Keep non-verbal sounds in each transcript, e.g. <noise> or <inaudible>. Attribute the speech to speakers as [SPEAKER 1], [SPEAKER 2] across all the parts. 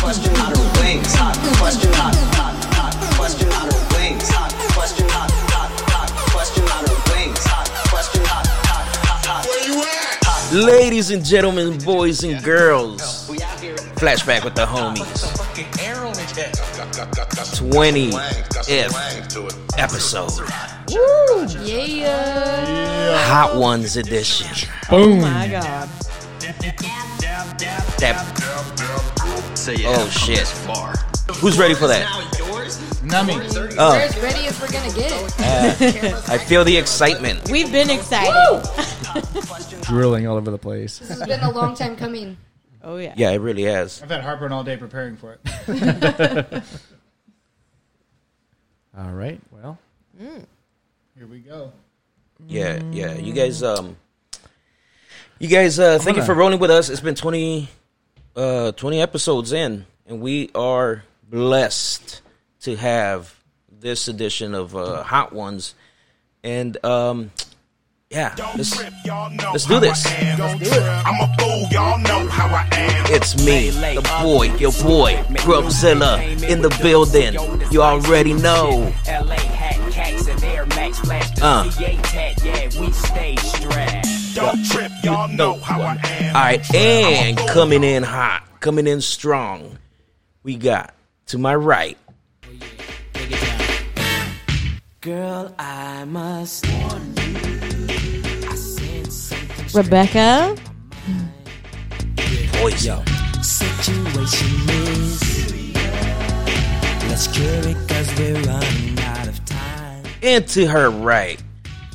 [SPEAKER 1] question how to wings hot question hot hot hot question how to wings hot question hot hot hot question how to wings hot question hot hot hot hot where you at hot
[SPEAKER 2] Ladies and gentlemen, boys and girls,
[SPEAKER 1] we out here
[SPEAKER 2] flashback with the homies.
[SPEAKER 3] fucking air on his head.
[SPEAKER 2] 20
[SPEAKER 3] Got some
[SPEAKER 2] if
[SPEAKER 3] wang to it.
[SPEAKER 2] episode,
[SPEAKER 4] Yeah.
[SPEAKER 2] Hot Ones edition.
[SPEAKER 4] Oh my God.
[SPEAKER 2] That
[SPEAKER 5] So yeah,
[SPEAKER 2] oh shit. Who's ready for that?
[SPEAKER 6] Nummy.
[SPEAKER 2] Oh,
[SPEAKER 7] As ready as we're gonna get.
[SPEAKER 2] I feel the excitement.
[SPEAKER 4] We've been excited.
[SPEAKER 6] Drilling all over the place.
[SPEAKER 7] This has been a long time coming.
[SPEAKER 4] Oh yeah.
[SPEAKER 2] Yeah, it really has.
[SPEAKER 6] I've had heartburn all day preparing for it. <laughs> all right. Well, here we go.
[SPEAKER 2] Yeah, yeah. You guys, um, you guys, uh, thank you
[SPEAKER 6] gonna-
[SPEAKER 2] for rolling with us. It's been 20, uh, 20 episodes in, and we are blessed to have this edition of uh, Hot Ones. And, um, yeah, let's, let's do this.
[SPEAKER 3] I'm a fool, y'all know how I am.
[SPEAKER 2] It's me, the
[SPEAKER 8] uh,
[SPEAKER 2] boy, your boy, Grubzilla, in the building. You already know.
[SPEAKER 8] LA hat cats and Air Max flash the
[SPEAKER 2] Uh.
[SPEAKER 8] CA tat, yeah, we stay strapped.
[SPEAKER 3] Don't trip, y'all know how I am.
[SPEAKER 2] All right, and coming in hot, coming in strong, we got to my right.
[SPEAKER 8] Girl, I must warn you. I sense something
[SPEAKER 4] Rebecca.
[SPEAKER 2] Boys,
[SPEAKER 8] situation is. Let's cure it cause we're running out of time.
[SPEAKER 2] and to her right,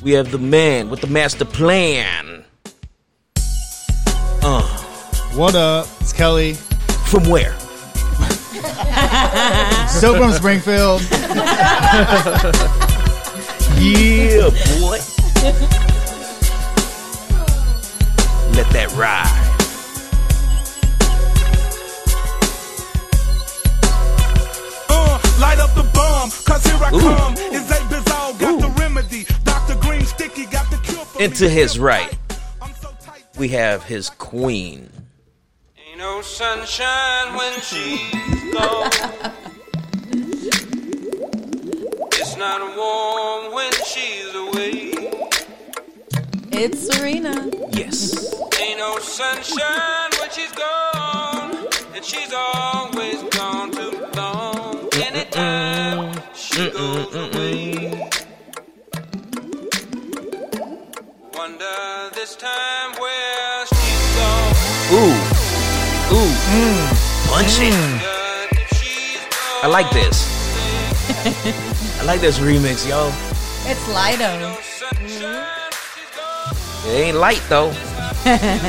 [SPEAKER 2] we have the man with the master plan.
[SPEAKER 6] What up? It's Kelly.
[SPEAKER 2] From where?
[SPEAKER 6] So from Springfield.
[SPEAKER 2] Yeah, boy. Let that ride.
[SPEAKER 3] Uh, light up the bomb, cause here I come. It's a bizarre, got the remedy. Dr. Green Sticky got the cure for
[SPEAKER 2] And
[SPEAKER 3] me.
[SPEAKER 2] to his right,
[SPEAKER 3] I'm so tight.
[SPEAKER 2] we have his queen.
[SPEAKER 9] Ain't no sunshine when she's gone. It's not warm when she's away.
[SPEAKER 4] It's Serena.
[SPEAKER 2] Yes.
[SPEAKER 9] Ain't no sunshine when she's gone. And she's always gone too long. Anytime she goes away. Wonder this time where she's gone.
[SPEAKER 2] Ooh. Ooh. mm, Punch it.
[SPEAKER 9] Wonder if she's gone.
[SPEAKER 2] I like this. I like this remix, yo.
[SPEAKER 4] It's Lido.
[SPEAKER 2] It ain't light though. <laughs>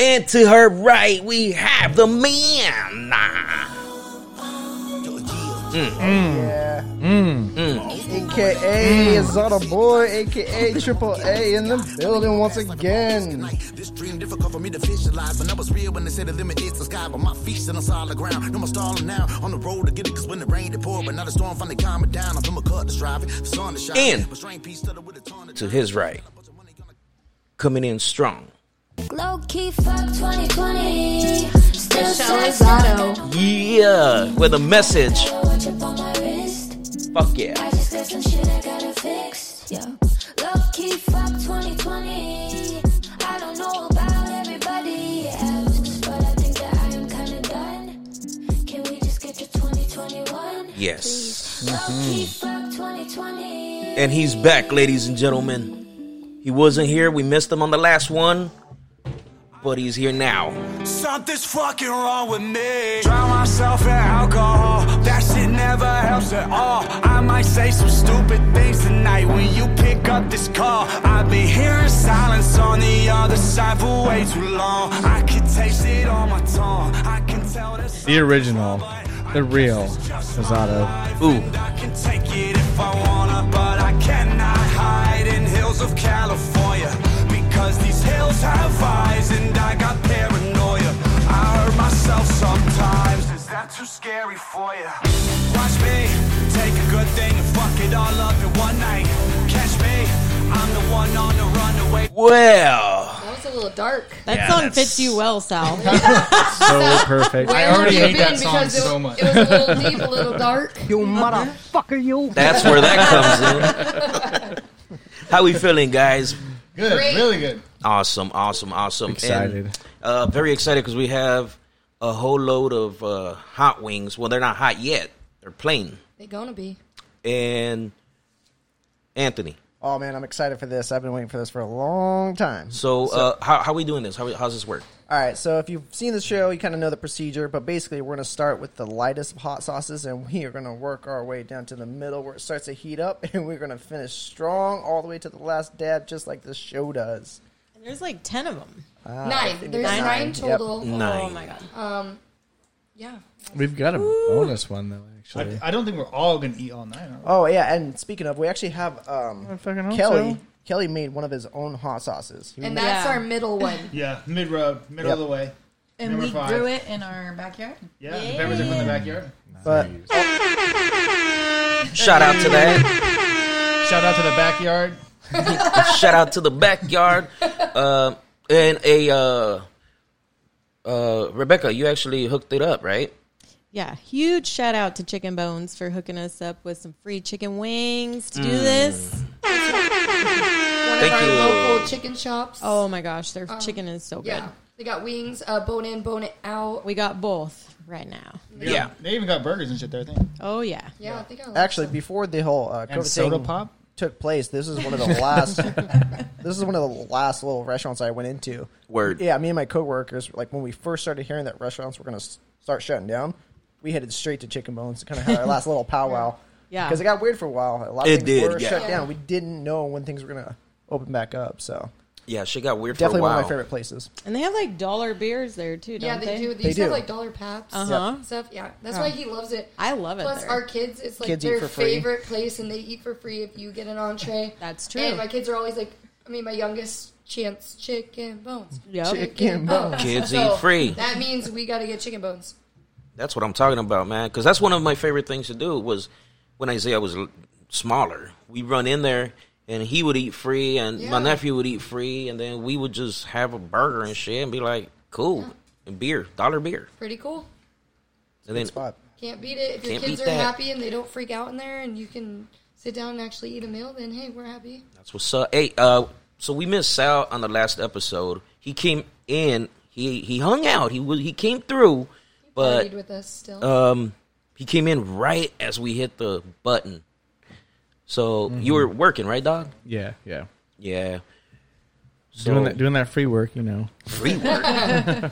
[SPEAKER 2] and to her right, we have the man.
[SPEAKER 10] AKA
[SPEAKER 6] Mm.
[SPEAKER 10] is on a boy, AKA Triple A in the building once again.
[SPEAKER 11] This dream difficult for me to visualize. When I was real, when they said the limit is the sky, but my feet still on solid ground. No more stalling now. On the road to get it, cause when the rain it pour, but now the storm finally calming down. I'm from a cut that's driving. The sun is shining.
[SPEAKER 2] And-
[SPEAKER 11] But strain piece stutter with a ton of
[SPEAKER 2] To his right, coming in strong.
[SPEAKER 7] Low key fuck 2020. Still Lozado.
[SPEAKER 2] Yeah, with a message. Fuck yeah.
[SPEAKER 7] Yeah. Low key fuck 2020. I don't know about everybody else, but I think that I am kinda done. Can we just get to 2021?
[SPEAKER 2] Yes.
[SPEAKER 7] Low
[SPEAKER 9] Mm-hmm.
[SPEAKER 7] key fuck 2020.
[SPEAKER 2] And he's back, ladies and gentlemen. He wasn't here. We missed him on the last one, but he's here now.
[SPEAKER 3] Something's fucking wrong with me. Drown myself in alcohol. That shit never helps at all. I might say some stupid things tonight when you pick up this call. I've been hearing silence on the other side for way too long. I can taste it on my tongue. I can tell this.
[SPEAKER 6] The original. The real Rosado.
[SPEAKER 2] Ooh.
[SPEAKER 3] I can take it if I wanna, but I cannot hide in hills of California. Because these hills have eyes and I got paranoia. I hurt myself sometimes. Is that too scary for you? Watch me take a good thing and fuck it all up in one night. Catch me, I'm the one on the runaway.
[SPEAKER 2] Well,
[SPEAKER 7] That was a little dark.
[SPEAKER 4] That
[SPEAKER 8] Yeah,
[SPEAKER 4] song
[SPEAKER 8] that's-
[SPEAKER 4] fits you well, Sal.
[SPEAKER 8] So perfect.
[SPEAKER 7] Where
[SPEAKER 8] I already
[SPEAKER 7] have you
[SPEAKER 8] hate that
[SPEAKER 7] been?
[SPEAKER 8] song
[SPEAKER 7] Because it-
[SPEAKER 8] so much.
[SPEAKER 7] It was a little deep, a little dark.
[SPEAKER 9] You motherfucker, you.
[SPEAKER 2] That's where that comes <laughs> in. How we feeling, guys?
[SPEAKER 6] Good,
[SPEAKER 7] Great.
[SPEAKER 6] really good.
[SPEAKER 2] Awesome, awesome, awesome.
[SPEAKER 8] Excited.
[SPEAKER 2] And, uh, very excited because we have a whole load of uh, hot wings. Well, they're not hot yet. They're plain.
[SPEAKER 7] They gonna be.
[SPEAKER 2] And Anthony.
[SPEAKER 9] Oh man, I'm excited for this. I've been waiting for this for a long time.
[SPEAKER 2] So, uh, how how we doing this? How we- how's this work?
[SPEAKER 9] All right, so if you've seen the show, you kind of know the procedure, but basically we're going to start with the lightest hot sauces and we are going to work our way down to the middle where it starts to heat up <laughs> and we're going to finish strong all the way to the last dab just like this show does.
[SPEAKER 4] There's like ten of them.
[SPEAKER 9] Ah, I
[SPEAKER 7] Nine.
[SPEAKER 9] think
[SPEAKER 7] There's
[SPEAKER 9] it's
[SPEAKER 7] nine,
[SPEAKER 9] nine. Yep. Mm.
[SPEAKER 7] total.
[SPEAKER 2] Oh
[SPEAKER 8] Nine.
[SPEAKER 4] my god.
[SPEAKER 7] Um, yeah.
[SPEAKER 8] We've got a bonus one though. Actually,
[SPEAKER 6] I don't think we're all gonna eat all night. Are
[SPEAKER 9] Oh yeah, and speaking of, we actually have um,
[SPEAKER 6] hope
[SPEAKER 9] Kelly.
[SPEAKER 6] so.
[SPEAKER 9] Kelly made one of his own hot sauces. He
[SPEAKER 7] And
[SPEAKER 9] made-
[SPEAKER 7] that's our middle
[SPEAKER 9] <laughs>
[SPEAKER 7] one.
[SPEAKER 6] we? Yeah, mid rub, middle of the way.
[SPEAKER 4] And
[SPEAKER 6] Number
[SPEAKER 4] we
[SPEAKER 6] five.
[SPEAKER 4] grew it in our backyard.
[SPEAKER 6] Yeah, the peppers are from the backyard.
[SPEAKER 9] But
[SPEAKER 2] Shout out to that.
[SPEAKER 6] Shout out to the backyard.
[SPEAKER 2] Shout out to the <laughs> backyard. Uh, and a uh, uh, Rebecca, you actually hooked it up, right?
[SPEAKER 4] Yeah, huge shout out to Chicken Bones for hooking us up with some free chicken wings to do
[SPEAKER 2] Mm.
[SPEAKER 4] this.
[SPEAKER 7] One
[SPEAKER 2] Thank
[SPEAKER 7] of our
[SPEAKER 2] you.
[SPEAKER 7] local chicken shops.
[SPEAKER 4] Oh my gosh, their
[SPEAKER 7] Um,
[SPEAKER 4] chicken is so good.
[SPEAKER 7] Yeah. They got wings, uh, bone in, bone it out.
[SPEAKER 4] We got both right now.
[SPEAKER 6] They got-
[SPEAKER 2] Yeah.
[SPEAKER 6] they even got burgers and shit there. I think.
[SPEAKER 4] Oh yeah.
[SPEAKER 7] Yeah, I think I
[SPEAKER 9] actually, before the whole uh,
[SPEAKER 6] And
[SPEAKER 9] COVID
[SPEAKER 6] soda
[SPEAKER 9] thing
[SPEAKER 6] pop?
[SPEAKER 9] took place, this is one of the last. this is one of the last little restaurants I went into.
[SPEAKER 2] Word.
[SPEAKER 9] Yeah, me and my coworkers, like when we first started hearing that restaurants were going to start shutting down, we headed straight to Chicken Bones to kind of have our last little powwow.
[SPEAKER 4] Yeah.
[SPEAKER 9] because it got weird for a while. A lot of
[SPEAKER 2] It
[SPEAKER 9] things
[SPEAKER 2] did,
[SPEAKER 9] were
[SPEAKER 2] yeah.
[SPEAKER 9] shut
[SPEAKER 2] Yeah.
[SPEAKER 9] down. We didn't know when things were going to open back up. So
[SPEAKER 2] Yeah, she got weird for
[SPEAKER 9] definitely
[SPEAKER 2] a while.
[SPEAKER 9] one of my favorite places.
[SPEAKER 4] And they have like dollar beers there too, don't
[SPEAKER 7] Yeah, they, do. They,
[SPEAKER 9] They
[SPEAKER 7] used to have
[SPEAKER 9] do.
[SPEAKER 7] like dollar paps
[SPEAKER 4] Uh-huh.
[SPEAKER 7] and stuff. Yeah, that's
[SPEAKER 4] Yeah.
[SPEAKER 7] why he loves it.
[SPEAKER 4] I love it
[SPEAKER 7] Plus,
[SPEAKER 4] there.
[SPEAKER 7] our kids, it's like
[SPEAKER 4] Kids eat
[SPEAKER 7] their
[SPEAKER 4] for free.
[SPEAKER 7] favorite place, and they eat for free if you get an entree.
[SPEAKER 4] <laughs> That's true.
[SPEAKER 7] And my kids are always like, I mean, my youngest chants chicken bones.
[SPEAKER 4] Yep.
[SPEAKER 9] Chicken bones.
[SPEAKER 2] Kids eat free.
[SPEAKER 7] That means we got to get chicken bones.
[SPEAKER 2] That's what I'm talking about, man. Because that's one of my favorite things to do was when Isaiah was l- smaller. We run in there and he would eat free, and my
[SPEAKER 7] Yeah.
[SPEAKER 2] nephew would eat free, and then we would just have a burger and shit and be like, cool, and beer, dollar beer,
[SPEAKER 7] Pretty cool.
[SPEAKER 2] and then
[SPEAKER 7] Can't beat it. If your
[SPEAKER 2] Can't
[SPEAKER 7] kids
[SPEAKER 2] beat
[SPEAKER 7] are
[SPEAKER 2] that.
[SPEAKER 7] happy and they don't freak out in there, and you can sit down and actually eat a meal, then hey, we're happy.
[SPEAKER 2] that's what's up. Hey, uh, so we missed Sal on the last episode. He came in, he he hung out, he was he came through, but
[SPEAKER 7] partied with us still.
[SPEAKER 2] um, he came in right as we hit the button. So you were working, right, dog?
[SPEAKER 8] yeah, yeah.
[SPEAKER 2] Yeah.
[SPEAKER 8] doing that, doing that free work, you know.
[SPEAKER 2] Free work.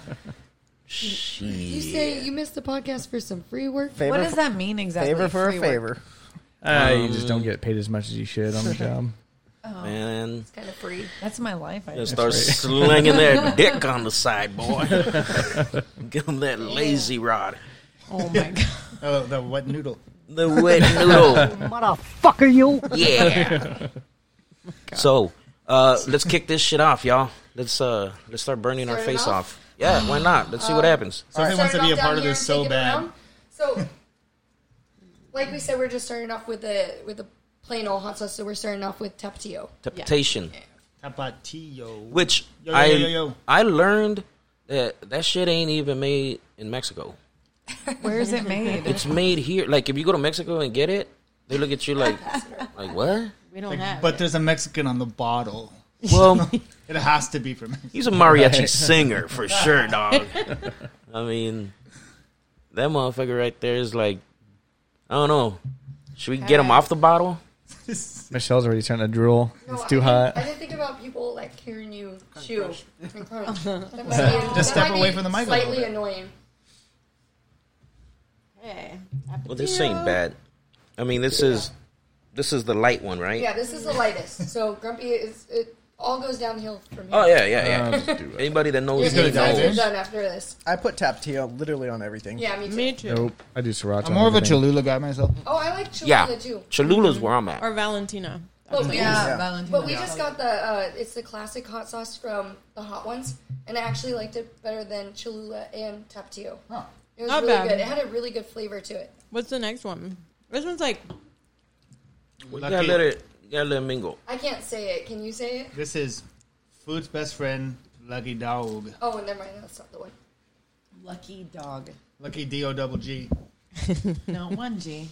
[SPEAKER 7] You say you missed the podcast for some free work.
[SPEAKER 8] Favor What does for-
[SPEAKER 4] that mean exactly,
[SPEAKER 9] Favor for
[SPEAKER 4] free
[SPEAKER 9] a
[SPEAKER 4] work?
[SPEAKER 9] favor.
[SPEAKER 8] Uh, you just don't get paid as much as you should on the job.
[SPEAKER 2] Man.
[SPEAKER 7] It's kind of free.
[SPEAKER 4] That's my life. I
[SPEAKER 2] Just
[SPEAKER 4] think.
[SPEAKER 2] start slinging
[SPEAKER 8] <laughs>
[SPEAKER 2] that dick on the side, boy. <laughs> Give him that lazy rod.
[SPEAKER 4] Oh my god.
[SPEAKER 6] Oh, the wet noodle.
[SPEAKER 2] The wet noodle.
[SPEAKER 9] <laughs> Motherfucker, you. <laughs>
[SPEAKER 2] Yeah. so, uh, let's kick this shit off, y'all. Let's uh, let's start burning our
[SPEAKER 7] Start it
[SPEAKER 2] face
[SPEAKER 7] off?
[SPEAKER 2] off. Yeah, why not? Let's see what
[SPEAKER 9] Uh,
[SPEAKER 7] Um,
[SPEAKER 2] happens.
[SPEAKER 6] Sophie wants to
[SPEAKER 7] Started
[SPEAKER 6] be a
[SPEAKER 7] off
[SPEAKER 6] part
[SPEAKER 7] down
[SPEAKER 6] of
[SPEAKER 7] here
[SPEAKER 6] this
[SPEAKER 7] and
[SPEAKER 6] so
[SPEAKER 7] take it
[SPEAKER 6] bad.
[SPEAKER 7] around. So, like we said, we're just starting off with the with the plain old hot sauce. So we're starting off with tapatio.
[SPEAKER 2] Temptation.
[SPEAKER 6] Tapatio.
[SPEAKER 2] Which
[SPEAKER 6] Yo, yo,
[SPEAKER 2] I
[SPEAKER 6] yo, yo, yo.
[SPEAKER 2] I learned that that shit ain't even made in Mexico.
[SPEAKER 12] Where is it made?
[SPEAKER 2] It's made here. Like if you go to Mexico and get it, they look at you like, like what?
[SPEAKER 4] We don't have.
[SPEAKER 6] But there's a Mexican on the bottle.
[SPEAKER 2] <laughs> Well,
[SPEAKER 6] it has to be from.
[SPEAKER 2] He's a mariachi singer <laughs> for sure, dog. I mean, that motherfucker right there is like, I don't know. Should we get him off the bottle?
[SPEAKER 8] Michelle's already starting to drool. it's
[SPEAKER 7] I
[SPEAKER 8] too
[SPEAKER 7] didn't-
[SPEAKER 8] hot.
[SPEAKER 7] I didn't think about people like hearing you chew. and crunch. That might be- that
[SPEAKER 6] Just step
[SPEAKER 7] might be
[SPEAKER 6] away from the mic a little
[SPEAKER 7] Slightly annoying.
[SPEAKER 4] Hey.
[SPEAKER 2] Well, this ain't bad. I mean, this is this is the light one, right?
[SPEAKER 7] Yeah, this is the lightest. So grumpy is it all goes downhill from here.
[SPEAKER 2] Oh yeah, yeah, yeah.
[SPEAKER 7] Uh, just
[SPEAKER 2] Anybody that knows
[SPEAKER 7] You're
[SPEAKER 2] me
[SPEAKER 7] gonna dive
[SPEAKER 2] knows.
[SPEAKER 7] done after this.
[SPEAKER 9] I put Tapatio literally on everything.
[SPEAKER 7] Yeah, me too.
[SPEAKER 8] Nope. I do sriracha.
[SPEAKER 6] I'm more of a
[SPEAKER 8] everything.
[SPEAKER 6] Cholula guy myself.
[SPEAKER 7] Oh, I like Cholula
[SPEAKER 2] Yeah,
[SPEAKER 7] too.
[SPEAKER 2] Cholula's where I'm at.
[SPEAKER 4] Or Valentino.
[SPEAKER 7] But we,
[SPEAKER 4] Yeah,
[SPEAKER 7] just,
[SPEAKER 4] Valentino.
[SPEAKER 7] but we
[SPEAKER 4] Yeah.
[SPEAKER 7] just got the uh, it's the classic hot sauce from the hot ones, and I actually liked it better than Cholula and Tapatio. It was
[SPEAKER 4] Not
[SPEAKER 7] really
[SPEAKER 4] bad.
[SPEAKER 7] good. It had a really good flavor to it.
[SPEAKER 4] What's the next one? This one's like
[SPEAKER 2] You gotta let it, you gotta let it mingle.
[SPEAKER 7] I can't say it. Can you say it?
[SPEAKER 6] This is food's best friend, Lucky Dog.
[SPEAKER 7] Oh, never mind. That's not the one.
[SPEAKER 12] Lucky dog.
[SPEAKER 6] Lucky D O double G.
[SPEAKER 12] No, one G.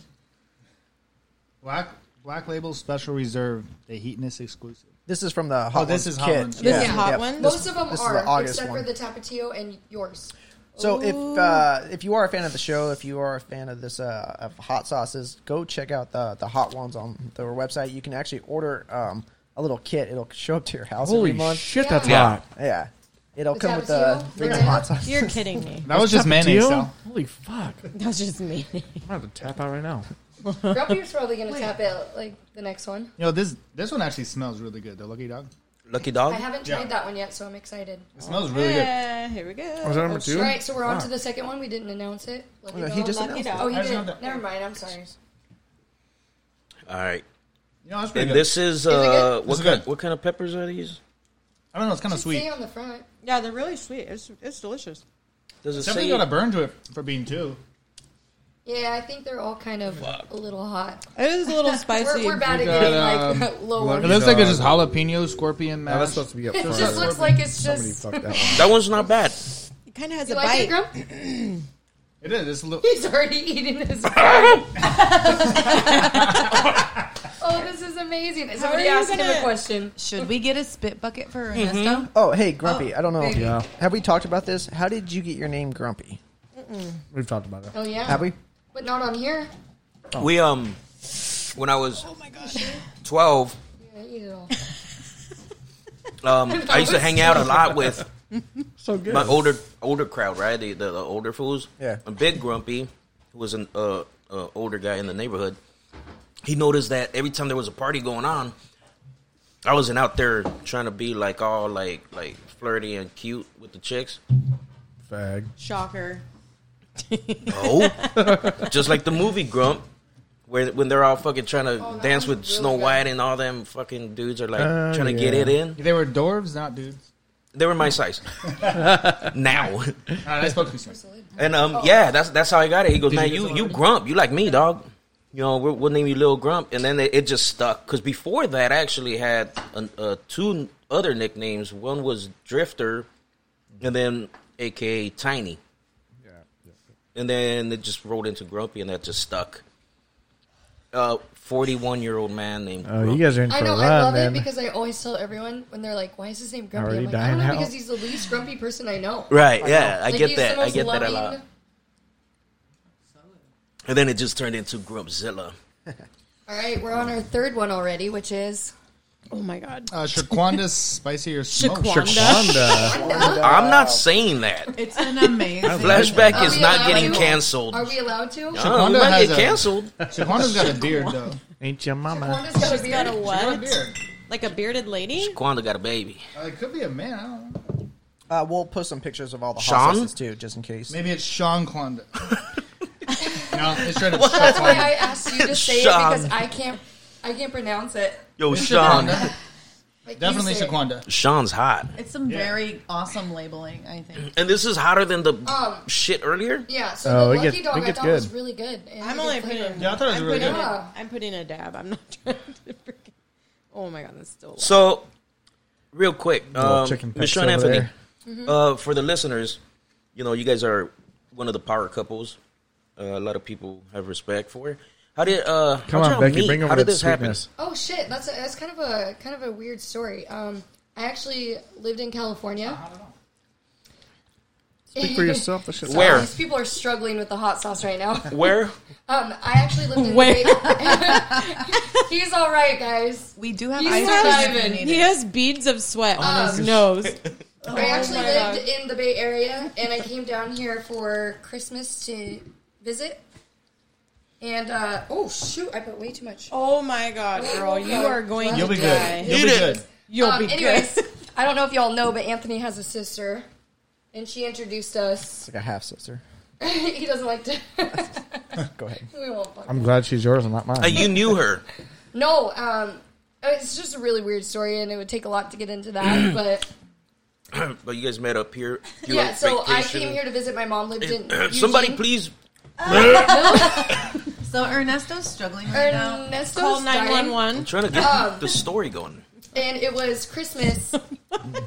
[SPEAKER 6] Black Black Label Special Reserve. The Heatness exclusive.
[SPEAKER 9] This is from the Hot
[SPEAKER 6] Oh, this
[SPEAKER 9] Ones
[SPEAKER 6] is Hot
[SPEAKER 9] kit.
[SPEAKER 6] Ones. This is Hot
[SPEAKER 9] Ones?
[SPEAKER 7] Most of them
[SPEAKER 9] this is
[SPEAKER 7] are,
[SPEAKER 9] the August
[SPEAKER 7] except
[SPEAKER 9] one.
[SPEAKER 7] for the Tapatio and yours.
[SPEAKER 9] So if
[SPEAKER 7] Ooh.
[SPEAKER 9] uh, if you are a fan of the show, if you are a fan of this uh, of hot sauces, go check out the the hot ones on their website. You can actually order um, a little kit. It'll show up to your house
[SPEAKER 8] Holy
[SPEAKER 9] every month.
[SPEAKER 8] shit, that's Yeah. hot.
[SPEAKER 9] Yeah, it'll
[SPEAKER 4] The
[SPEAKER 9] come with the
[SPEAKER 4] tapatio?
[SPEAKER 9] three
[SPEAKER 4] Yeah.
[SPEAKER 9] hot sauces.
[SPEAKER 4] You're kidding me. <laughs>
[SPEAKER 6] That was just mayonnaise, though.
[SPEAKER 8] Holy fuck!
[SPEAKER 4] That's just me. <laughs>
[SPEAKER 8] I'm about to tap out right now.
[SPEAKER 7] Grumpy's probably gonna tap out like the next one.
[SPEAKER 6] You know this this one actually smells really good. The Lucky Dog.
[SPEAKER 2] Lucky Dog.
[SPEAKER 7] I haven't tried that one yet, so I'm excited.
[SPEAKER 6] It smells really good.
[SPEAKER 4] Yeah, here we go.
[SPEAKER 6] Was that number two?
[SPEAKER 7] All right, so we're on to
[SPEAKER 6] Wow.
[SPEAKER 7] the second one. We didn't announce it. Lucky
[SPEAKER 6] No, he
[SPEAKER 7] dog.
[SPEAKER 6] just
[SPEAKER 7] Lucky
[SPEAKER 6] announced it.
[SPEAKER 7] dog. Oh,
[SPEAKER 6] I
[SPEAKER 7] he
[SPEAKER 6] just
[SPEAKER 7] did.
[SPEAKER 6] know that-
[SPEAKER 7] Never mind. I'm sorry.
[SPEAKER 2] All right.
[SPEAKER 6] You know, that's pretty
[SPEAKER 2] and
[SPEAKER 6] good.
[SPEAKER 2] this is
[SPEAKER 6] Is it
[SPEAKER 2] uh,
[SPEAKER 6] good?
[SPEAKER 2] what
[SPEAKER 6] Is it
[SPEAKER 2] kind?
[SPEAKER 6] good?
[SPEAKER 2] What kind of peppers are these?
[SPEAKER 6] I don't know. It's kind of sweet.
[SPEAKER 7] on the front.
[SPEAKER 4] Yeah, they're really sweet. It's it's delicious.
[SPEAKER 2] Does it
[SPEAKER 6] It's
[SPEAKER 2] say?
[SPEAKER 6] definitely got a burn to it for being two.
[SPEAKER 7] Yeah, I think they're all kind of a little hot.
[SPEAKER 4] It is <laughs> a little
[SPEAKER 7] We're,
[SPEAKER 4] spicy.
[SPEAKER 7] we're bad at
[SPEAKER 6] We got,
[SPEAKER 7] getting <laughs> like
[SPEAKER 6] um,
[SPEAKER 7] lower.
[SPEAKER 6] It looks like it's just jalapeno scorpion mash.
[SPEAKER 8] that's supposed to be up
[SPEAKER 7] It
[SPEAKER 6] front.
[SPEAKER 7] just looks like it's just.
[SPEAKER 2] That one's not bad.
[SPEAKER 4] It kind of has
[SPEAKER 7] You
[SPEAKER 4] a
[SPEAKER 7] like it,
[SPEAKER 4] bite.
[SPEAKER 7] Grump?
[SPEAKER 6] It is. It's a little.
[SPEAKER 7] <laughs> He's already
[SPEAKER 2] <laughs>
[SPEAKER 7] eating his. <laughs> oh, this is amazing! Somebody asked him a question.
[SPEAKER 12] Should we get a spit bucket for
[SPEAKER 4] Mm-hmm.
[SPEAKER 12] Ernesto?
[SPEAKER 9] Oh, hey, Grumpy. I don't know.
[SPEAKER 12] baby.
[SPEAKER 8] Yeah.
[SPEAKER 9] Have we talked about this? How did you get your name Grumpy?
[SPEAKER 8] <laughs> We've talked about it.
[SPEAKER 7] Oh yeah.
[SPEAKER 9] Have we?
[SPEAKER 7] But not on here.
[SPEAKER 2] We um, when I was twelve,
[SPEAKER 7] Yeah, eat it all.
[SPEAKER 2] um, I used to hang out a lot with
[SPEAKER 8] So good.
[SPEAKER 2] my older older crowd, right? The the, the older fools.
[SPEAKER 8] Yeah.
[SPEAKER 2] A big grumpy, who was an uh, uh, older guy in the neighborhood. He noticed that every time there was a party going on, I wasn't out there trying to be like all like like flirty and cute with the chicks.
[SPEAKER 8] Fag.
[SPEAKER 4] Shocker.
[SPEAKER 2] No, <laughs> just like the movie Grump, where when they're all fucking trying to dance with Snow White and all them fucking dudes are like
[SPEAKER 6] Uh,
[SPEAKER 2] trying to get
[SPEAKER 6] yeah.
[SPEAKER 2] it in.
[SPEAKER 6] They were dwarves, not dudes.
[SPEAKER 2] They were my size now.
[SPEAKER 6] that's supposed to be sweet.
[SPEAKER 2] And um, yeah, that's that's how I got it. He goes,
[SPEAKER 6] Did
[SPEAKER 2] man,
[SPEAKER 6] you get
[SPEAKER 2] you
[SPEAKER 6] some
[SPEAKER 2] you grump, you like me, dog. You know, we'll, we'll name you Lil Grump, and then it, it just stuck. Because before that, I actually had an, uh, two other nicknames. One was Drifter, and then AKA Tiny. Yeah. And then it just rolled into Grumpy, and that just stuck. Uh, forty-one-year-old man named.
[SPEAKER 8] Oh, you guys are in for
[SPEAKER 7] I
[SPEAKER 8] a
[SPEAKER 7] know.
[SPEAKER 8] run,
[SPEAKER 7] I love
[SPEAKER 8] man.
[SPEAKER 7] it because I always tell everyone when they're like, "Why is his name Grumpy?"
[SPEAKER 8] Already
[SPEAKER 7] I'm like, I don't
[SPEAKER 8] dying
[SPEAKER 7] know
[SPEAKER 8] out.
[SPEAKER 7] because he's the least grumpy person I know.
[SPEAKER 2] Right, yeah, I
[SPEAKER 7] Like,
[SPEAKER 2] get
[SPEAKER 7] he's the
[SPEAKER 2] that. I
[SPEAKER 7] most
[SPEAKER 2] get that a lot.
[SPEAKER 7] loving-
[SPEAKER 2] and then it just turned into Grumpzilla.
[SPEAKER 7] All right, we're on our third one already, which is.
[SPEAKER 4] Oh my god.
[SPEAKER 6] Uh, Shaquanda spicy or smoked?
[SPEAKER 7] Shaquanda. <laughs> Shaquanda.
[SPEAKER 2] I'm not saying that.
[SPEAKER 12] It's an amazing.
[SPEAKER 2] <laughs> Flashback is
[SPEAKER 7] Are we
[SPEAKER 2] not
[SPEAKER 7] allowed
[SPEAKER 2] getting
[SPEAKER 7] to?
[SPEAKER 2] canceled.
[SPEAKER 7] Are we allowed
[SPEAKER 2] No,
[SPEAKER 7] to?
[SPEAKER 2] Shaquanda Uh, we might
[SPEAKER 6] has
[SPEAKER 2] get <laughs>
[SPEAKER 6] a-
[SPEAKER 2] canceled.
[SPEAKER 6] Shaquanda's got a beard, though.
[SPEAKER 8] Ain't your mama?
[SPEAKER 7] Shaquanda's got a
[SPEAKER 4] She's got
[SPEAKER 7] beard.
[SPEAKER 4] a what? Like a bearded lady?
[SPEAKER 2] Quanda got a baby.
[SPEAKER 6] Uh, it could be a man. I don't know.
[SPEAKER 9] Uh, we'll post some pictures of all the hot
[SPEAKER 2] Sean?
[SPEAKER 9] sauces too, just in case.
[SPEAKER 6] Maybe it's Sean Quanda. <laughs> no, it's trying to
[SPEAKER 7] That's why I asked you to say
[SPEAKER 2] Shawn.
[SPEAKER 7] it because I can't. I can't pronounce it.
[SPEAKER 2] Yo,
[SPEAKER 6] It's
[SPEAKER 2] Sean.
[SPEAKER 6] Shaquanda.
[SPEAKER 7] Like, you
[SPEAKER 6] Definitely
[SPEAKER 7] say it.
[SPEAKER 6] Shaquanda.
[SPEAKER 2] Sean's hot.
[SPEAKER 12] It's some very awesome labeling, I think.
[SPEAKER 2] And this is hotter than the
[SPEAKER 7] Um,
[SPEAKER 2] shit earlier?
[SPEAKER 7] Yeah. So
[SPEAKER 8] Oh,
[SPEAKER 7] the
[SPEAKER 8] it
[SPEAKER 7] lucky
[SPEAKER 8] gets-
[SPEAKER 7] dog
[SPEAKER 8] it
[SPEAKER 7] I
[SPEAKER 8] gets
[SPEAKER 7] thought was
[SPEAKER 8] good.
[SPEAKER 7] really good. and
[SPEAKER 4] I'm
[SPEAKER 7] good
[SPEAKER 4] only
[SPEAKER 7] flavor.
[SPEAKER 4] putting.
[SPEAKER 6] Yeah, I thought it was
[SPEAKER 4] I'm
[SPEAKER 6] really
[SPEAKER 4] putting
[SPEAKER 6] good.
[SPEAKER 4] a- I'm putting a dab. I'm not <laughs> trying to freaking. Oh my god, that's still. So,
[SPEAKER 2] So, real quick,
[SPEAKER 8] Little
[SPEAKER 2] um,
[SPEAKER 8] chicken
[SPEAKER 2] Miss
[SPEAKER 8] pecks
[SPEAKER 2] Sean
[SPEAKER 8] over
[SPEAKER 2] Anthony,
[SPEAKER 8] there.
[SPEAKER 2] uh, for the listeners, you know, you guys are one of the power couples. Uh, a lot of people have respect for. How did uh, how'd
[SPEAKER 8] Come on,
[SPEAKER 2] y'all
[SPEAKER 8] Becky,
[SPEAKER 2] meet?
[SPEAKER 8] bring
[SPEAKER 2] How
[SPEAKER 8] over
[SPEAKER 2] did
[SPEAKER 8] that
[SPEAKER 2] this happen?
[SPEAKER 8] sweetness.
[SPEAKER 7] Oh shit! That's a, that's kind of a kind of a weird story. Um, I actually lived in California.
[SPEAKER 4] Uh-huh,
[SPEAKER 8] Speak for yourself. That shit's
[SPEAKER 2] Where?
[SPEAKER 7] These people are struggling with the hot sauce right now.
[SPEAKER 2] Where?
[SPEAKER 7] Um, I actually lived in.
[SPEAKER 4] Where?
[SPEAKER 7] <laughs> He's all right, guys.
[SPEAKER 12] We do have
[SPEAKER 7] He's
[SPEAKER 12] ice
[SPEAKER 7] surviving.
[SPEAKER 12] cream.
[SPEAKER 4] he has Oh beads of sweat on his nose.
[SPEAKER 7] I actually
[SPEAKER 4] Oh my
[SPEAKER 7] lived in the Bay Area, and I came down here for Christmas to visit. And uh, oh shoot, I put way too much.
[SPEAKER 4] <laughs> Oh my god, girl, you are going
[SPEAKER 6] You'll
[SPEAKER 4] to
[SPEAKER 6] be
[SPEAKER 4] die.
[SPEAKER 6] good. You'll be good.
[SPEAKER 4] You'll
[SPEAKER 7] Um,
[SPEAKER 4] be <laughs>
[SPEAKER 7] anyways,
[SPEAKER 4] good.
[SPEAKER 7] I don't know if y'all know, but Anthony has a sister, and she introduced us. <laughs>
[SPEAKER 9] It's like a half sister.
[SPEAKER 7] he doesn't like to. <laughs>
[SPEAKER 9] Go ahead.
[SPEAKER 7] we won't. Fuck.
[SPEAKER 8] I'm glad she's yours and not mine.
[SPEAKER 2] Uh, you knew her.
[SPEAKER 7] No, um, it's just a really weird story, and it would take a lot to get
[SPEAKER 2] <clears throat>
[SPEAKER 7] into that. but
[SPEAKER 2] but you guys met up here. You were
[SPEAKER 7] yeah,
[SPEAKER 2] on
[SPEAKER 7] so I
[SPEAKER 2] vacation.
[SPEAKER 7] came here to visit my mom. Lived
[SPEAKER 2] <clears throat>
[SPEAKER 7] in
[SPEAKER 2] Somebody
[SPEAKER 7] Eugene.
[SPEAKER 2] please.
[SPEAKER 12] So Ernesto's struggling right now.
[SPEAKER 7] Ernesto's
[SPEAKER 4] Call
[SPEAKER 7] dying.
[SPEAKER 4] 911.
[SPEAKER 2] I'm trying to get
[SPEAKER 7] Um,
[SPEAKER 2] the story going.
[SPEAKER 4] <laughs>
[SPEAKER 7] and it was Christmas,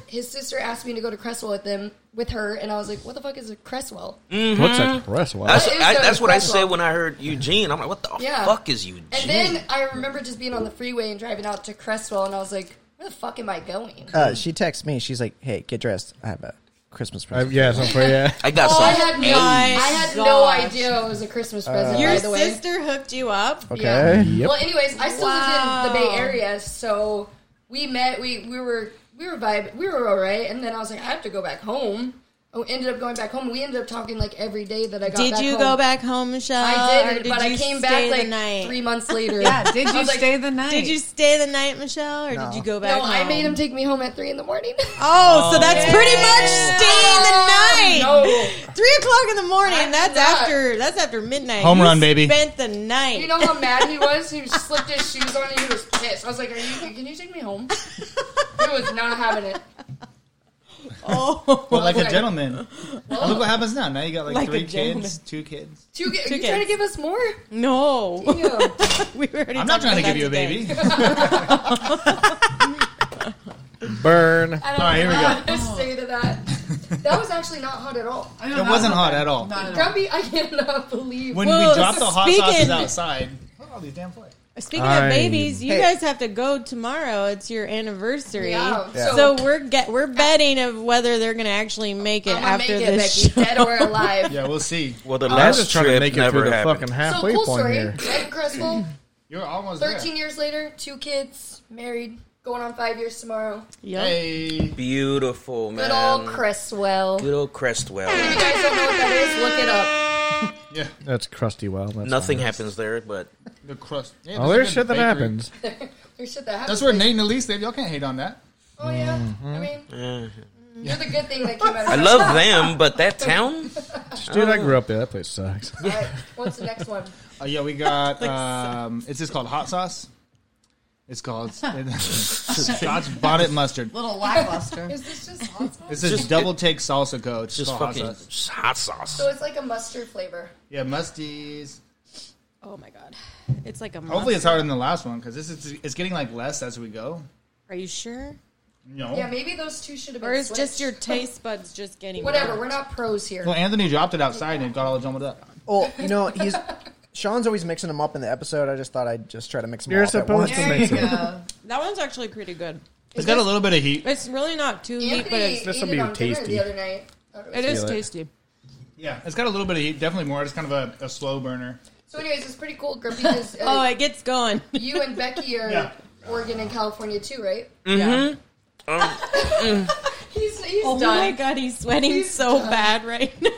[SPEAKER 7] his sister asked me to go to Cresswell with them with her, and I was like, "What the fuck is a Cresswell?"
[SPEAKER 8] What's a
[SPEAKER 2] Mhm.
[SPEAKER 8] Cresswell?
[SPEAKER 2] That's,
[SPEAKER 7] It is
[SPEAKER 2] I,
[SPEAKER 7] a
[SPEAKER 2] that's what I
[SPEAKER 7] Cresswell.
[SPEAKER 2] said when I heard Eugene. I'm like, what the
[SPEAKER 7] Yeah.
[SPEAKER 2] fuck is
[SPEAKER 4] Mm-hmm.
[SPEAKER 2] Eugene?
[SPEAKER 7] And then I remember just being on the freeway and driving out to Cresswell, and I was like, "Where the fuck am I going?"
[SPEAKER 9] Uh, she texts me. She's like, "Hey, get dressed. I have a Christmas
[SPEAKER 8] Uh,
[SPEAKER 9] present."
[SPEAKER 8] yeah, it's not for you.
[SPEAKER 2] I got
[SPEAKER 7] Oh, I had no,
[SPEAKER 4] Nice.
[SPEAKER 7] I had no
[SPEAKER 4] Gosh.
[SPEAKER 7] idea it was a Christmas present.
[SPEAKER 9] Uh,
[SPEAKER 7] by
[SPEAKER 4] Your
[SPEAKER 7] the way.
[SPEAKER 4] sister hooked you up.
[SPEAKER 9] Okay.
[SPEAKER 7] Yeah.
[SPEAKER 9] Yep.
[SPEAKER 7] Well, anyways, I still lived in the
[SPEAKER 4] Wow.
[SPEAKER 7] Bay Area, so we met. We we were we were vibe. We were all right, and then I was like, I have to go back home. Oh, ended up going back home. We ended up talking like every day that I got.
[SPEAKER 4] Did
[SPEAKER 7] back
[SPEAKER 4] you
[SPEAKER 7] home.
[SPEAKER 4] go back home, Michelle?
[SPEAKER 7] I did,
[SPEAKER 4] Uh, or did
[SPEAKER 7] but I
[SPEAKER 4] you
[SPEAKER 7] came
[SPEAKER 4] stay
[SPEAKER 7] back
[SPEAKER 4] the
[SPEAKER 7] like
[SPEAKER 4] night?
[SPEAKER 7] three months later.
[SPEAKER 12] Yeah, did
[SPEAKER 7] I
[SPEAKER 12] you
[SPEAKER 7] was like,
[SPEAKER 12] stay the night?
[SPEAKER 4] Did you stay the night, Michelle, or
[SPEAKER 9] No.
[SPEAKER 4] did you go
[SPEAKER 7] No,
[SPEAKER 4] back?
[SPEAKER 7] I
[SPEAKER 4] home?
[SPEAKER 7] made him take me home at three in the morning.
[SPEAKER 4] Oh, so that's pretty much staying the night.
[SPEAKER 7] No.
[SPEAKER 4] Three o'clock in the morning.
[SPEAKER 7] I'm
[SPEAKER 4] that's
[SPEAKER 7] not.
[SPEAKER 4] after. That's after midnight.
[SPEAKER 8] Home
[SPEAKER 4] You
[SPEAKER 8] run, baby.
[SPEAKER 4] Spent the
[SPEAKER 7] <laughs>
[SPEAKER 4] night.
[SPEAKER 7] You know
[SPEAKER 4] <laughs>
[SPEAKER 7] how mad he was? He slipped his shoes on and he was pissed. I was like, Are you, Can you take me home? He was not having it.
[SPEAKER 4] oh, <laughs>
[SPEAKER 6] But like a
[SPEAKER 7] Okay.
[SPEAKER 6] <laughs> gentleman. And look what happens now. Now you got like,
[SPEAKER 4] Like a
[SPEAKER 6] three
[SPEAKER 4] gentleman.
[SPEAKER 6] kids, two kids.
[SPEAKER 7] You, get,
[SPEAKER 4] Two
[SPEAKER 7] you trying to
[SPEAKER 4] kids.
[SPEAKER 7] give us more?
[SPEAKER 4] no. <laughs>
[SPEAKER 7] Damn.
[SPEAKER 4] we were already
[SPEAKER 6] I'm not
[SPEAKER 4] talking
[SPEAKER 6] trying to
[SPEAKER 4] about
[SPEAKER 6] give you a
[SPEAKER 4] that
[SPEAKER 6] baby.
[SPEAKER 4] today.
[SPEAKER 8] Burn.
[SPEAKER 7] I
[SPEAKER 6] All right, here we go.
[SPEAKER 7] I say to that. That was actually not hot at all.
[SPEAKER 12] I don't
[SPEAKER 6] It
[SPEAKER 12] know.
[SPEAKER 6] wasn't hot at all.
[SPEAKER 12] Not at all.
[SPEAKER 7] Grumpy, I cannot believe.
[SPEAKER 6] When
[SPEAKER 4] Well,
[SPEAKER 6] we dropped the hot sauces
[SPEAKER 4] speaking-
[SPEAKER 6] outside. Look at all these damn flags.
[SPEAKER 4] Speaking
[SPEAKER 8] I-
[SPEAKER 4] of babies, you
[SPEAKER 9] Hey.
[SPEAKER 4] guys have to go tomorrow. It's your anniversary,
[SPEAKER 7] Yeah, Yeah.
[SPEAKER 4] so,
[SPEAKER 7] so-
[SPEAKER 4] we're get we're betting of whether they're going to actually make it
[SPEAKER 7] I'm gonna
[SPEAKER 4] after
[SPEAKER 7] make it,
[SPEAKER 4] this.
[SPEAKER 7] Becky,
[SPEAKER 4] show.
[SPEAKER 7] dead or alive.
[SPEAKER 6] Yeah, we'll see.
[SPEAKER 2] Well, the
[SPEAKER 8] I'm
[SPEAKER 2] last
[SPEAKER 8] just
[SPEAKER 2] trip
[SPEAKER 8] trying to make it
[SPEAKER 2] never
[SPEAKER 8] through the
[SPEAKER 2] happened.
[SPEAKER 8] fucking
[SPEAKER 7] So
[SPEAKER 8] halfway
[SPEAKER 7] cool
[SPEAKER 8] point
[SPEAKER 7] story.
[SPEAKER 8] here.
[SPEAKER 7] Meg Cresswell,
[SPEAKER 6] You're almost
[SPEAKER 7] thirteen years later, two kids, married, going on five years tomorrow.
[SPEAKER 6] there.
[SPEAKER 4] <laughs> Yup.
[SPEAKER 6] Hey.
[SPEAKER 2] Beautiful, man.
[SPEAKER 7] Good old Cresswell.
[SPEAKER 2] Good old Crestwell.
[SPEAKER 7] <laughs> If you guys don't know what that is, look
[SPEAKER 2] <laughs>
[SPEAKER 7] it up.
[SPEAKER 6] Yeah.
[SPEAKER 8] That's crusty well. That's
[SPEAKER 2] Nothing
[SPEAKER 8] fine.
[SPEAKER 2] happens there, but
[SPEAKER 6] The crust. Yeah,
[SPEAKER 8] Oh,
[SPEAKER 6] there's
[SPEAKER 8] there's
[SPEAKER 6] a
[SPEAKER 8] shit
[SPEAKER 6] good
[SPEAKER 8] that
[SPEAKER 6] bakery.
[SPEAKER 8] happens. <laughs>
[SPEAKER 7] There's shit that happens.
[SPEAKER 6] That's where Nate and Elise live. Y'all can't hate on that.
[SPEAKER 7] Oh yeah. I mean,
[SPEAKER 2] eh.
[SPEAKER 7] you're the good thing
[SPEAKER 2] <laughs>
[SPEAKER 7] that came out. of
[SPEAKER 2] I
[SPEAKER 7] that.
[SPEAKER 2] love them. But that town,
[SPEAKER 8] Dude, I grew up there. That place sucks.
[SPEAKER 7] All right, what's the next
[SPEAKER 4] <laughs>
[SPEAKER 7] one?
[SPEAKER 6] Oh yeah, we
[SPEAKER 12] <laughs>
[SPEAKER 6] got. Um, it's just called hot sauce.
[SPEAKER 12] <laughs>
[SPEAKER 6] It's called <laughs> Scotch bonnet mustard.
[SPEAKER 12] Little lackluster.
[SPEAKER 7] <laughs> Is this just hot sauce?
[SPEAKER 6] It's just double take salsa coat. It's
[SPEAKER 2] just
[SPEAKER 6] just
[SPEAKER 2] fucking
[SPEAKER 6] hot sauce.
[SPEAKER 2] just hot sauce.
[SPEAKER 7] So it's like a mustard flavor.
[SPEAKER 6] Yeah, musties.
[SPEAKER 4] Oh my god, it's like a.
[SPEAKER 6] Hopefully, it's
[SPEAKER 4] monster.
[SPEAKER 6] harder than the last one because this is it's getting like less as we go.
[SPEAKER 4] Are you sure?
[SPEAKER 6] No.
[SPEAKER 7] Yeah, maybe those two should have been.
[SPEAKER 4] Or is just
[SPEAKER 7] switched. <laughs>
[SPEAKER 4] your taste buds just getting
[SPEAKER 7] Whatever.
[SPEAKER 4] burnt?
[SPEAKER 7] We're not pros here.
[SPEAKER 6] Well, Anthony dropped it outside and it got all jumbled up.
[SPEAKER 9] Well, you know, he's Sean's always mixing them up in the episode. I just thought I'd just try to mix them.
[SPEAKER 8] You're
[SPEAKER 9] all up at once.
[SPEAKER 8] supposed to
[SPEAKER 12] There you
[SPEAKER 8] make it.
[SPEAKER 12] go.
[SPEAKER 4] That one's actually pretty good.
[SPEAKER 6] It's got a little bit of heat.
[SPEAKER 4] It's really not too
[SPEAKER 7] Anthony
[SPEAKER 4] neat, but it's,
[SPEAKER 7] ate
[SPEAKER 8] this'll
[SPEAKER 7] it
[SPEAKER 8] be
[SPEAKER 7] on dinner
[SPEAKER 8] tasty.
[SPEAKER 7] the other night.
[SPEAKER 4] it is
[SPEAKER 8] Yeah.
[SPEAKER 4] tasty.
[SPEAKER 6] Yeah, it's got a little bit of heat. Definitely more. It's kind of a, a slow burner.
[SPEAKER 7] So, anyways, it's pretty cool, Grumpy,
[SPEAKER 4] <laughs>
[SPEAKER 7] because uh,
[SPEAKER 4] Oh, it gets going. <laughs>
[SPEAKER 7] you and Becky are
[SPEAKER 6] Yeah.
[SPEAKER 7] Oregon and California too, right?
[SPEAKER 4] Oh
[SPEAKER 6] Mm-hmm.
[SPEAKER 4] Yeah.
[SPEAKER 7] He's he's
[SPEAKER 4] Oh
[SPEAKER 7] done.
[SPEAKER 4] my god, he's sweating
[SPEAKER 7] He's
[SPEAKER 4] so
[SPEAKER 7] done.
[SPEAKER 4] bad right <laughs> now.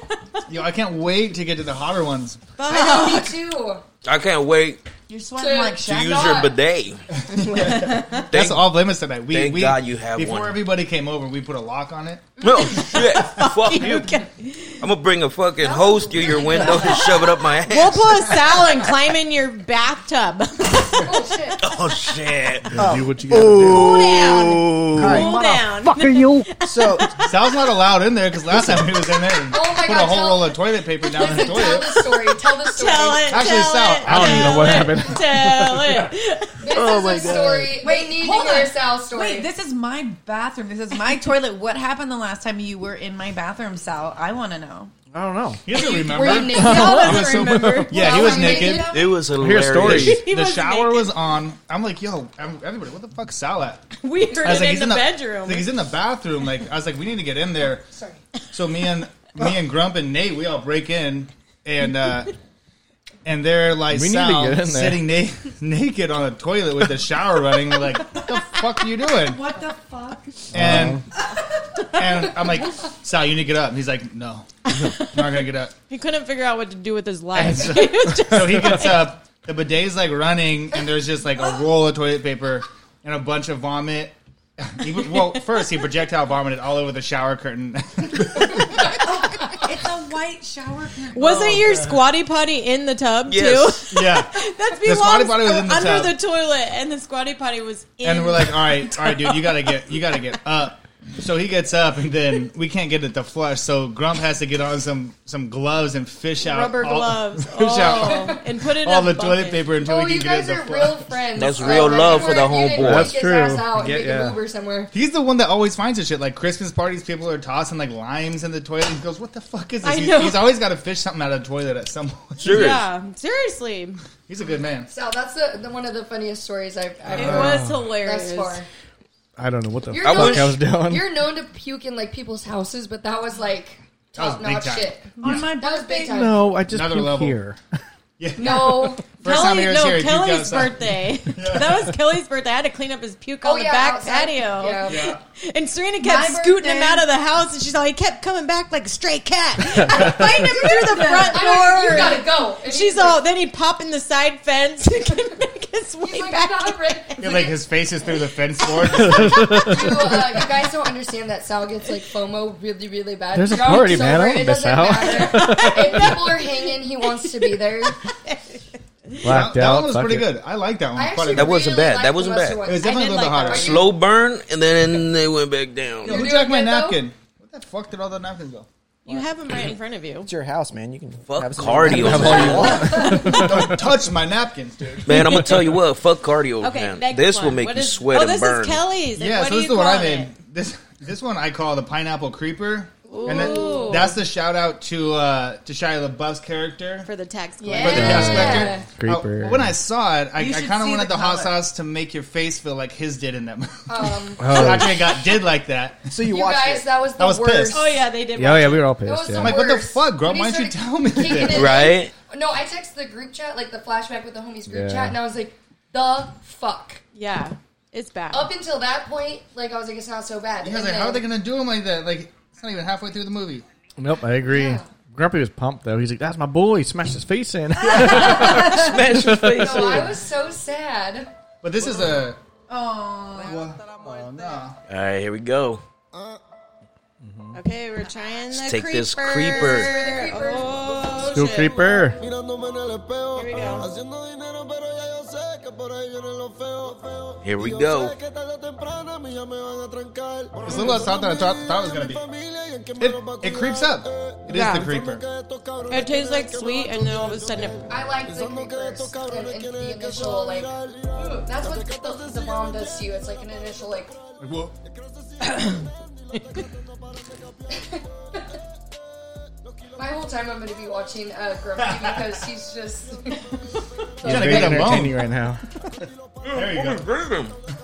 [SPEAKER 6] Yo, I can't wait to get to the hotter ones.
[SPEAKER 7] I know, me too.
[SPEAKER 2] I can't wait
[SPEAKER 12] You're sweating like
[SPEAKER 2] to
[SPEAKER 12] Shaq.
[SPEAKER 2] use
[SPEAKER 7] not-
[SPEAKER 2] your bidet.
[SPEAKER 6] That's all blame us tonight. We,
[SPEAKER 2] thank
[SPEAKER 6] we,
[SPEAKER 2] God you have
[SPEAKER 6] before
[SPEAKER 2] one.
[SPEAKER 6] everybody came over, we put a lock on it.
[SPEAKER 2] No shit. Fuck you. I'm gonna bring a fucking hose through your window and shove it up my ass.
[SPEAKER 4] We'll pull a Sal and climb in your bathtub. <laughs>
[SPEAKER 7] Oh shit!
[SPEAKER 2] Oh shit.
[SPEAKER 8] Do what you gotta
[SPEAKER 4] Cool
[SPEAKER 9] All right,
[SPEAKER 4] down.
[SPEAKER 9] so
[SPEAKER 6] Sal's not allowed in there because last time he was in there and
[SPEAKER 7] Oh my
[SPEAKER 6] put
[SPEAKER 7] God,
[SPEAKER 6] a whole
[SPEAKER 7] Sal.
[SPEAKER 6] roll of toilet paper down the
[SPEAKER 7] <laughs> Listen, tell
[SPEAKER 6] toilet.
[SPEAKER 7] the story. Tell the story.
[SPEAKER 4] Tell it.
[SPEAKER 6] Actually,
[SPEAKER 4] tell
[SPEAKER 6] Sal,
[SPEAKER 4] it,
[SPEAKER 8] I don't even know <laughs>
[SPEAKER 4] tell it,
[SPEAKER 8] what happened.
[SPEAKER 4] Tell
[SPEAKER 12] <laughs>
[SPEAKER 4] it.
[SPEAKER 7] This is a story. Wait, need to
[SPEAKER 12] hold
[SPEAKER 7] hear
[SPEAKER 12] on.
[SPEAKER 7] Sal's story.
[SPEAKER 12] Wait, this is my bathroom. This is my toilet. What happened the last time you were in my bathroom, Sal? I want to
[SPEAKER 4] <laughs>
[SPEAKER 12] know.
[SPEAKER 8] do. I don't know.
[SPEAKER 6] He doesn't remember.
[SPEAKER 7] Were you
[SPEAKER 6] <laughs>
[SPEAKER 7] naked?
[SPEAKER 4] doesn't remember.
[SPEAKER 6] yeah, he
[SPEAKER 7] Sal,
[SPEAKER 6] was
[SPEAKER 7] were you
[SPEAKER 6] naked.
[SPEAKER 2] It was
[SPEAKER 8] hear
[SPEAKER 2] hilarious. <laughs>
[SPEAKER 8] stories.
[SPEAKER 4] He
[SPEAKER 6] the
[SPEAKER 4] was
[SPEAKER 6] shower
[SPEAKER 4] naked.
[SPEAKER 6] was on. I'm like, yo, I'm, everybody, what the fuck's Sal at?
[SPEAKER 4] <laughs> We heard
[SPEAKER 6] I was
[SPEAKER 4] it
[SPEAKER 6] like,
[SPEAKER 4] in the bedroom.
[SPEAKER 6] Like, he's in the bathroom. Like, I was like, we need to get in there. Sorry. So me and me and Grump and Nate, we all break in, and uh, and they're like
[SPEAKER 8] We need to
[SPEAKER 6] Sal
[SPEAKER 8] get in there.
[SPEAKER 6] sitting na- <laughs> naked on a toilet with the shower running. We're like, what the fuck are you doing?
[SPEAKER 12] What the fuck?
[SPEAKER 6] And
[SPEAKER 8] Uh-huh.
[SPEAKER 6] and I'm like, Sal, you need to get up. And he's like, no, <laughs> I'm not gonna get up.
[SPEAKER 4] He couldn't figure out what to do with his
[SPEAKER 6] And
[SPEAKER 4] life. <laughs>
[SPEAKER 6] so,
[SPEAKER 4] He was just-
[SPEAKER 6] so he gets up. The bidet's like running, and there's just like a roll of toilet paper and a bunch of vomit. He, well, first he projectile vomited all over the shower curtain.
[SPEAKER 12] It's a white shower curtain.
[SPEAKER 4] <laughs>
[SPEAKER 6] Oh,
[SPEAKER 4] wasn't your squatty potty in the tub
[SPEAKER 2] Yes.
[SPEAKER 4] too? <laughs>
[SPEAKER 6] yeah,
[SPEAKER 4] That's
[SPEAKER 6] The
[SPEAKER 4] belongs
[SPEAKER 6] squatty potty was in the
[SPEAKER 4] under
[SPEAKER 6] tub.
[SPEAKER 4] the toilet, and the squatty potty was in.
[SPEAKER 6] and we're like, all right, all right, dude, you gotta get, you gotta get up. So he gets up, and then we can't get it to flush. So Grump has to get on some some gloves and fish out
[SPEAKER 4] Rubber
[SPEAKER 6] all-
[SPEAKER 4] gloves.
[SPEAKER 6] <laughs> fish out
[SPEAKER 4] Oh, and put it in
[SPEAKER 6] all
[SPEAKER 4] a
[SPEAKER 6] the
[SPEAKER 4] bucket.
[SPEAKER 6] toilet paper until
[SPEAKER 7] Oh,
[SPEAKER 6] we
[SPEAKER 7] you
[SPEAKER 6] can get
[SPEAKER 7] guys
[SPEAKER 6] it to
[SPEAKER 7] are
[SPEAKER 6] flush.
[SPEAKER 7] real friends.
[SPEAKER 2] That's
[SPEAKER 7] Oh,
[SPEAKER 2] real
[SPEAKER 7] like,
[SPEAKER 2] love
[SPEAKER 7] you
[SPEAKER 2] for the
[SPEAKER 7] weren't
[SPEAKER 2] homeboy.
[SPEAKER 7] even take
[SPEAKER 6] That's
[SPEAKER 7] his
[SPEAKER 6] true.
[SPEAKER 7] ass out and
[SPEAKER 6] Get-
[SPEAKER 7] make him
[SPEAKER 6] yeah.
[SPEAKER 7] Uber somewhere.
[SPEAKER 6] He's the one that always finds his shit. Like Christmas parties, people are tossing like limes in the toilet. He goes, "What the fuck is this?"
[SPEAKER 4] I
[SPEAKER 6] He's,
[SPEAKER 4] know.
[SPEAKER 6] he's always got to fish something out of the toilet at some point.
[SPEAKER 4] Yeah, seriously.
[SPEAKER 6] <laughs> he's a good man.
[SPEAKER 7] So that's the, the one of the funniest stories I've. I've
[SPEAKER 4] It
[SPEAKER 6] Uh,
[SPEAKER 7] heard Thus
[SPEAKER 4] was hilarious.
[SPEAKER 7] far.
[SPEAKER 8] I don't know what the
[SPEAKER 7] You're
[SPEAKER 8] fuck
[SPEAKER 7] known-
[SPEAKER 8] I was doing.
[SPEAKER 7] You're known to puke in like people's houses, but that was like
[SPEAKER 6] That was
[SPEAKER 7] top
[SPEAKER 6] big
[SPEAKER 7] notch
[SPEAKER 6] time.
[SPEAKER 7] shit.
[SPEAKER 12] On my
[SPEAKER 7] that was big time.
[SPEAKER 8] no, I just
[SPEAKER 6] Another
[SPEAKER 8] puked
[SPEAKER 6] level.
[SPEAKER 8] here.
[SPEAKER 7] No.
[SPEAKER 6] First time
[SPEAKER 4] Kelly-
[SPEAKER 6] he was
[SPEAKER 4] no,
[SPEAKER 6] here, he puked
[SPEAKER 4] Kelly's
[SPEAKER 6] outside. <laughs>
[SPEAKER 4] birthday. <laughs> That was Kelly's birthday. I had to clean up his puke
[SPEAKER 7] Oh,
[SPEAKER 4] on the
[SPEAKER 7] yeah,
[SPEAKER 4] back
[SPEAKER 7] outside.
[SPEAKER 4] patio.
[SPEAKER 7] Yeah. Yeah.
[SPEAKER 4] And Serena kept
[SPEAKER 7] My
[SPEAKER 4] scooting him
[SPEAKER 7] birthday.
[SPEAKER 4] out of the house, and she's all, he kept coming back like a stray cat.
[SPEAKER 6] <laughs>
[SPEAKER 4] I'd find him through the
[SPEAKER 7] I
[SPEAKER 4] front door.
[SPEAKER 7] know, you gotta
[SPEAKER 4] and
[SPEAKER 7] go. And
[SPEAKER 4] She's
[SPEAKER 7] he's like-
[SPEAKER 4] all, then he'd pop in the side fence <laughs> and couldn't make his way
[SPEAKER 7] He's like,
[SPEAKER 4] back.
[SPEAKER 7] "Stop it."
[SPEAKER 6] Yeah, like his face is through the fence
[SPEAKER 8] <laughs>
[SPEAKER 6] board.
[SPEAKER 7] you, uh, you guys don't understand that Sal gets like FOMO really, really bad.
[SPEAKER 8] There's a
[SPEAKER 7] Drunk,
[SPEAKER 8] party, man.
[SPEAKER 7] sober,
[SPEAKER 8] I don't
[SPEAKER 7] it
[SPEAKER 8] miss
[SPEAKER 7] doesn't
[SPEAKER 8] out.
[SPEAKER 6] <laughs>
[SPEAKER 7] matter. if people are hanging, he wants to be there.
[SPEAKER 8] Blacked
[SPEAKER 6] that
[SPEAKER 8] out.
[SPEAKER 6] one was
[SPEAKER 8] fuck
[SPEAKER 6] pretty
[SPEAKER 8] it.
[SPEAKER 6] good. I like that one.
[SPEAKER 7] I
[SPEAKER 6] quite a
[SPEAKER 7] actually
[SPEAKER 6] bit.
[SPEAKER 2] That wasn't
[SPEAKER 7] really
[SPEAKER 2] bad.
[SPEAKER 7] like
[SPEAKER 2] that
[SPEAKER 7] the
[SPEAKER 2] wasn't
[SPEAKER 7] lesser
[SPEAKER 2] bad.
[SPEAKER 7] one.
[SPEAKER 6] It was definitely
[SPEAKER 7] I
[SPEAKER 6] a
[SPEAKER 7] did
[SPEAKER 6] little bit
[SPEAKER 7] like that
[SPEAKER 6] hotter.
[SPEAKER 7] one.
[SPEAKER 2] Slow burn, and then they went back down.
[SPEAKER 6] Yo, who
[SPEAKER 7] You doing
[SPEAKER 6] took my
[SPEAKER 7] good, though?
[SPEAKER 6] napkin? Where the fuck did all the napkins go?
[SPEAKER 4] You have him right in front of you.
[SPEAKER 9] It's your house, man. You can
[SPEAKER 2] Fuck
[SPEAKER 9] have some-
[SPEAKER 2] cardio, man.
[SPEAKER 8] <laughs>
[SPEAKER 6] Don't touch my napkins, dude.
[SPEAKER 2] man. I'm gonna tell you what. Fuck cardio,
[SPEAKER 4] Okay,
[SPEAKER 2] man.
[SPEAKER 4] next
[SPEAKER 2] This
[SPEAKER 4] one.
[SPEAKER 2] will make
[SPEAKER 4] What
[SPEAKER 2] you
[SPEAKER 4] is-
[SPEAKER 2] sweat
[SPEAKER 4] oh,
[SPEAKER 2] and
[SPEAKER 4] this
[SPEAKER 2] burn.
[SPEAKER 4] is Kelly's. And
[SPEAKER 6] Yeah,
[SPEAKER 4] what
[SPEAKER 6] so
[SPEAKER 4] do you
[SPEAKER 6] this is the one
[SPEAKER 4] call
[SPEAKER 6] I
[SPEAKER 4] it?
[SPEAKER 6] made. This this one I call the pineapple creeper, and that, that's the shout out to uh, to Shia LaBeof's character.
[SPEAKER 4] For the tax
[SPEAKER 7] Yeah.
[SPEAKER 4] collector.
[SPEAKER 6] for the tax collector.
[SPEAKER 8] Creeper.
[SPEAKER 6] Uh, when I saw it, I, I
[SPEAKER 12] You should
[SPEAKER 6] kind of
[SPEAKER 12] see
[SPEAKER 6] wanted the,
[SPEAKER 12] the
[SPEAKER 6] hot
[SPEAKER 12] color.
[SPEAKER 6] sauce to make your face feel like his did in that movie. <laughs>
[SPEAKER 7] Um,
[SPEAKER 6] So
[SPEAKER 8] Oh,
[SPEAKER 6] Andre got did like that.
[SPEAKER 9] So you,
[SPEAKER 7] you
[SPEAKER 9] watched
[SPEAKER 7] guys,
[SPEAKER 9] it.
[SPEAKER 7] that was the
[SPEAKER 6] I was
[SPEAKER 7] worst.
[SPEAKER 6] pissed.
[SPEAKER 4] Oh, yeah, they did.
[SPEAKER 8] yeah,
[SPEAKER 4] watch
[SPEAKER 8] yeah,
[SPEAKER 4] it.
[SPEAKER 8] we were all
[SPEAKER 7] That was
[SPEAKER 8] pissed.
[SPEAKER 7] the
[SPEAKER 6] I'm
[SPEAKER 8] Yeah.
[SPEAKER 6] like, what the
[SPEAKER 7] worst.
[SPEAKER 6] fuck, Grump?
[SPEAKER 7] When
[SPEAKER 6] Why
[SPEAKER 7] he
[SPEAKER 6] didn't you
[SPEAKER 7] started
[SPEAKER 6] tell me
[SPEAKER 7] kicking
[SPEAKER 6] this?
[SPEAKER 7] it-
[SPEAKER 2] Right?
[SPEAKER 7] No, I texted the group chat, like the flashback with the homies group
[SPEAKER 8] Yeah.
[SPEAKER 7] chat, and I was like, the fuck.
[SPEAKER 4] Yeah, it's bad.
[SPEAKER 7] Up until that point, like I was like, it's not so bad.
[SPEAKER 6] Because
[SPEAKER 7] And
[SPEAKER 6] like, how are
[SPEAKER 7] then-
[SPEAKER 6] they gonna do him like that? Like, it's not even halfway through the movie.
[SPEAKER 8] Nope, I agree.
[SPEAKER 7] Yeah.
[SPEAKER 8] Grumpy was pumped though. He's like, "That's my boy." He smashed his face in. <laughs>
[SPEAKER 2] Smash your face.
[SPEAKER 7] No, I was so sad.
[SPEAKER 6] But this is a
[SPEAKER 12] Oh,
[SPEAKER 6] oh, no.
[SPEAKER 2] All right, here we go.
[SPEAKER 4] Okay, we're trying the
[SPEAKER 2] take
[SPEAKER 4] creeper.
[SPEAKER 2] this creeper.
[SPEAKER 4] Oh,
[SPEAKER 8] Still
[SPEAKER 4] shit.
[SPEAKER 8] creeper.
[SPEAKER 4] Here
[SPEAKER 2] Here we
[SPEAKER 4] we go.
[SPEAKER 2] go.
[SPEAKER 6] It's a little outside than I thought, thought it was gonna be. It, it creeps up. It is
[SPEAKER 4] Yeah.
[SPEAKER 6] the creeper.
[SPEAKER 4] It tastes like sweet, and then all of a sudden, it, <laughs>
[SPEAKER 7] I like the creepers and, and the initial like. ooh, that's what the, the bomb does to you. It's like an initial like.
[SPEAKER 6] Like, whoa.
[SPEAKER 7] <laughs> My whole time I'm going to be watching uh,
[SPEAKER 6] <laughs>
[SPEAKER 7] Grumpy because he's just. <laughs>
[SPEAKER 6] You gotta
[SPEAKER 8] Very
[SPEAKER 6] get a bone.
[SPEAKER 8] entertaining right now.
[SPEAKER 6] There you go.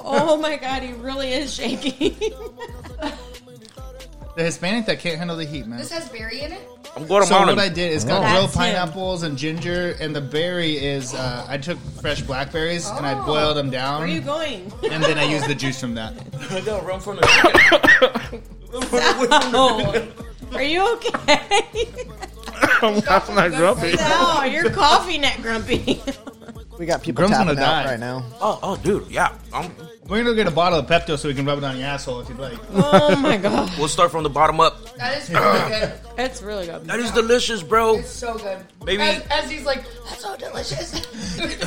[SPEAKER 4] oh my god, he really is shaking. <laughs>
[SPEAKER 6] The Hispanic that can't handle the heat, man.
[SPEAKER 7] this has berry in it.
[SPEAKER 2] I'm
[SPEAKER 6] So
[SPEAKER 2] Guatemalan.
[SPEAKER 6] what I did is got
[SPEAKER 8] Oh.
[SPEAKER 6] grilled
[SPEAKER 4] That's him.
[SPEAKER 6] pineapples and ginger, and the berry is uh, I took fresh blackberries and I boiled them down,
[SPEAKER 4] Where are you going?
[SPEAKER 6] and then I used
[SPEAKER 4] <laughs>
[SPEAKER 6] the juice from that.
[SPEAKER 2] Go run from the.
[SPEAKER 4] Oh, are you okay? <laughs>
[SPEAKER 8] I'm laughing at Grumpy.
[SPEAKER 4] no, you're coughing at Grumpy. <laughs>
[SPEAKER 9] We got people
[SPEAKER 6] Grum's
[SPEAKER 9] tapping
[SPEAKER 6] gonna
[SPEAKER 9] out
[SPEAKER 6] die.
[SPEAKER 9] right now.
[SPEAKER 2] <laughs> Oh, oh, dude, yeah. I'm,
[SPEAKER 6] We're gonna go get a bottle of Pepto so we can rub it on your asshole if you'd like.
[SPEAKER 4] oh my god,
[SPEAKER 2] we'll start from the bottom up.
[SPEAKER 7] That is really good.
[SPEAKER 4] it's really good.
[SPEAKER 2] That is delicious, bro.
[SPEAKER 7] It's so good.
[SPEAKER 2] Maybe-
[SPEAKER 7] As, as he's like, that's so delicious.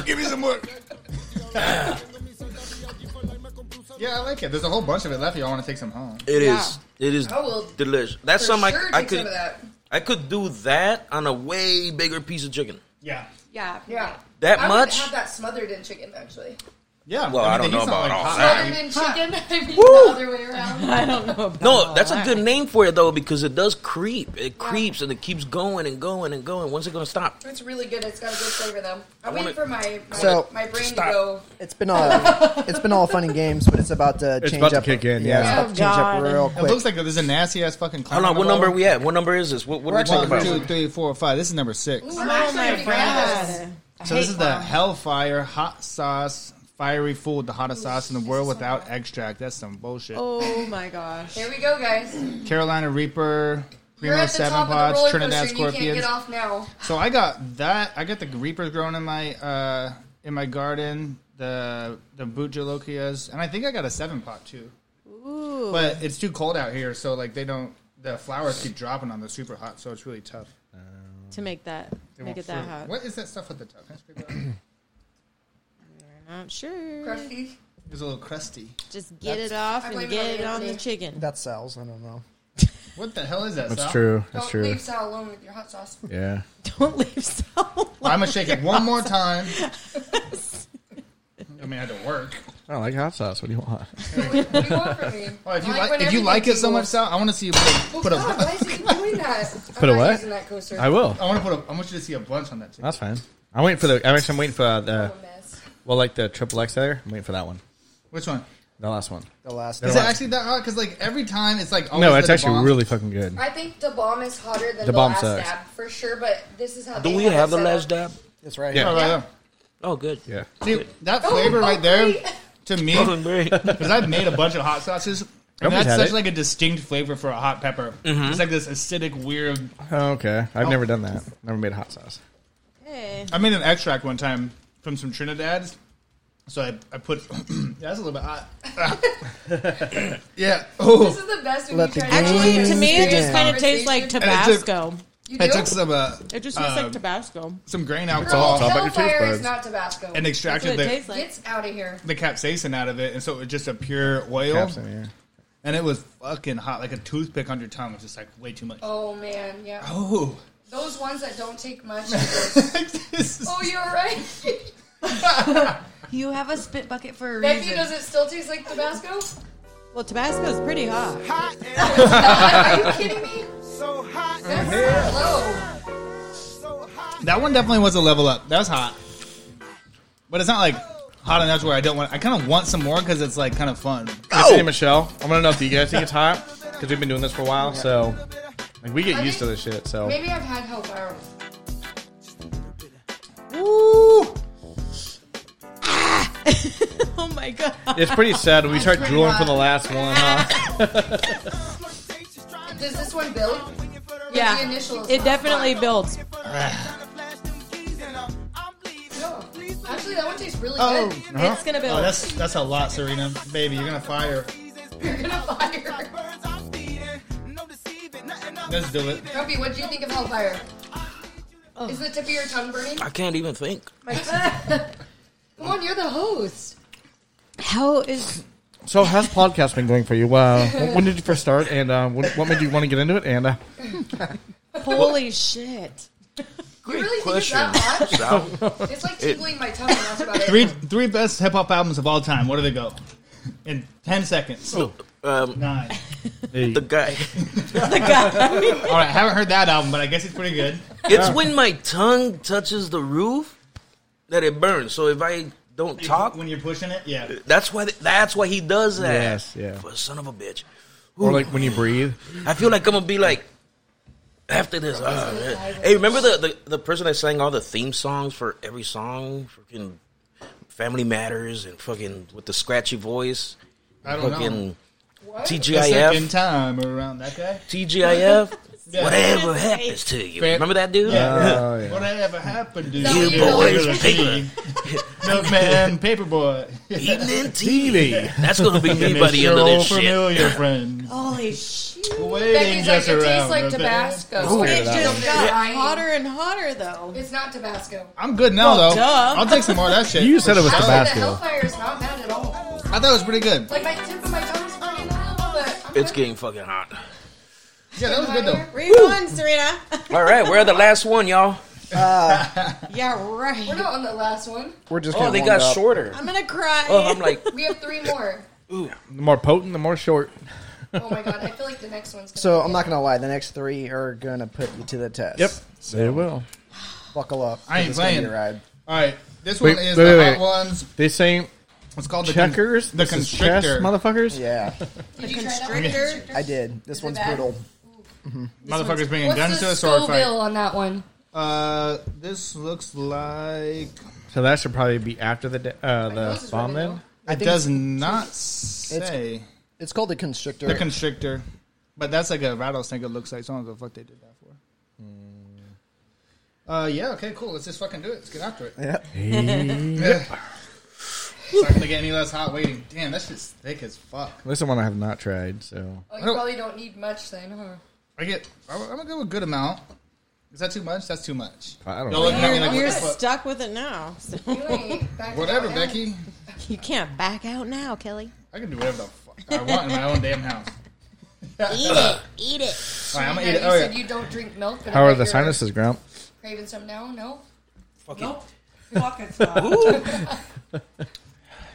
[SPEAKER 6] <laughs> Give me some more. yeah, I like it. There's a whole bunch of it left. Y'all want to take some home?
[SPEAKER 2] It is.
[SPEAKER 4] Yeah.
[SPEAKER 2] It is
[SPEAKER 7] I will
[SPEAKER 2] delicious. That's something
[SPEAKER 7] sure
[SPEAKER 2] I, I
[SPEAKER 7] take some
[SPEAKER 2] could.
[SPEAKER 7] of that.
[SPEAKER 2] I could do that on a way bigger piece of chicken.
[SPEAKER 6] Yeah.
[SPEAKER 4] Yeah,
[SPEAKER 7] Yeah.
[SPEAKER 2] That
[SPEAKER 7] I would
[SPEAKER 2] much?
[SPEAKER 7] have that smothered in chicken, actually.
[SPEAKER 6] Yeah.
[SPEAKER 2] Well, I don't
[SPEAKER 6] mean,
[SPEAKER 2] know
[SPEAKER 6] he's not
[SPEAKER 2] about all
[SPEAKER 6] hot.
[SPEAKER 2] that.
[SPEAKER 7] Smothered in chicken. <laughs> I mean, the other way around.
[SPEAKER 4] I don't know. About
[SPEAKER 2] No, that's a good name for it though, because it does creep. It creeps and it keeps going and going and going. When's it gonna stop?
[SPEAKER 7] It's really good. It's got a good flavor, though. I'm
[SPEAKER 2] wanna-
[SPEAKER 7] waiting for my my,
[SPEAKER 9] So-
[SPEAKER 7] my brain
[SPEAKER 2] Stop.
[SPEAKER 7] to go.
[SPEAKER 9] It's been all it's been all fun and games, but it's about to
[SPEAKER 8] It's
[SPEAKER 9] change
[SPEAKER 8] about to
[SPEAKER 9] up.
[SPEAKER 8] kick in,
[SPEAKER 9] it's
[SPEAKER 8] yeah.
[SPEAKER 9] about to
[SPEAKER 4] Oh,
[SPEAKER 9] change up
[SPEAKER 4] God.
[SPEAKER 9] real
[SPEAKER 6] It
[SPEAKER 9] quick.
[SPEAKER 6] looks like there's a nasty ass fucking.
[SPEAKER 2] Hold on, what number are we at? What number is this? What, what are we talking
[SPEAKER 6] One,
[SPEAKER 2] about?
[SPEAKER 6] two, three, four, five. This is number six.
[SPEAKER 7] Ooh, I'm actually
[SPEAKER 4] Oh, my
[SPEAKER 7] pretty good at this.
[SPEAKER 4] god.
[SPEAKER 6] So this is the Hellfire hot sauce, fiery food, the hottest sauce in the world without extract. That's some bullshit.
[SPEAKER 4] Oh my gosh.
[SPEAKER 7] Here we go, guys.
[SPEAKER 6] Carolina Reaper,
[SPEAKER 7] You're
[SPEAKER 6] Primo
[SPEAKER 7] at the
[SPEAKER 6] Seven
[SPEAKER 7] top of the roller
[SPEAKER 6] Pods,
[SPEAKER 7] coaster
[SPEAKER 6] Trinidad
[SPEAKER 7] and you can't
[SPEAKER 6] Scorpions.
[SPEAKER 7] get off now.
[SPEAKER 6] So I got that. I got the Reapers growing in my uh, in my garden. The the Bujalokias, and I think I got a seven pot too.
[SPEAKER 4] Ooh.
[SPEAKER 6] But it's too cold out here, so like they don't. The flowers keep dropping on the super hot, so it's really tough.
[SPEAKER 4] to make that,
[SPEAKER 6] They
[SPEAKER 4] make
[SPEAKER 6] won't
[SPEAKER 4] it that
[SPEAKER 6] fruit.
[SPEAKER 4] hot.
[SPEAKER 8] <clears throat>
[SPEAKER 6] What is that stuff at the top? Can I scrape it up?
[SPEAKER 4] Not sure.
[SPEAKER 7] Crusty.
[SPEAKER 6] It was a little crusty.
[SPEAKER 4] Just get it off
[SPEAKER 7] I
[SPEAKER 4] and
[SPEAKER 7] blame
[SPEAKER 4] get
[SPEAKER 7] it
[SPEAKER 4] it
[SPEAKER 7] on
[SPEAKER 4] on the
[SPEAKER 7] Anthony.
[SPEAKER 4] chicken.
[SPEAKER 9] That sells. I don't know.
[SPEAKER 6] What the hell is that?
[SPEAKER 8] That's
[SPEAKER 6] Sal?
[SPEAKER 8] true. That's
[SPEAKER 7] Don't
[SPEAKER 8] true.
[SPEAKER 7] leave Sal alone with your hot sauce.
[SPEAKER 8] Yeah.
[SPEAKER 4] <laughs> Don't leave so long.
[SPEAKER 6] I'm gonna shake it
[SPEAKER 4] <laughs>
[SPEAKER 6] one more time. I mean, I had to work.
[SPEAKER 8] I don't like hot sauce. What do you want?
[SPEAKER 7] What do you want
[SPEAKER 6] <laughs>
[SPEAKER 7] from me?
[SPEAKER 6] Oh, if you
[SPEAKER 7] Like
[SPEAKER 6] like,
[SPEAKER 7] when
[SPEAKER 6] if you like it so
[SPEAKER 7] everything
[SPEAKER 6] much, Sal, I want to see you put a,
[SPEAKER 7] Oh,
[SPEAKER 6] put a, <laughs>
[SPEAKER 7] God, why is he doing that? I'm
[SPEAKER 8] Put a
[SPEAKER 7] not
[SPEAKER 8] what?
[SPEAKER 7] using that coaster.
[SPEAKER 8] I will.
[SPEAKER 6] I want to put a. I want you to see a bunch on that. Chicken.
[SPEAKER 8] That's fine. I'm waiting for the. I'm actually I'm waiting for uh, the. Well, like the triple X there. I'm waiting for that one.
[SPEAKER 6] Which one?
[SPEAKER 8] The last one.
[SPEAKER 9] The last.
[SPEAKER 6] Is it actually that hot? Because like every time it's like always
[SPEAKER 8] no, it's
[SPEAKER 6] Oh, the
[SPEAKER 8] actually
[SPEAKER 6] bomb.
[SPEAKER 8] really fucking good.
[SPEAKER 7] I think the bomb is hotter than
[SPEAKER 8] The
[SPEAKER 7] the,
[SPEAKER 8] bomb
[SPEAKER 7] last
[SPEAKER 8] sucks.
[SPEAKER 7] dab for sure. But this is how.
[SPEAKER 2] Do
[SPEAKER 7] they
[SPEAKER 2] we
[SPEAKER 7] have it
[SPEAKER 2] have the
[SPEAKER 7] set up.
[SPEAKER 2] last dab?
[SPEAKER 9] It's right
[SPEAKER 6] Yeah, right there.
[SPEAKER 2] Oh, good.
[SPEAKER 8] Yeah.
[SPEAKER 6] See that
[SPEAKER 7] Oh,
[SPEAKER 6] flavor right there to me
[SPEAKER 2] Golden berry.
[SPEAKER 6] because I've made a bunch of hot sauces. And
[SPEAKER 8] Nobody's
[SPEAKER 6] that's
[SPEAKER 8] had
[SPEAKER 6] such
[SPEAKER 8] it.
[SPEAKER 6] like a distinct flavor for a hot pepper.
[SPEAKER 8] Mhm.
[SPEAKER 6] It's like this acidic, weird.
[SPEAKER 8] Oh, okay. I've
[SPEAKER 6] Oh.
[SPEAKER 8] never done that. Never made hot sauce.
[SPEAKER 4] Hey.
[SPEAKER 6] I made an extract one time from some Trinidad's, so I, I put. <clears throat> that's a little bit hot. yeah.
[SPEAKER 7] <laughs>
[SPEAKER 6] Oh,
[SPEAKER 7] This is the best. When
[SPEAKER 6] Let
[SPEAKER 7] you
[SPEAKER 6] the
[SPEAKER 7] try
[SPEAKER 6] Actually,
[SPEAKER 7] have
[SPEAKER 6] to
[SPEAKER 7] a
[SPEAKER 6] me, it
[SPEAKER 7] serious
[SPEAKER 6] just kinda
[SPEAKER 7] conversation.
[SPEAKER 4] tastes like
[SPEAKER 6] And I took-
[SPEAKER 4] Tabasco.
[SPEAKER 7] You
[SPEAKER 6] I
[SPEAKER 7] do?
[SPEAKER 6] took some. Uh,
[SPEAKER 4] It just tastes
[SPEAKER 6] uh,
[SPEAKER 4] like Tabasco.
[SPEAKER 6] Some grain
[SPEAKER 7] Girl,
[SPEAKER 6] alcohol.
[SPEAKER 7] Hellfire is not Tabasco.
[SPEAKER 6] And extracted
[SPEAKER 7] That's what
[SPEAKER 6] the-
[SPEAKER 7] it tastes like. Gets out of here.
[SPEAKER 6] the capsaicin out of it, and so it was just a pure oil.
[SPEAKER 8] Capsaicin, yeah.
[SPEAKER 6] And it was fucking hot, like a toothpick on your tongue. It was just like way too much.
[SPEAKER 7] Oh man, yeah.
[SPEAKER 6] <laughs> Oh,
[SPEAKER 7] Those ones that don't take much.
[SPEAKER 6] <laughs>
[SPEAKER 7] oh, you're right.
[SPEAKER 12] You have a spit bucket for a
[SPEAKER 7] Becky,
[SPEAKER 12] reason.
[SPEAKER 7] does it still taste like
[SPEAKER 6] <laughs>
[SPEAKER 7] Tabasco?
[SPEAKER 4] Well, Tabasco's pretty hot. <laughs>
[SPEAKER 7] Are you kidding me? So hot. That's low.
[SPEAKER 6] that one definitely was a level up. That was hot, but it's not like hot enough to where I don't want. I kind of want some more because it's like kind of fun.
[SPEAKER 8] Hey, Michelle. I want to know if you guys think it's hot because we've been doing this for a while. So, like, we get used to this shit. So,
[SPEAKER 7] Maybe I've had Hellfire.
[SPEAKER 6] Ooh.
[SPEAKER 4] oh my god.
[SPEAKER 8] it's pretty sad when we start
[SPEAKER 7] pretty
[SPEAKER 8] drooling
[SPEAKER 7] hot.
[SPEAKER 8] for the last one. Huh?
[SPEAKER 7] Does this one build? With
[SPEAKER 4] Yeah.
[SPEAKER 7] The initials.
[SPEAKER 4] It definitely builds.
[SPEAKER 7] No. Actually, that one tastes really
[SPEAKER 6] Oh,
[SPEAKER 7] good. <laughs>
[SPEAKER 6] uh-huh.
[SPEAKER 4] It's gonna build.
[SPEAKER 6] Oh, that's that's a lot, Serena. Baby, you're gonna fire.
[SPEAKER 7] You're gonna fire.
[SPEAKER 6] Let's do it.
[SPEAKER 7] Grumpy, what do you think of Hellfire?
[SPEAKER 6] Oh.
[SPEAKER 7] Is the tip of your tongue
[SPEAKER 6] <laughs>
[SPEAKER 7] burning?
[SPEAKER 2] I can't even think.
[SPEAKER 7] My God. Come on, you're the host.
[SPEAKER 4] How is
[SPEAKER 8] so, how's podcast been going for you? Uh, when did you first start, and uh, what, what made you want to get into it? And uh,
[SPEAKER 4] holy shit?
[SPEAKER 7] you really think it's that hot? it's like tingling my tongue. And that's about it.
[SPEAKER 6] Three three best hip hop albums of all time. Where do they go? In ten seconds.
[SPEAKER 2] Um,
[SPEAKER 6] Nine.
[SPEAKER 2] The
[SPEAKER 6] <laughs>
[SPEAKER 2] guy.
[SPEAKER 6] All right, I haven't heard that album, but I guess it's pretty good.
[SPEAKER 2] It's when my tongue touches the roof that it burns. So if I don't talk,
[SPEAKER 6] when you're pushing it. Yeah.
[SPEAKER 2] that's why that's why he does that.
[SPEAKER 8] Yes, yeah.
[SPEAKER 2] For son of a bitch.
[SPEAKER 8] or like when you breathe.
[SPEAKER 2] I feel like I'm gonna be like after this. ah, man. hey, remember the, the the person that sang all the theme songs for every song, freaking Family Matters and fucking with the scratchy voice,
[SPEAKER 6] I don't know.
[SPEAKER 2] fucking
[SPEAKER 7] What?
[SPEAKER 6] The second
[SPEAKER 2] TGIF,
[SPEAKER 6] time around that guy.
[SPEAKER 7] <laughs>
[SPEAKER 2] TGIF.
[SPEAKER 6] Yeah.
[SPEAKER 2] Whatever happens to you?
[SPEAKER 6] Fa-
[SPEAKER 2] Remember that dude? <laughs>
[SPEAKER 6] Uh, Yeah. Whatever happened to
[SPEAKER 2] You
[SPEAKER 6] you?
[SPEAKER 2] boys,
[SPEAKER 6] Little
[SPEAKER 2] paper.
[SPEAKER 6] kid. <laughs> Milkman, paperboy.
[SPEAKER 2] Evening TV. That's gonna be me by the end of this shit.
[SPEAKER 6] familiar friend.
[SPEAKER 4] Holy shit.
[SPEAKER 6] Waiting
[SPEAKER 7] Becky's like,
[SPEAKER 6] just
[SPEAKER 7] it tastes
[SPEAKER 6] around.
[SPEAKER 7] like
[SPEAKER 6] a bit.
[SPEAKER 7] Tabasco.
[SPEAKER 8] Ooh.
[SPEAKER 7] It's
[SPEAKER 8] Figured it
[SPEAKER 7] just got hotter.
[SPEAKER 4] Hotter and hotter though.
[SPEAKER 7] It's not Tabasco.
[SPEAKER 6] I'm good now,
[SPEAKER 4] Well,
[SPEAKER 6] though.
[SPEAKER 4] duh.
[SPEAKER 6] I'll take some more of that shit.
[SPEAKER 8] You said it was
[SPEAKER 7] Actually,
[SPEAKER 8] Tabasco.
[SPEAKER 7] Oh, the Hellfire is not bad at all.
[SPEAKER 6] I thought it was pretty good.
[SPEAKER 7] Like my tip of my tongue is burning now, but I'm
[SPEAKER 2] It's
[SPEAKER 7] good.
[SPEAKER 2] getting fucking hot.
[SPEAKER 6] Yeah, that was good, though.
[SPEAKER 4] Read one, Serena. <laughs>
[SPEAKER 2] All right, we're the last one, y'all.
[SPEAKER 4] yeah,
[SPEAKER 7] We're
[SPEAKER 4] right.
[SPEAKER 7] not on the last one.
[SPEAKER 9] We're just.
[SPEAKER 2] Oh,
[SPEAKER 9] getting
[SPEAKER 2] they
[SPEAKER 9] warmed
[SPEAKER 2] got
[SPEAKER 9] up.
[SPEAKER 2] shorter.
[SPEAKER 4] I'm gonna cry.
[SPEAKER 2] Oh, I'm
[SPEAKER 7] <laughs>
[SPEAKER 2] like,
[SPEAKER 7] We have three more.
[SPEAKER 8] The more potent, the more short.
[SPEAKER 7] Oh my god, I feel like the next one's. Gonna
[SPEAKER 9] So
[SPEAKER 7] be
[SPEAKER 9] I'm
[SPEAKER 7] good.
[SPEAKER 9] not gonna lie. The next three are gonna put you to the test.
[SPEAKER 8] they will.
[SPEAKER 9] Buckle up.
[SPEAKER 6] I ain't
[SPEAKER 9] It's gonna be
[SPEAKER 6] playing.
[SPEAKER 9] a ride.
[SPEAKER 6] All right, this
[SPEAKER 8] Wait,
[SPEAKER 6] one is
[SPEAKER 8] wait,
[SPEAKER 6] the
[SPEAKER 8] wait,
[SPEAKER 6] hot
[SPEAKER 8] wait.
[SPEAKER 6] ones.
[SPEAKER 8] They say
[SPEAKER 6] It's called the con-
[SPEAKER 8] checkers.
[SPEAKER 6] the
[SPEAKER 8] this is
[SPEAKER 6] constrictor.
[SPEAKER 8] chess, motherfuckers.
[SPEAKER 9] Yeah,
[SPEAKER 7] Did you try that one?
[SPEAKER 4] Constrictor.
[SPEAKER 9] I did. This
[SPEAKER 7] it
[SPEAKER 9] one's
[SPEAKER 7] bad?
[SPEAKER 9] brutal.
[SPEAKER 6] Motherfuckers bringing
[SPEAKER 7] What's
[SPEAKER 6] guns
[SPEAKER 7] the
[SPEAKER 6] to a sword fight.
[SPEAKER 7] Scoville on that one?
[SPEAKER 6] Uh, this looks like
[SPEAKER 8] So that should probably be after the de- uh,
[SPEAKER 7] nose
[SPEAKER 8] the
[SPEAKER 7] is
[SPEAKER 8] bomb.
[SPEAKER 7] running
[SPEAKER 8] Then
[SPEAKER 7] out.
[SPEAKER 9] I
[SPEAKER 6] it
[SPEAKER 9] think
[SPEAKER 6] does not say
[SPEAKER 9] It's called the constrictor.
[SPEAKER 6] the constrictor, but that's like a rattlesnake. It looks like. So I don't know what the fuck they did that for. Uh, yeah. Okay. Cool. Let's just fucking do it. Let's get after it.
[SPEAKER 8] <laughs>
[SPEAKER 6] It's not gonna get any less hot waiting. Damn, that shit's thick as fuck.
[SPEAKER 8] this is one I have not tried. So
[SPEAKER 7] Oh, you
[SPEAKER 6] I don't-
[SPEAKER 7] probably don't need much then, huh?
[SPEAKER 12] <laughs>
[SPEAKER 6] I get. I'm gonna go a good amount. Is that too much? That's too much.
[SPEAKER 8] I don't
[SPEAKER 6] Y'all looking
[SPEAKER 8] know.
[SPEAKER 6] at me
[SPEAKER 4] You're,
[SPEAKER 6] like, what
[SPEAKER 4] you're
[SPEAKER 6] the fuck?
[SPEAKER 4] stuck with it now. So. <laughs>
[SPEAKER 7] You ain't back
[SPEAKER 6] Whatever,
[SPEAKER 7] down.
[SPEAKER 6] Becky.
[SPEAKER 4] You can't back out now, Kelly.
[SPEAKER 6] I can do whatever the fuck I want in my own damn house.
[SPEAKER 7] Eat it. Eat it.
[SPEAKER 6] All right, I'm gonna
[SPEAKER 7] You
[SPEAKER 6] eat it.
[SPEAKER 7] You
[SPEAKER 6] Oh,
[SPEAKER 7] said
[SPEAKER 6] yeah.
[SPEAKER 7] you don't drink milk. but
[SPEAKER 8] How
[SPEAKER 7] I
[SPEAKER 8] are
[SPEAKER 7] bet
[SPEAKER 8] the
[SPEAKER 7] you're
[SPEAKER 8] sinuses, Grump?
[SPEAKER 7] Craving some now? No?
[SPEAKER 2] Fuck
[SPEAKER 7] nope.
[SPEAKER 12] Fucking stop.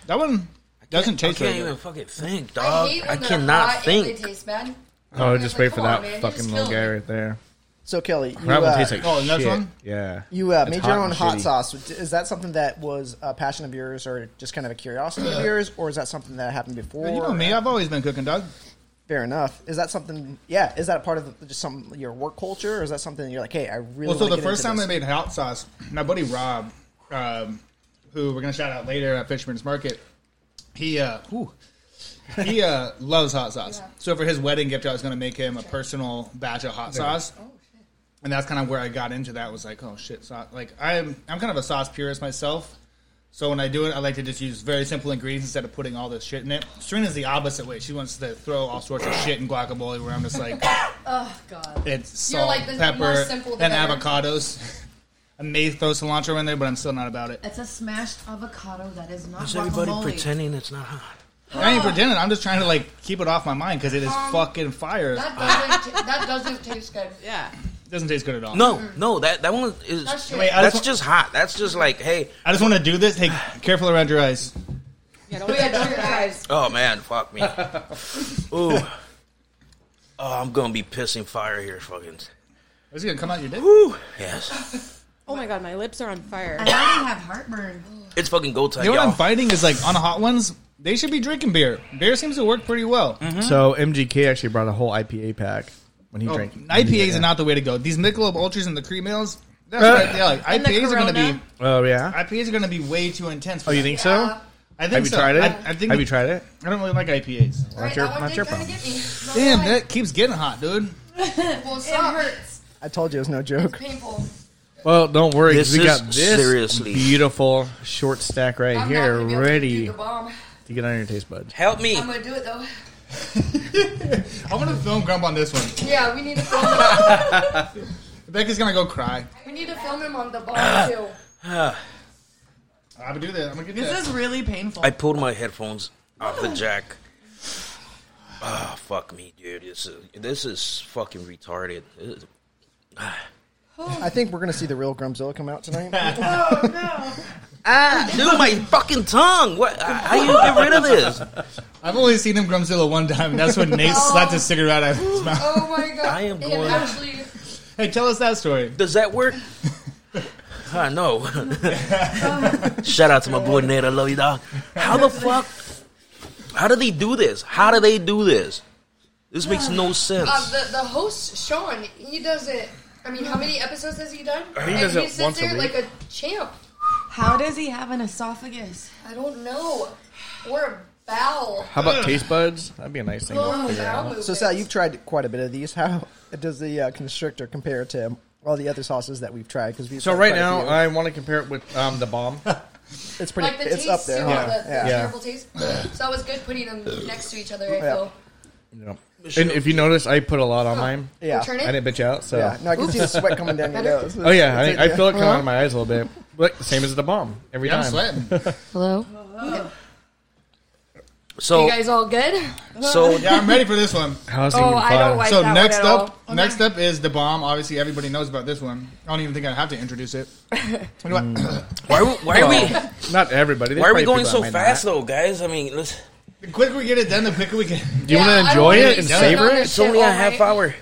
[SPEAKER 6] That one doesn't taste
[SPEAKER 2] I
[SPEAKER 6] very
[SPEAKER 2] can't
[SPEAKER 6] good.
[SPEAKER 2] even fucking think,
[SPEAKER 7] I
[SPEAKER 2] dog.
[SPEAKER 7] hate when
[SPEAKER 2] Uh, I,
[SPEAKER 7] they're
[SPEAKER 2] cannot
[SPEAKER 7] hot and
[SPEAKER 2] think.
[SPEAKER 7] They taste bad.
[SPEAKER 8] Oh, just wait for
[SPEAKER 7] Come on,
[SPEAKER 8] that
[SPEAKER 7] man, you
[SPEAKER 8] fucking
[SPEAKER 7] just
[SPEAKER 8] little
[SPEAKER 7] killed
[SPEAKER 8] guy
[SPEAKER 7] me.
[SPEAKER 8] right there.
[SPEAKER 9] So Kelly, you,
[SPEAKER 8] That
[SPEAKER 9] uh,
[SPEAKER 8] one tastes like
[SPEAKER 6] Oh,
[SPEAKER 8] shit.
[SPEAKER 6] another one?
[SPEAKER 8] Yeah.
[SPEAKER 9] You uh,
[SPEAKER 8] It's
[SPEAKER 9] made
[SPEAKER 8] hot
[SPEAKER 9] your own
[SPEAKER 8] and
[SPEAKER 9] hot
[SPEAKER 8] shitty.
[SPEAKER 9] sauce. Is that something that was a passion of yours, or just kind of a curiosity of yours, or is that something that happened before?
[SPEAKER 6] You know me. I've always been cooking, dog.
[SPEAKER 9] Fair enough. Is that something? Yeah. Is that part of the, just some your work culture, or is that something you're like, hey, I really?
[SPEAKER 6] well, so
[SPEAKER 9] wanna
[SPEAKER 6] the
[SPEAKER 9] get
[SPEAKER 6] first time
[SPEAKER 9] into
[SPEAKER 6] I made hot sauce, my buddy Rob, um, who we're gonna shout out later at Fisherman's Market, he uh, whew, he uh, loves hot sauce. So for his wedding gift, I was gonna make him a personal batch of hot
[SPEAKER 8] There.
[SPEAKER 6] sauce. And that's kind of where I got into that. Was like, oh shit, sauce. Like I'm, I'm kind of a sauce purist myself. So when I do it, I like to just use very simple ingredients instead of putting all this shit in it. Serena's the opposite way. She wants to throw all sorts of shit in guacamole, where I'm just like,
[SPEAKER 7] <coughs> Oh, God.
[SPEAKER 6] it's
[SPEAKER 7] You're
[SPEAKER 6] salt,
[SPEAKER 7] like the
[SPEAKER 6] pepper,
[SPEAKER 7] most simple
[SPEAKER 6] and
[SPEAKER 7] better.
[SPEAKER 6] avocados. <laughs> I may throw cilantro in there, but I'm still not about it.
[SPEAKER 12] It's a smashed avocado that is not
[SPEAKER 6] Is
[SPEAKER 12] guacamole.
[SPEAKER 6] everybody
[SPEAKER 2] Pretending it's not hot.
[SPEAKER 6] I ain't pretending. I'm just trying to like keep it off my mind because it is
[SPEAKER 7] Uh, Um,
[SPEAKER 6] fucking fire.
[SPEAKER 7] That doesn't, ta- that doesn't taste good.
[SPEAKER 12] Yeah.
[SPEAKER 6] It doesn't taste good at all.
[SPEAKER 2] No, no, that that one is
[SPEAKER 7] Mm. That's
[SPEAKER 2] that's,
[SPEAKER 7] shit. Wait, I
[SPEAKER 6] just wa-
[SPEAKER 2] just hot. That's just like, hey,
[SPEAKER 6] I just want to do this. Hey, careful around your eyes.
[SPEAKER 7] Yeah, don't yeah, don't your eyes.
[SPEAKER 2] oh man, fuck
[SPEAKER 6] <laughs>
[SPEAKER 2] me. Ooh, oh, I'm gonna be pissing fire here, fucking.
[SPEAKER 6] Is it gonna come out your dick?
[SPEAKER 2] Yes,
[SPEAKER 4] Oh my god, my lips are on fire.
[SPEAKER 12] I already have heartburn.
[SPEAKER 2] it's fucking go time,
[SPEAKER 6] You know what I'm
[SPEAKER 2] y'all.
[SPEAKER 6] fighting is like on hot ones. They should be drinking beer. Beer seems to work pretty well.
[SPEAKER 7] Mm-hmm.
[SPEAKER 8] So MGK actually brought a whole IPA pack when he
[SPEAKER 6] Oh,
[SPEAKER 8] drank.
[SPEAKER 6] IPAs
[SPEAKER 8] Yeah. Uh,
[SPEAKER 6] are not the way to go. These Michelob Ultras and the cream ales. That's right. Yeah, like
[SPEAKER 8] And the
[SPEAKER 6] IPAs are going to be.
[SPEAKER 8] Oh yeah.
[SPEAKER 6] IPAs are going to be way too intense. for
[SPEAKER 8] Oh, you
[SPEAKER 6] that.
[SPEAKER 8] think so?
[SPEAKER 6] I think
[SPEAKER 8] Have you
[SPEAKER 6] so.
[SPEAKER 8] tried it?
[SPEAKER 6] I, I think
[SPEAKER 8] Have you tried it?
[SPEAKER 6] I don't really like IPAs.
[SPEAKER 8] Not your, not your problem.
[SPEAKER 6] Damn, that keeps getting hot, dude.
[SPEAKER 7] well, stop. It hurts.
[SPEAKER 9] this? I told you it was no joke.
[SPEAKER 7] Painful.
[SPEAKER 8] Well, don't worry. 'cause
[SPEAKER 2] This
[SPEAKER 8] we got
[SPEAKER 2] is
[SPEAKER 8] this
[SPEAKER 2] seriously-
[SPEAKER 8] beautiful short stack right
[SPEAKER 7] I'm not
[SPEAKER 8] here,
[SPEAKER 7] gonna be able to do
[SPEAKER 8] ready
[SPEAKER 7] the bomb.
[SPEAKER 8] to get on your taste buds.
[SPEAKER 2] Help me.
[SPEAKER 7] I'm going to do it, though.
[SPEAKER 6] I want to film Grump on this one.
[SPEAKER 7] Yeah, we need to film him.
[SPEAKER 6] Becca's gonna go cry.
[SPEAKER 7] we need to film him on the bomb, too.
[SPEAKER 2] Ah,
[SPEAKER 6] I'm gonna do this. I'm gonna get
[SPEAKER 12] This is really painful.
[SPEAKER 2] I pulled my headphones off the jack. Ah, fuck me, dude. This is this is fucking retarded. This is-
[SPEAKER 9] I think we're gonna see the real Grumzilla come
[SPEAKER 6] <laughs>
[SPEAKER 9] out tonight.
[SPEAKER 2] Ah, dude, my fucking tongue. What? How you get rid of this?
[SPEAKER 6] I've only seen him Grumzilla one time, and that's when <laughs> Nate slapped his cigarette out of his mouth.
[SPEAKER 7] Oh, my God.
[SPEAKER 2] I am
[SPEAKER 7] And
[SPEAKER 2] going-
[SPEAKER 7] actually,
[SPEAKER 6] Hey, tell us that story.
[SPEAKER 2] Does that
[SPEAKER 8] <laughs>
[SPEAKER 2] work? I know. Shout out to my boy Nate. I love you, dog. How the fuck? How do they do this? How do they do this? This makes no sense.
[SPEAKER 7] uh, the, the host, Sean, he does it. I mean, how many episodes has he done?
[SPEAKER 2] He does
[SPEAKER 7] and
[SPEAKER 2] it
[SPEAKER 7] he sits
[SPEAKER 2] once a
[SPEAKER 7] there
[SPEAKER 2] week.
[SPEAKER 7] like a champ.
[SPEAKER 12] How does he have an esophagus?
[SPEAKER 7] I don't know. Or a bowel.
[SPEAKER 8] How about taste buds? That'd be a nice thing.
[SPEAKER 7] Oh,
[SPEAKER 8] to figure
[SPEAKER 7] that
[SPEAKER 8] out.
[SPEAKER 7] would-
[SPEAKER 9] so Sal, you've tried quite a bit of these. How does the uh, constrictor compare to all the other sauces that we've tried? Because
[SPEAKER 8] So right now,
[SPEAKER 6] uh,
[SPEAKER 8] I want to compare it with um,
[SPEAKER 6] <laughs>
[SPEAKER 8] the bomb.
[SPEAKER 9] it's pretty.
[SPEAKER 7] like the
[SPEAKER 9] it's
[SPEAKER 7] taste
[SPEAKER 9] up there.
[SPEAKER 7] too,
[SPEAKER 9] huh?
[SPEAKER 7] the, the
[SPEAKER 8] Yeah.
[SPEAKER 7] terrible taste. So it was good putting them next to each other. I
[SPEAKER 9] Yeah.
[SPEAKER 7] feel.
[SPEAKER 8] Yeah. And if you notice, I put a lot on mine.
[SPEAKER 9] Yeah.
[SPEAKER 8] I didn't bitch out. So
[SPEAKER 9] Yeah, no, I can see the sweat coming down your nose.
[SPEAKER 8] Oh yeah, I, I feel it coming out
[SPEAKER 9] Huh?
[SPEAKER 8] of my eyes a little bit. But same as the bomb every
[SPEAKER 6] Yeah, I'm
[SPEAKER 8] time.
[SPEAKER 6] sweating.
[SPEAKER 7] Hello.
[SPEAKER 2] So,
[SPEAKER 7] you guys all good?
[SPEAKER 2] so
[SPEAKER 6] Yeah, I'm ready for this one.
[SPEAKER 8] How's
[SPEAKER 7] Oh, I don't like
[SPEAKER 6] so
[SPEAKER 7] that
[SPEAKER 6] next
[SPEAKER 7] one at
[SPEAKER 6] up,
[SPEAKER 7] all. Oh,
[SPEAKER 6] next up is the bomb. Obviously, everybody knows about this one. I don't even think I have to
[SPEAKER 7] <laughs>
[SPEAKER 6] introduce it. You know what?
[SPEAKER 2] why, are we- why are we
[SPEAKER 8] Not everybody. There's
[SPEAKER 2] why are we
[SPEAKER 8] probably
[SPEAKER 2] going
[SPEAKER 8] people
[SPEAKER 2] so
[SPEAKER 8] that might
[SPEAKER 2] fast
[SPEAKER 8] not.
[SPEAKER 2] though, guys? I mean, let's,
[SPEAKER 6] the quicker we get it done, the
[SPEAKER 2] <laughs>
[SPEAKER 6] quicker we can.
[SPEAKER 8] Do you
[SPEAKER 7] Yeah,
[SPEAKER 8] want
[SPEAKER 7] I
[SPEAKER 8] to
[SPEAKER 7] don't
[SPEAKER 8] enjoy
[SPEAKER 7] really
[SPEAKER 8] it and
[SPEAKER 7] sit
[SPEAKER 8] savor
[SPEAKER 7] on
[SPEAKER 8] it?
[SPEAKER 7] this
[SPEAKER 2] it's only
[SPEAKER 7] shit
[SPEAKER 2] a
[SPEAKER 7] all
[SPEAKER 2] half
[SPEAKER 7] night.
[SPEAKER 2] hour.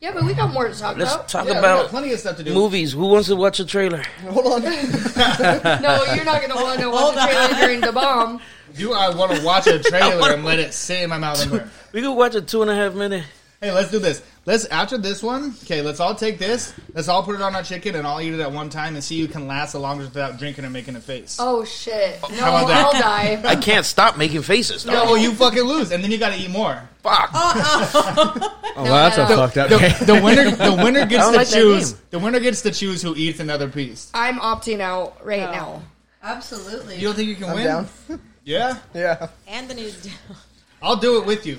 [SPEAKER 7] Yeah, but we got more to talk
[SPEAKER 2] Let's
[SPEAKER 7] about.
[SPEAKER 2] talk
[SPEAKER 6] Yeah, we got
[SPEAKER 2] about
[SPEAKER 6] plenty of stuff to do.
[SPEAKER 2] movies. Who wants to watch a trailer?
[SPEAKER 9] Hold on.
[SPEAKER 6] <laughs>
[SPEAKER 7] no, you're not gonna want to watch the trailer during the bomb.
[SPEAKER 6] Do I want
[SPEAKER 2] <laughs>
[SPEAKER 6] to watch a trailer and let it sit in my mouth? and burn?
[SPEAKER 2] We could watch a two and a half minute.
[SPEAKER 6] Hey, let's do this. Let's after this one. Okay, let's all take this. Let's all put it on our chicken and all eat it at one time and see who can last the longest without drinking and making a face.
[SPEAKER 7] Oh shit! No,
[SPEAKER 6] How about that?
[SPEAKER 7] I'll
[SPEAKER 2] <laughs>
[SPEAKER 7] die.
[SPEAKER 2] I can't stop making faces.
[SPEAKER 6] No,
[SPEAKER 2] dog.
[SPEAKER 6] well, you fucking lose, and then you got to
[SPEAKER 2] <laughs>
[SPEAKER 6] eat more.
[SPEAKER 2] Fuck.
[SPEAKER 8] Oh, well, that's a fucked up. game. <laughs>
[SPEAKER 6] The, the winner, the winner
[SPEAKER 2] I
[SPEAKER 6] gets
[SPEAKER 2] don't
[SPEAKER 6] to
[SPEAKER 2] like that
[SPEAKER 6] choose.
[SPEAKER 2] game.
[SPEAKER 6] The winner gets to choose who eats another piece.
[SPEAKER 7] I'm opting out right now.
[SPEAKER 12] Absolutely.
[SPEAKER 6] You don't think you can
[SPEAKER 9] I'm
[SPEAKER 6] win?
[SPEAKER 9] down.
[SPEAKER 6] Yeah,
[SPEAKER 9] Yeah.
[SPEAKER 4] Anthony's down.
[SPEAKER 6] I'll do it with you.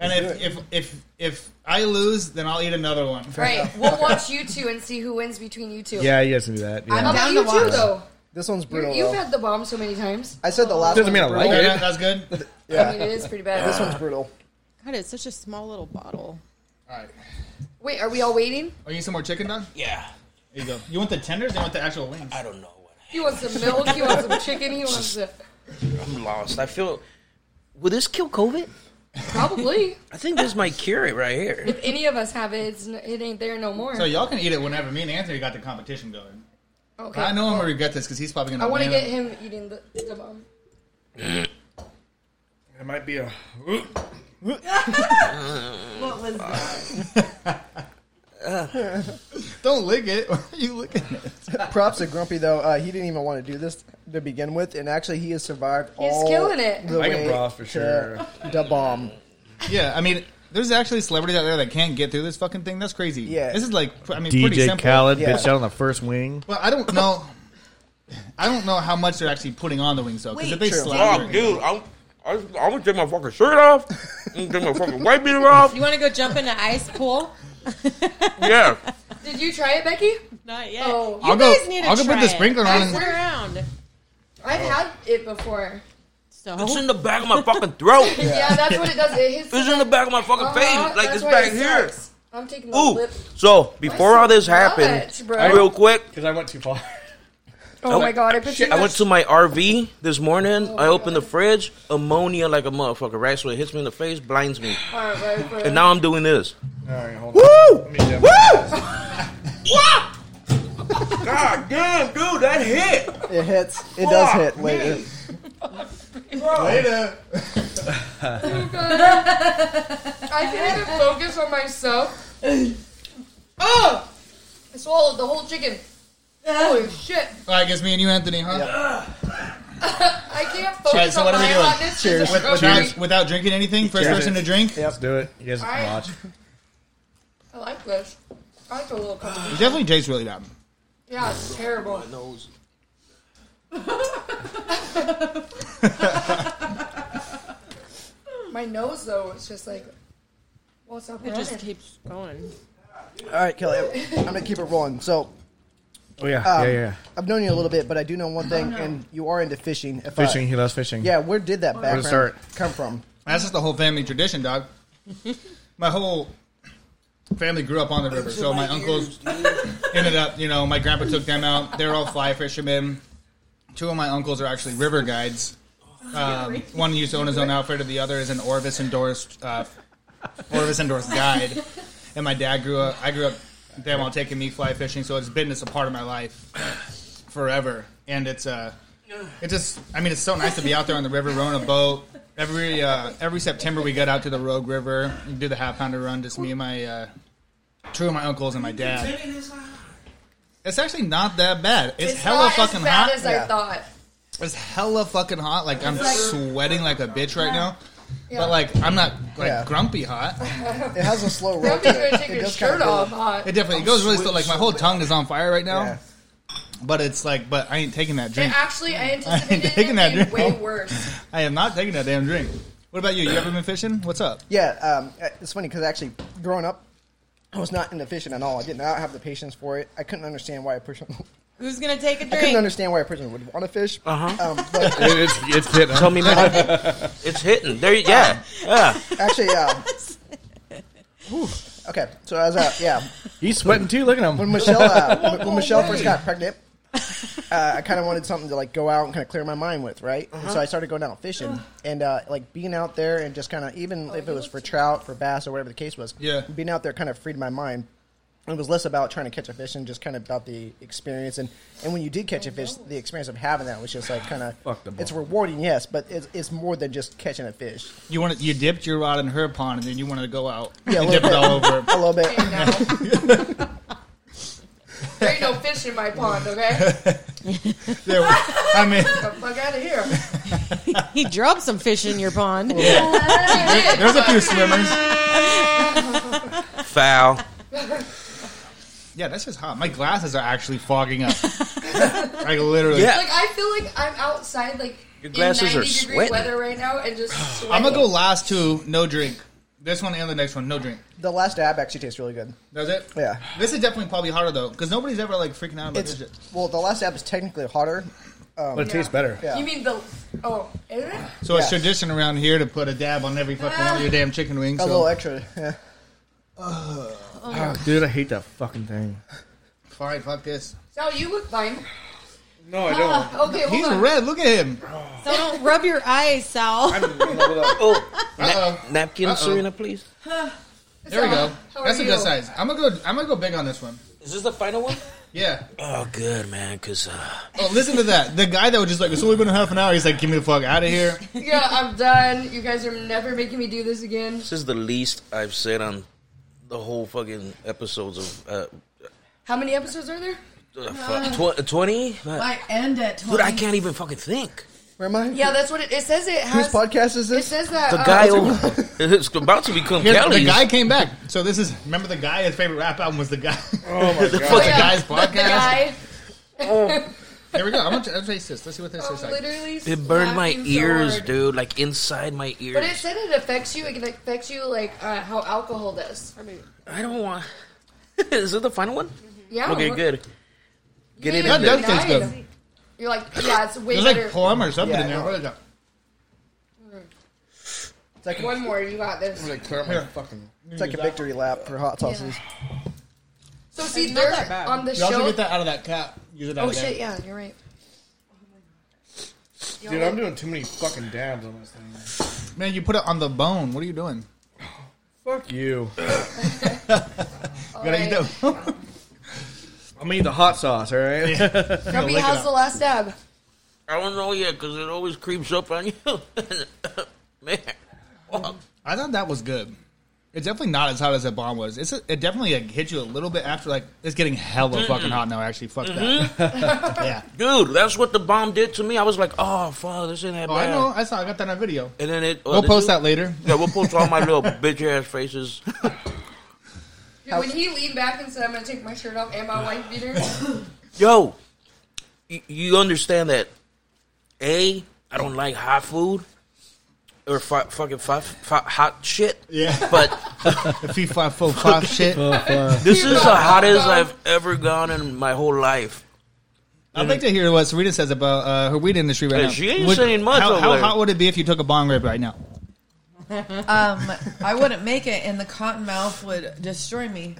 [SPEAKER 6] And if, if if if I lose, then I'll eat another one.
[SPEAKER 7] Right, we'll watch you two and see who wins between you two.
[SPEAKER 8] Yeah, you guys can do that. Yeah.
[SPEAKER 12] I'm
[SPEAKER 7] How
[SPEAKER 12] down
[SPEAKER 7] about
[SPEAKER 12] to
[SPEAKER 7] you two
[SPEAKER 12] watch.
[SPEAKER 7] though?
[SPEAKER 9] This one's brutal.
[SPEAKER 7] You're, you've
[SPEAKER 9] though.
[SPEAKER 7] had the bomb so many times.
[SPEAKER 9] I said the last.
[SPEAKER 8] Doesn't
[SPEAKER 9] one's
[SPEAKER 8] mean I like
[SPEAKER 9] brutal.
[SPEAKER 8] it. That's
[SPEAKER 6] good.
[SPEAKER 9] yeah,
[SPEAKER 7] I mean, it is pretty bad.
[SPEAKER 9] This one's brutal.
[SPEAKER 4] <laughs> God, it's such a small little bottle.
[SPEAKER 6] All right.
[SPEAKER 7] Wait, are we all waiting?
[SPEAKER 6] Are Oh, you some more chicken done?
[SPEAKER 2] Yeah.
[SPEAKER 6] There you go. You want the tenders? Or you want the actual wings? I
[SPEAKER 2] don't know.
[SPEAKER 7] He wants some milk. He wants some chicken. He wants the,
[SPEAKER 2] I'm lost. I feel. Will this kill COVID?
[SPEAKER 7] probably.
[SPEAKER 2] I think this might cure it right here.
[SPEAKER 7] If any of us have it, it's, n- it ain't there no more.
[SPEAKER 6] So y'all can eat it whenever. Me and Anthony got the competition going.
[SPEAKER 7] Okay.
[SPEAKER 6] I know I'm gonna regret this because he's probably gonna.
[SPEAKER 7] I want to
[SPEAKER 6] win.
[SPEAKER 7] get him eating the, the bomb.
[SPEAKER 8] It might be a.
[SPEAKER 7] What was
[SPEAKER 6] Don't lick it. <laughs> Why are you licking it?
[SPEAKER 9] <laughs> Props to Grumpy though. Uh, he didn't even want to do this to begin with, and actually, he has survived.
[SPEAKER 7] He's
[SPEAKER 9] all
[SPEAKER 7] killing it.
[SPEAKER 9] The
[SPEAKER 6] I can
[SPEAKER 9] way
[SPEAKER 6] bra for
[SPEAKER 9] to
[SPEAKER 6] sure.
[SPEAKER 9] The bomb.
[SPEAKER 6] Yeah, I mean, there's actually celebrities out there that can't get through this fucking thing. That's crazy.
[SPEAKER 9] Yeah.
[SPEAKER 6] this is like, I mean, pretty
[SPEAKER 8] DJ
[SPEAKER 6] simple.
[SPEAKER 8] Khaled bitch out on the first wing.
[SPEAKER 6] Well, I don't know. I don't know how much they're actually putting on the wings though, because if they
[SPEAKER 8] Wait,
[SPEAKER 6] slather
[SPEAKER 8] Oh,
[SPEAKER 6] it-
[SPEAKER 8] dude,
[SPEAKER 2] I'm, I, I'm gonna take my fucking shirt off. I'm gonna take my fucking white beater off.
[SPEAKER 4] You want to go jump in an ice pool?
[SPEAKER 2] Yeah.
[SPEAKER 7] Did you try it, Becky?
[SPEAKER 4] Not yet.
[SPEAKER 7] Oh,
[SPEAKER 4] You
[SPEAKER 6] I'll go-
[SPEAKER 4] guys need to
[SPEAKER 6] I'll go put
[SPEAKER 4] try
[SPEAKER 6] the
[SPEAKER 4] it.
[SPEAKER 6] sprinkler on
[SPEAKER 4] Pass
[SPEAKER 6] and-
[SPEAKER 4] it around.
[SPEAKER 7] I've
[SPEAKER 6] Oh.
[SPEAKER 7] had it before.
[SPEAKER 4] So
[SPEAKER 2] It's in the back of my fucking throat.
[SPEAKER 7] Yeah, that's what it does. It
[SPEAKER 2] <laughs>
[SPEAKER 7] hits.
[SPEAKER 2] It's in the back of my fucking
[SPEAKER 7] Uh-huh,
[SPEAKER 2] face, like
[SPEAKER 7] that's
[SPEAKER 2] it's
[SPEAKER 7] why
[SPEAKER 2] back
[SPEAKER 7] it
[SPEAKER 2] here.
[SPEAKER 7] sucks. I'm taking the
[SPEAKER 2] Ooh.
[SPEAKER 7] lip.
[SPEAKER 2] So before all this happened,
[SPEAKER 7] much, bro?
[SPEAKER 2] real quick,
[SPEAKER 8] because I went too <laughs> far.
[SPEAKER 7] Oh, my god! Oh I put too
[SPEAKER 2] I went
[SPEAKER 7] much-
[SPEAKER 2] to my RV this morning. I opened the fridge, ammonia like a motherfucker, right? So it hits me in the face, blinds me,
[SPEAKER 7] All
[SPEAKER 2] <laughs>
[SPEAKER 7] right, right, right.
[SPEAKER 2] and now I'm doing this.
[SPEAKER 8] All right, hold
[SPEAKER 2] Woo!
[SPEAKER 8] on.
[SPEAKER 2] Woo! God Ah, damn, dude, that hit.
[SPEAKER 9] It hits. It does
[SPEAKER 2] Fuck
[SPEAKER 9] hit
[SPEAKER 2] me.
[SPEAKER 9] later.
[SPEAKER 6] Later.
[SPEAKER 7] I can't even focus on
[SPEAKER 6] <laughs>
[SPEAKER 7] myself. Oh! I swallowed the whole chicken.
[SPEAKER 6] <laughs>
[SPEAKER 7] Holy shit.
[SPEAKER 6] All right, I guess me and you, Anthony, huh?
[SPEAKER 7] I can't
[SPEAKER 6] All right,
[SPEAKER 7] focus
[SPEAKER 6] so
[SPEAKER 7] on
[SPEAKER 6] what are
[SPEAKER 7] my
[SPEAKER 6] we doing?
[SPEAKER 7] hotness.
[SPEAKER 6] With- Without, without drinking anything, first
[SPEAKER 8] Cheers.
[SPEAKER 6] person to drink.
[SPEAKER 8] Let's do it. You guys
[SPEAKER 7] All right.
[SPEAKER 8] watch.
[SPEAKER 7] I like this. I like the
[SPEAKER 6] <gasps>
[SPEAKER 7] little cup.
[SPEAKER 6] It definitely tastes really bad.
[SPEAKER 7] Yeah, it's terrible.
[SPEAKER 2] nose.
[SPEAKER 7] <laughs> My nose, though, it's just like, well, it's not
[SPEAKER 4] It just
[SPEAKER 7] running.
[SPEAKER 4] keeps going.
[SPEAKER 9] All right, Kelly. I'm gonna keep it rolling. So.
[SPEAKER 8] Oh yeah,
[SPEAKER 9] um,
[SPEAKER 8] yeah, yeah.
[SPEAKER 9] I've known you a little bit, but I do know one
[SPEAKER 7] Oh,
[SPEAKER 9] thing, and you are into fishing. If I-
[SPEAKER 8] Fishing. He loves fishing.
[SPEAKER 9] Yeah, where did that
[SPEAKER 8] Where to
[SPEAKER 9] background
[SPEAKER 8] start?
[SPEAKER 9] come from?
[SPEAKER 6] That's just the whole family tradition, dog. my whole family grew up on the river, so my uncles ended up, you know, my grandpa took them out. They're all fly fishermen. Two of my uncles are actually
[SPEAKER 7] <laughs>
[SPEAKER 6] river guides. Um, one used to own his own outfit, the other is an Orvis endorsed, uh, Orvis endorsed guide. And my dad grew up. I grew up them while taking me fly fishing, so it's been just a part of my life forever. And it's uh, it just I mean it's so nice to be out there on the river rowing a boat. Every uh, every September we get out to the Rogue River and do the half pounder run. Just me and my uh, two of my uncles and my dad. It's actually not that bad. It's, hella
[SPEAKER 7] not
[SPEAKER 6] fucking
[SPEAKER 7] as bad
[SPEAKER 6] hot.
[SPEAKER 7] as I thought.
[SPEAKER 6] It's hella fucking hot. Like I'm
[SPEAKER 7] like-
[SPEAKER 6] sweating like a bitch right now.
[SPEAKER 7] Yeah.
[SPEAKER 6] But like I'm not like
[SPEAKER 9] Yeah.
[SPEAKER 6] grumpy hot.
[SPEAKER 9] It has a slow roll.
[SPEAKER 7] Don't
[SPEAKER 9] to
[SPEAKER 7] be gonna
[SPEAKER 9] it.
[SPEAKER 7] take
[SPEAKER 9] It
[SPEAKER 7] your
[SPEAKER 9] does kinda
[SPEAKER 7] shirt
[SPEAKER 9] go-
[SPEAKER 7] off hot.
[SPEAKER 6] It definitely it goes really slow. Like my whole tongue is on fire right now.
[SPEAKER 9] Yeah.
[SPEAKER 6] But it's like, but I ain't taking that
[SPEAKER 7] And
[SPEAKER 6] drink. <laughs>
[SPEAKER 7] actually,
[SPEAKER 9] <laughs>
[SPEAKER 7] I
[SPEAKER 6] I ain't
[SPEAKER 7] anticipated
[SPEAKER 6] taking that
[SPEAKER 7] it
[SPEAKER 6] drink.
[SPEAKER 7] being way
[SPEAKER 6] home.
[SPEAKER 7] worse.
[SPEAKER 6] <laughs> I am not taking that damn drink. What about you? You ever been fishing? What's up?
[SPEAKER 9] Yeah, um, it's funny because actually, growing up, I was not into fishing at all. I did not have the patience for it. I couldn't understand why a person. <laughs>
[SPEAKER 4] Who's gonna take a
[SPEAKER 9] I couldn't
[SPEAKER 4] drink?
[SPEAKER 9] understand why a person would want to fish.
[SPEAKER 2] Uh-huh.
[SPEAKER 9] Um, but
[SPEAKER 8] <laughs> It- it's it's hitting.
[SPEAKER 2] Tell me, man. it's hitting. There, you-
[SPEAKER 7] <laughs>
[SPEAKER 2] yeah, yeah.
[SPEAKER 9] actually, um, whew, okay. So I was out. Yeah,
[SPEAKER 8] He's sweating too. Look at him.
[SPEAKER 9] when Michelle uh, when, when Michelle first got pregnant, uh, I kind of wanted something to like go out and kind of clear my mind with, right? And so I started going out fishing and uh, like being out there and just kind of even if it was for trout, for bass, or whatever the case was.
[SPEAKER 6] Yeah.
[SPEAKER 9] being out there kind of freed my mind. It was less about trying to catch a fish and just kind of about the experience. And, and when you did catch a fish, the experience of having that was just like kind
[SPEAKER 8] Fuck the
[SPEAKER 9] of it's rewarding, yes, but it's, it's more than just catching a fish.
[SPEAKER 6] You want you dipped your rod in her pond, and then you wanted to go out
[SPEAKER 9] Yeah, a
[SPEAKER 6] and
[SPEAKER 9] little
[SPEAKER 6] dip it
[SPEAKER 9] bit.
[SPEAKER 6] all
[SPEAKER 9] <laughs>
[SPEAKER 6] over.
[SPEAKER 9] A little bit.
[SPEAKER 7] There ain't no fish in my pond, okay?
[SPEAKER 6] There we- I mean,
[SPEAKER 7] Get the fuck out of here.
[SPEAKER 4] <laughs> He dropped some fish in your
[SPEAKER 6] <laughs>
[SPEAKER 4] pond.
[SPEAKER 6] there's a few swimmers.
[SPEAKER 2] Foul.
[SPEAKER 6] Yeah, that's just hot. My glasses are actually fogging up. like literally.
[SPEAKER 2] Yeah.
[SPEAKER 7] Like I feel like I'm outside, like
[SPEAKER 2] Your glasses
[SPEAKER 7] in
[SPEAKER 2] are
[SPEAKER 7] 90 degree
[SPEAKER 2] sweating.
[SPEAKER 7] weather right now, and just
[SPEAKER 6] I'm gonna
[SPEAKER 7] sweating.
[SPEAKER 6] go last two. No drink. This one and the next one, no drink.
[SPEAKER 9] The last dab actually tastes really good.
[SPEAKER 6] Does it?
[SPEAKER 9] Yeah.
[SPEAKER 6] This is definitely probably harder though, because nobody's ever like freaking out about
[SPEAKER 9] It's
[SPEAKER 6] this shit.
[SPEAKER 9] well, the last dab is technically hotter. Um,
[SPEAKER 8] Oh,
[SPEAKER 6] But it tastes better.
[SPEAKER 9] Yeah.
[SPEAKER 7] You mean the? Oh, is it?
[SPEAKER 6] So it's tradition around here to put a dab on every fucking one of your damn chicken wings.
[SPEAKER 9] A
[SPEAKER 6] so-
[SPEAKER 9] little extra. <laughs> Yeah.
[SPEAKER 6] Ah,
[SPEAKER 8] Dude, I hate that fucking thing.
[SPEAKER 6] Fine, fuck this.
[SPEAKER 7] So you look fine.
[SPEAKER 8] No,
[SPEAKER 7] I don't. Ah, okay, hold
[SPEAKER 6] he's
[SPEAKER 7] on.
[SPEAKER 6] red. Look at him.
[SPEAKER 4] So don't rub your eyes, Sal.
[SPEAKER 2] napkin,
[SPEAKER 6] Uh-oh.
[SPEAKER 2] Oh, eh, Serena, please.
[SPEAKER 6] There we go.
[SPEAKER 4] How are
[SPEAKER 6] That's a
[SPEAKER 4] you?
[SPEAKER 6] good size. I'm gonna go. I'm gonna go big on this one.
[SPEAKER 2] Is this the final one?
[SPEAKER 6] Yeah.
[SPEAKER 2] Oh, good man, uh, because
[SPEAKER 6] Oh, listen to that. The guy that was just like, it's only been a half an hour. He's like, get me the fuck out of here.
[SPEAKER 7] Yeah, I'm done. You guys are never making me do this again.
[SPEAKER 2] this is the least I've said on the whole fucking episodes of uh,
[SPEAKER 7] How many episodes are there?
[SPEAKER 2] uh, fuck, tw- 20?
[SPEAKER 12] I end at
[SPEAKER 2] Dude, I can't even fucking think.
[SPEAKER 9] Remind
[SPEAKER 7] Yeah, that's what it, it says. It
[SPEAKER 9] Whose
[SPEAKER 7] has.
[SPEAKER 9] podcast is
[SPEAKER 7] It
[SPEAKER 9] this?
[SPEAKER 7] says that
[SPEAKER 2] The
[SPEAKER 7] uh,
[SPEAKER 2] guy over, <laughs> it's about to become
[SPEAKER 6] Here's-
[SPEAKER 2] Kelly's.
[SPEAKER 6] the guy came back. So this is remember the guy. His favorite rap album was the guy.
[SPEAKER 8] Oh my
[SPEAKER 6] the
[SPEAKER 8] God.
[SPEAKER 6] fucking guy's
[SPEAKER 7] the
[SPEAKER 6] podcast.
[SPEAKER 7] guy.
[SPEAKER 6] <laughs> Here we go. I'm gonna, t- I'm gonna taste this. Let's see what this tastes like.
[SPEAKER 7] Literally,
[SPEAKER 2] It burned my
[SPEAKER 7] slapping so
[SPEAKER 2] ears,
[SPEAKER 7] hard.
[SPEAKER 2] dude. Like inside my ears.
[SPEAKER 7] But it said it affects you. It affects you like uh, how alcohol does. I mean,
[SPEAKER 2] I don't want. <laughs> Is it the final one?
[SPEAKER 7] Yeah.
[SPEAKER 2] Okay,
[SPEAKER 7] Oh, what-
[SPEAKER 2] good. Get it
[SPEAKER 7] Yeah,
[SPEAKER 2] in
[SPEAKER 7] you
[SPEAKER 2] there.
[SPEAKER 6] That does taste
[SPEAKER 7] died.
[SPEAKER 6] good.
[SPEAKER 7] You're like, yeah, it's way
[SPEAKER 6] There's
[SPEAKER 7] better.
[SPEAKER 6] like plum or something
[SPEAKER 9] Yeah,
[SPEAKER 6] in there.
[SPEAKER 9] no.
[SPEAKER 6] What is that?
[SPEAKER 9] It's like a,
[SPEAKER 7] One more, you got this.
[SPEAKER 9] it's like a victory lap for hot sauces.
[SPEAKER 7] So see, they're on the
[SPEAKER 6] You also
[SPEAKER 7] show.
[SPEAKER 6] get that out of that cap. Use it out
[SPEAKER 7] Oh
[SPEAKER 6] of there.
[SPEAKER 7] shit! Yeah, you're right.
[SPEAKER 8] Dude, I'm doing too many fucking dabs on this thing.
[SPEAKER 6] Man, you put it on the bone. What are you doing?
[SPEAKER 8] Fuck you.
[SPEAKER 6] gotta eat
[SPEAKER 7] Alright.
[SPEAKER 6] that. bone. <laughs>
[SPEAKER 8] I'm gonna eat the hot sauce, all right?
[SPEAKER 2] <laughs>
[SPEAKER 7] Grumpy, how's the last dab?
[SPEAKER 2] I don't know yet because it always creeps up on you. <laughs> Man, fuck.
[SPEAKER 6] I thought that was good. It's definitely not as hot as that bomb was. It's it definitely like, hit you a little bit after like it's getting hella fucking hot now. Actually, fuck
[SPEAKER 2] Mm-hmm.
[SPEAKER 6] that. <laughs> yeah.
[SPEAKER 2] dude, that's what the bomb did to me. I was like, oh fuck, this ain't that
[SPEAKER 6] Oh, I
[SPEAKER 2] bad.
[SPEAKER 6] know. I saw. I got that on video.
[SPEAKER 2] And then it. oh,
[SPEAKER 6] We'll
[SPEAKER 2] did
[SPEAKER 6] post
[SPEAKER 2] you? <laughs>
[SPEAKER 6] that later.
[SPEAKER 2] Yeah, we'll post all my
[SPEAKER 6] <laughs>
[SPEAKER 2] little bitch ass faces.
[SPEAKER 7] Dude, when he leaned back and said, "I'm gonna take my shirt off and my wife beater,"
[SPEAKER 2] Yo, y- you understand that? A, I don't like hot food or fu- fucking fu- fu- hot shit.
[SPEAKER 6] Yeah.
[SPEAKER 2] But
[SPEAKER 6] The Fee Fi Fo Five shit. <laughs>
[SPEAKER 2] this is the hottest I've ever gone in my whole life.
[SPEAKER 6] I'd like to hear what Serena says about uh, her weed industry right
[SPEAKER 2] Yeah,
[SPEAKER 6] now.
[SPEAKER 2] she ain't saying much
[SPEAKER 6] How,
[SPEAKER 2] over
[SPEAKER 6] how
[SPEAKER 2] there.
[SPEAKER 6] hot would it be if you took a bong rip right now?
[SPEAKER 12] Um, I wouldn't make it, and the cotton mouth would destroy me.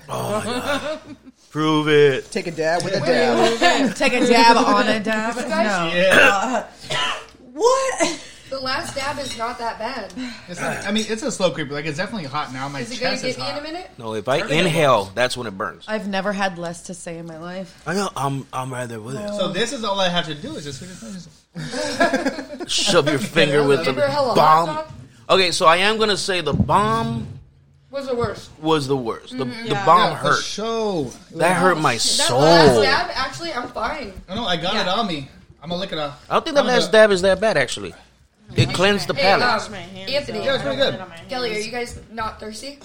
[SPEAKER 2] Prove it.
[SPEAKER 9] Take a dab with a dab.
[SPEAKER 12] Take a dab on a dab. No. What?
[SPEAKER 7] the last dab is not that bad.
[SPEAKER 6] <coughs> It's not, I mean, it's a slow creep. Like it's definitely hot now. My
[SPEAKER 7] Is it gonna
[SPEAKER 6] chest is
[SPEAKER 7] get me in a
[SPEAKER 6] hot.
[SPEAKER 7] minute?
[SPEAKER 2] No, if I inhale, that's when it burns.
[SPEAKER 12] I've never had less to say in my life.
[SPEAKER 2] I know. I'm. I'm right there with you.
[SPEAKER 6] So this is all I have to do is just.
[SPEAKER 2] Shove your finger with the
[SPEAKER 7] Remember how a hot
[SPEAKER 2] bomb.
[SPEAKER 7] dog
[SPEAKER 2] Okay, so I am gonna say the bomb
[SPEAKER 7] was the worst?
[SPEAKER 2] was the worst. The, the bomb
[SPEAKER 6] Yeah, for
[SPEAKER 2] hurt.
[SPEAKER 6] Show.
[SPEAKER 2] That hurt my
[SPEAKER 7] Mm-hmm. That
[SPEAKER 2] soul.
[SPEAKER 7] last dab, actually, I'm fine.
[SPEAKER 6] I know. I got it on me. I'm gonna lick it off.
[SPEAKER 2] I don't think the
[SPEAKER 6] I'm gonna-
[SPEAKER 2] last dab is that bad actually. It cleansed the
[SPEAKER 7] Hey, um,
[SPEAKER 2] palate.
[SPEAKER 7] Anthony,
[SPEAKER 6] Yeah, it's pretty good.
[SPEAKER 7] Kelly, are you guys not thirsty?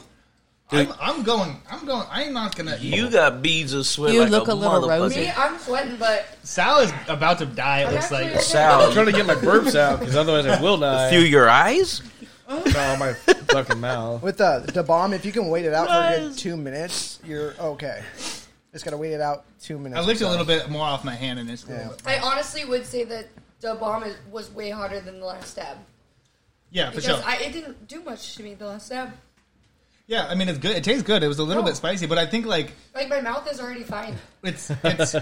[SPEAKER 6] I'm, I'm going. I'm going. I'm not gonna.
[SPEAKER 2] You got beads of sweat.
[SPEAKER 12] You
[SPEAKER 2] like
[SPEAKER 12] look
[SPEAKER 2] a,
[SPEAKER 12] a little
[SPEAKER 2] motherfucker.
[SPEAKER 12] rosy.
[SPEAKER 7] Me, I'm sweating, but
[SPEAKER 6] Sal is about to die. It
[SPEAKER 7] I'm
[SPEAKER 6] looks
[SPEAKER 7] actually
[SPEAKER 6] like.
[SPEAKER 7] okay.
[SPEAKER 2] Sal,
[SPEAKER 8] I'm trying to get my burps out because otherwise I will die.
[SPEAKER 2] through your eyes.
[SPEAKER 8] Oh, my fucking mouth.
[SPEAKER 9] With the the bomb, if you can wait it out for a good two minutes, you're okay. Just gotta wait it out two minutes.
[SPEAKER 6] I licked a
[SPEAKER 9] or so.
[SPEAKER 6] little bit more off my hand in this. Yeah,
[SPEAKER 7] I honestly would say that the bomb is, was way hotter than the last dab
[SPEAKER 6] yeah for
[SPEAKER 7] because
[SPEAKER 6] sure.
[SPEAKER 7] I, it didn't do much to me the last dab.
[SPEAKER 6] yeah, I mean it's good. It tastes good. It was a little bit spicy, but I think like
[SPEAKER 7] Like my mouth is already fine.
[SPEAKER 6] it's it's.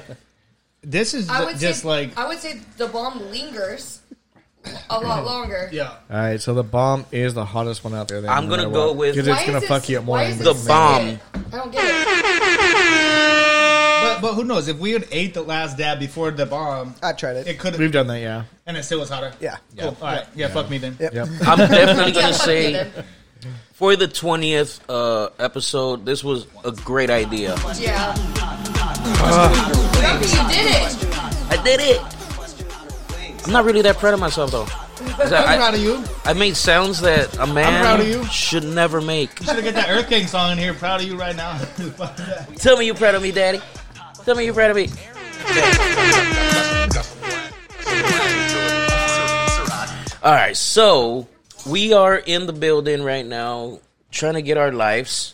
[SPEAKER 6] this is
[SPEAKER 7] I would
[SPEAKER 6] just
[SPEAKER 7] say,
[SPEAKER 6] like
[SPEAKER 7] I would say the bomb lingers a lot longer.
[SPEAKER 6] yeah.
[SPEAKER 8] All right, so the bomb is the hottest one out there. Then,
[SPEAKER 2] I'm
[SPEAKER 8] no
[SPEAKER 2] gonna
[SPEAKER 8] matter
[SPEAKER 2] go
[SPEAKER 8] what.
[SPEAKER 2] with-
[SPEAKER 8] 'Cause
[SPEAKER 7] Why
[SPEAKER 8] it's
[SPEAKER 7] is
[SPEAKER 8] gonna
[SPEAKER 7] it-
[SPEAKER 8] fuck you up more.
[SPEAKER 7] why
[SPEAKER 8] than
[SPEAKER 7] is it
[SPEAKER 2] The
[SPEAKER 8] this.
[SPEAKER 2] bomb.
[SPEAKER 7] I don't get it.
[SPEAKER 6] But but who knows? If we had ate the last dab before the bomb,
[SPEAKER 9] I tried it.
[SPEAKER 6] it could
[SPEAKER 8] We've
[SPEAKER 6] have
[SPEAKER 8] done that, yeah.
[SPEAKER 6] and it still was hotter.
[SPEAKER 9] Yeah.
[SPEAKER 6] Cool. All right. Yeah, Fuck me then.
[SPEAKER 9] Yep.
[SPEAKER 8] Yep.
[SPEAKER 2] I'm definitely
[SPEAKER 7] <laughs> Yeah,
[SPEAKER 2] gonna
[SPEAKER 7] fuck you
[SPEAKER 2] say
[SPEAKER 7] then.
[SPEAKER 2] for the twentieth uh, episode, this was a great idea.
[SPEAKER 7] Yeah. Grumpy, you did it.
[SPEAKER 2] I did it. I'm not really that proud of myself though. 'Cause
[SPEAKER 6] I'm
[SPEAKER 2] I-
[SPEAKER 6] proud of you.
[SPEAKER 2] I made sounds that a
[SPEAKER 6] proud of you.
[SPEAKER 2] man should never make.
[SPEAKER 6] Should have got that Earth Gang song in here. Proud of you right now. <laughs>
[SPEAKER 2] Tell me you're proud of me, Daddy. Tell me you're proud of me. All right, so we are in the building right now. trying to get our lives.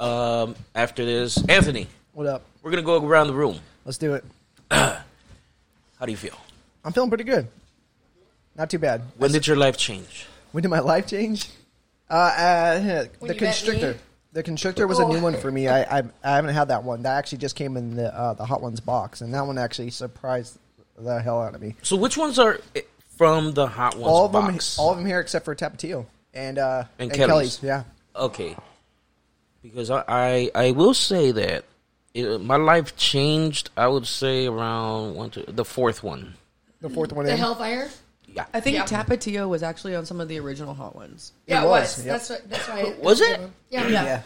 [SPEAKER 2] Um, after this, Anthony,
[SPEAKER 9] What up?
[SPEAKER 2] we're gonna go around the room.
[SPEAKER 9] Let's do it.
[SPEAKER 2] How do you feel?
[SPEAKER 9] I'm feeling pretty good. Not too bad.
[SPEAKER 2] When did your life change?
[SPEAKER 9] When did my <laughs> life change? Uh, uh,
[SPEAKER 7] When
[SPEAKER 9] the
[SPEAKER 7] you met
[SPEAKER 9] constrictor.
[SPEAKER 7] me?
[SPEAKER 9] The constrictor was a
[SPEAKER 7] Oh.
[SPEAKER 9] new one for me. I, I I haven't had that one. That actually just came in the uh, the hot ones box, and that one actually surprised the hell out of me.
[SPEAKER 2] So which ones are eh, from the hot ones?
[SPEAKER 9] all of them,
[SPEAKER 2] box?
[SPEAKER 9] all of them here except for Tapatio and uh,
[SPEAKER 2] and,
[SPEAKER 9] and,
[SPEAKER 2] Kelly's.
[SPEAKER 9] Kelly's. Yeah,
[SPEAKER 2] Okay. Because I, I I will say that it, my life changed. I would say around one to the fourth one.
[SPEAKER 9] the fourth one.
[SPEAKER 7] The
[SPEAKER 9] in.
[SPEAKER 7] Hellfire.
[SPEAKER 2] Yeah.
[SPEAKER 12] I think
[SPEAKER 7] Yeah.
[SPEAKER 12] Tapatio was actually on some of the original hot ones.
[SPEAKER 9] It
[SPEAKER 7] Yeah, it was.
[SPEAKER 9] was, yep.
[SPEAKER 7] That's what. That's why. it-
[SPEAKER 2] Was
[SPEAKER 7] that's
[SPEAKER 2] it?
[SPEAKER 7] a good one. Yeah, yeah.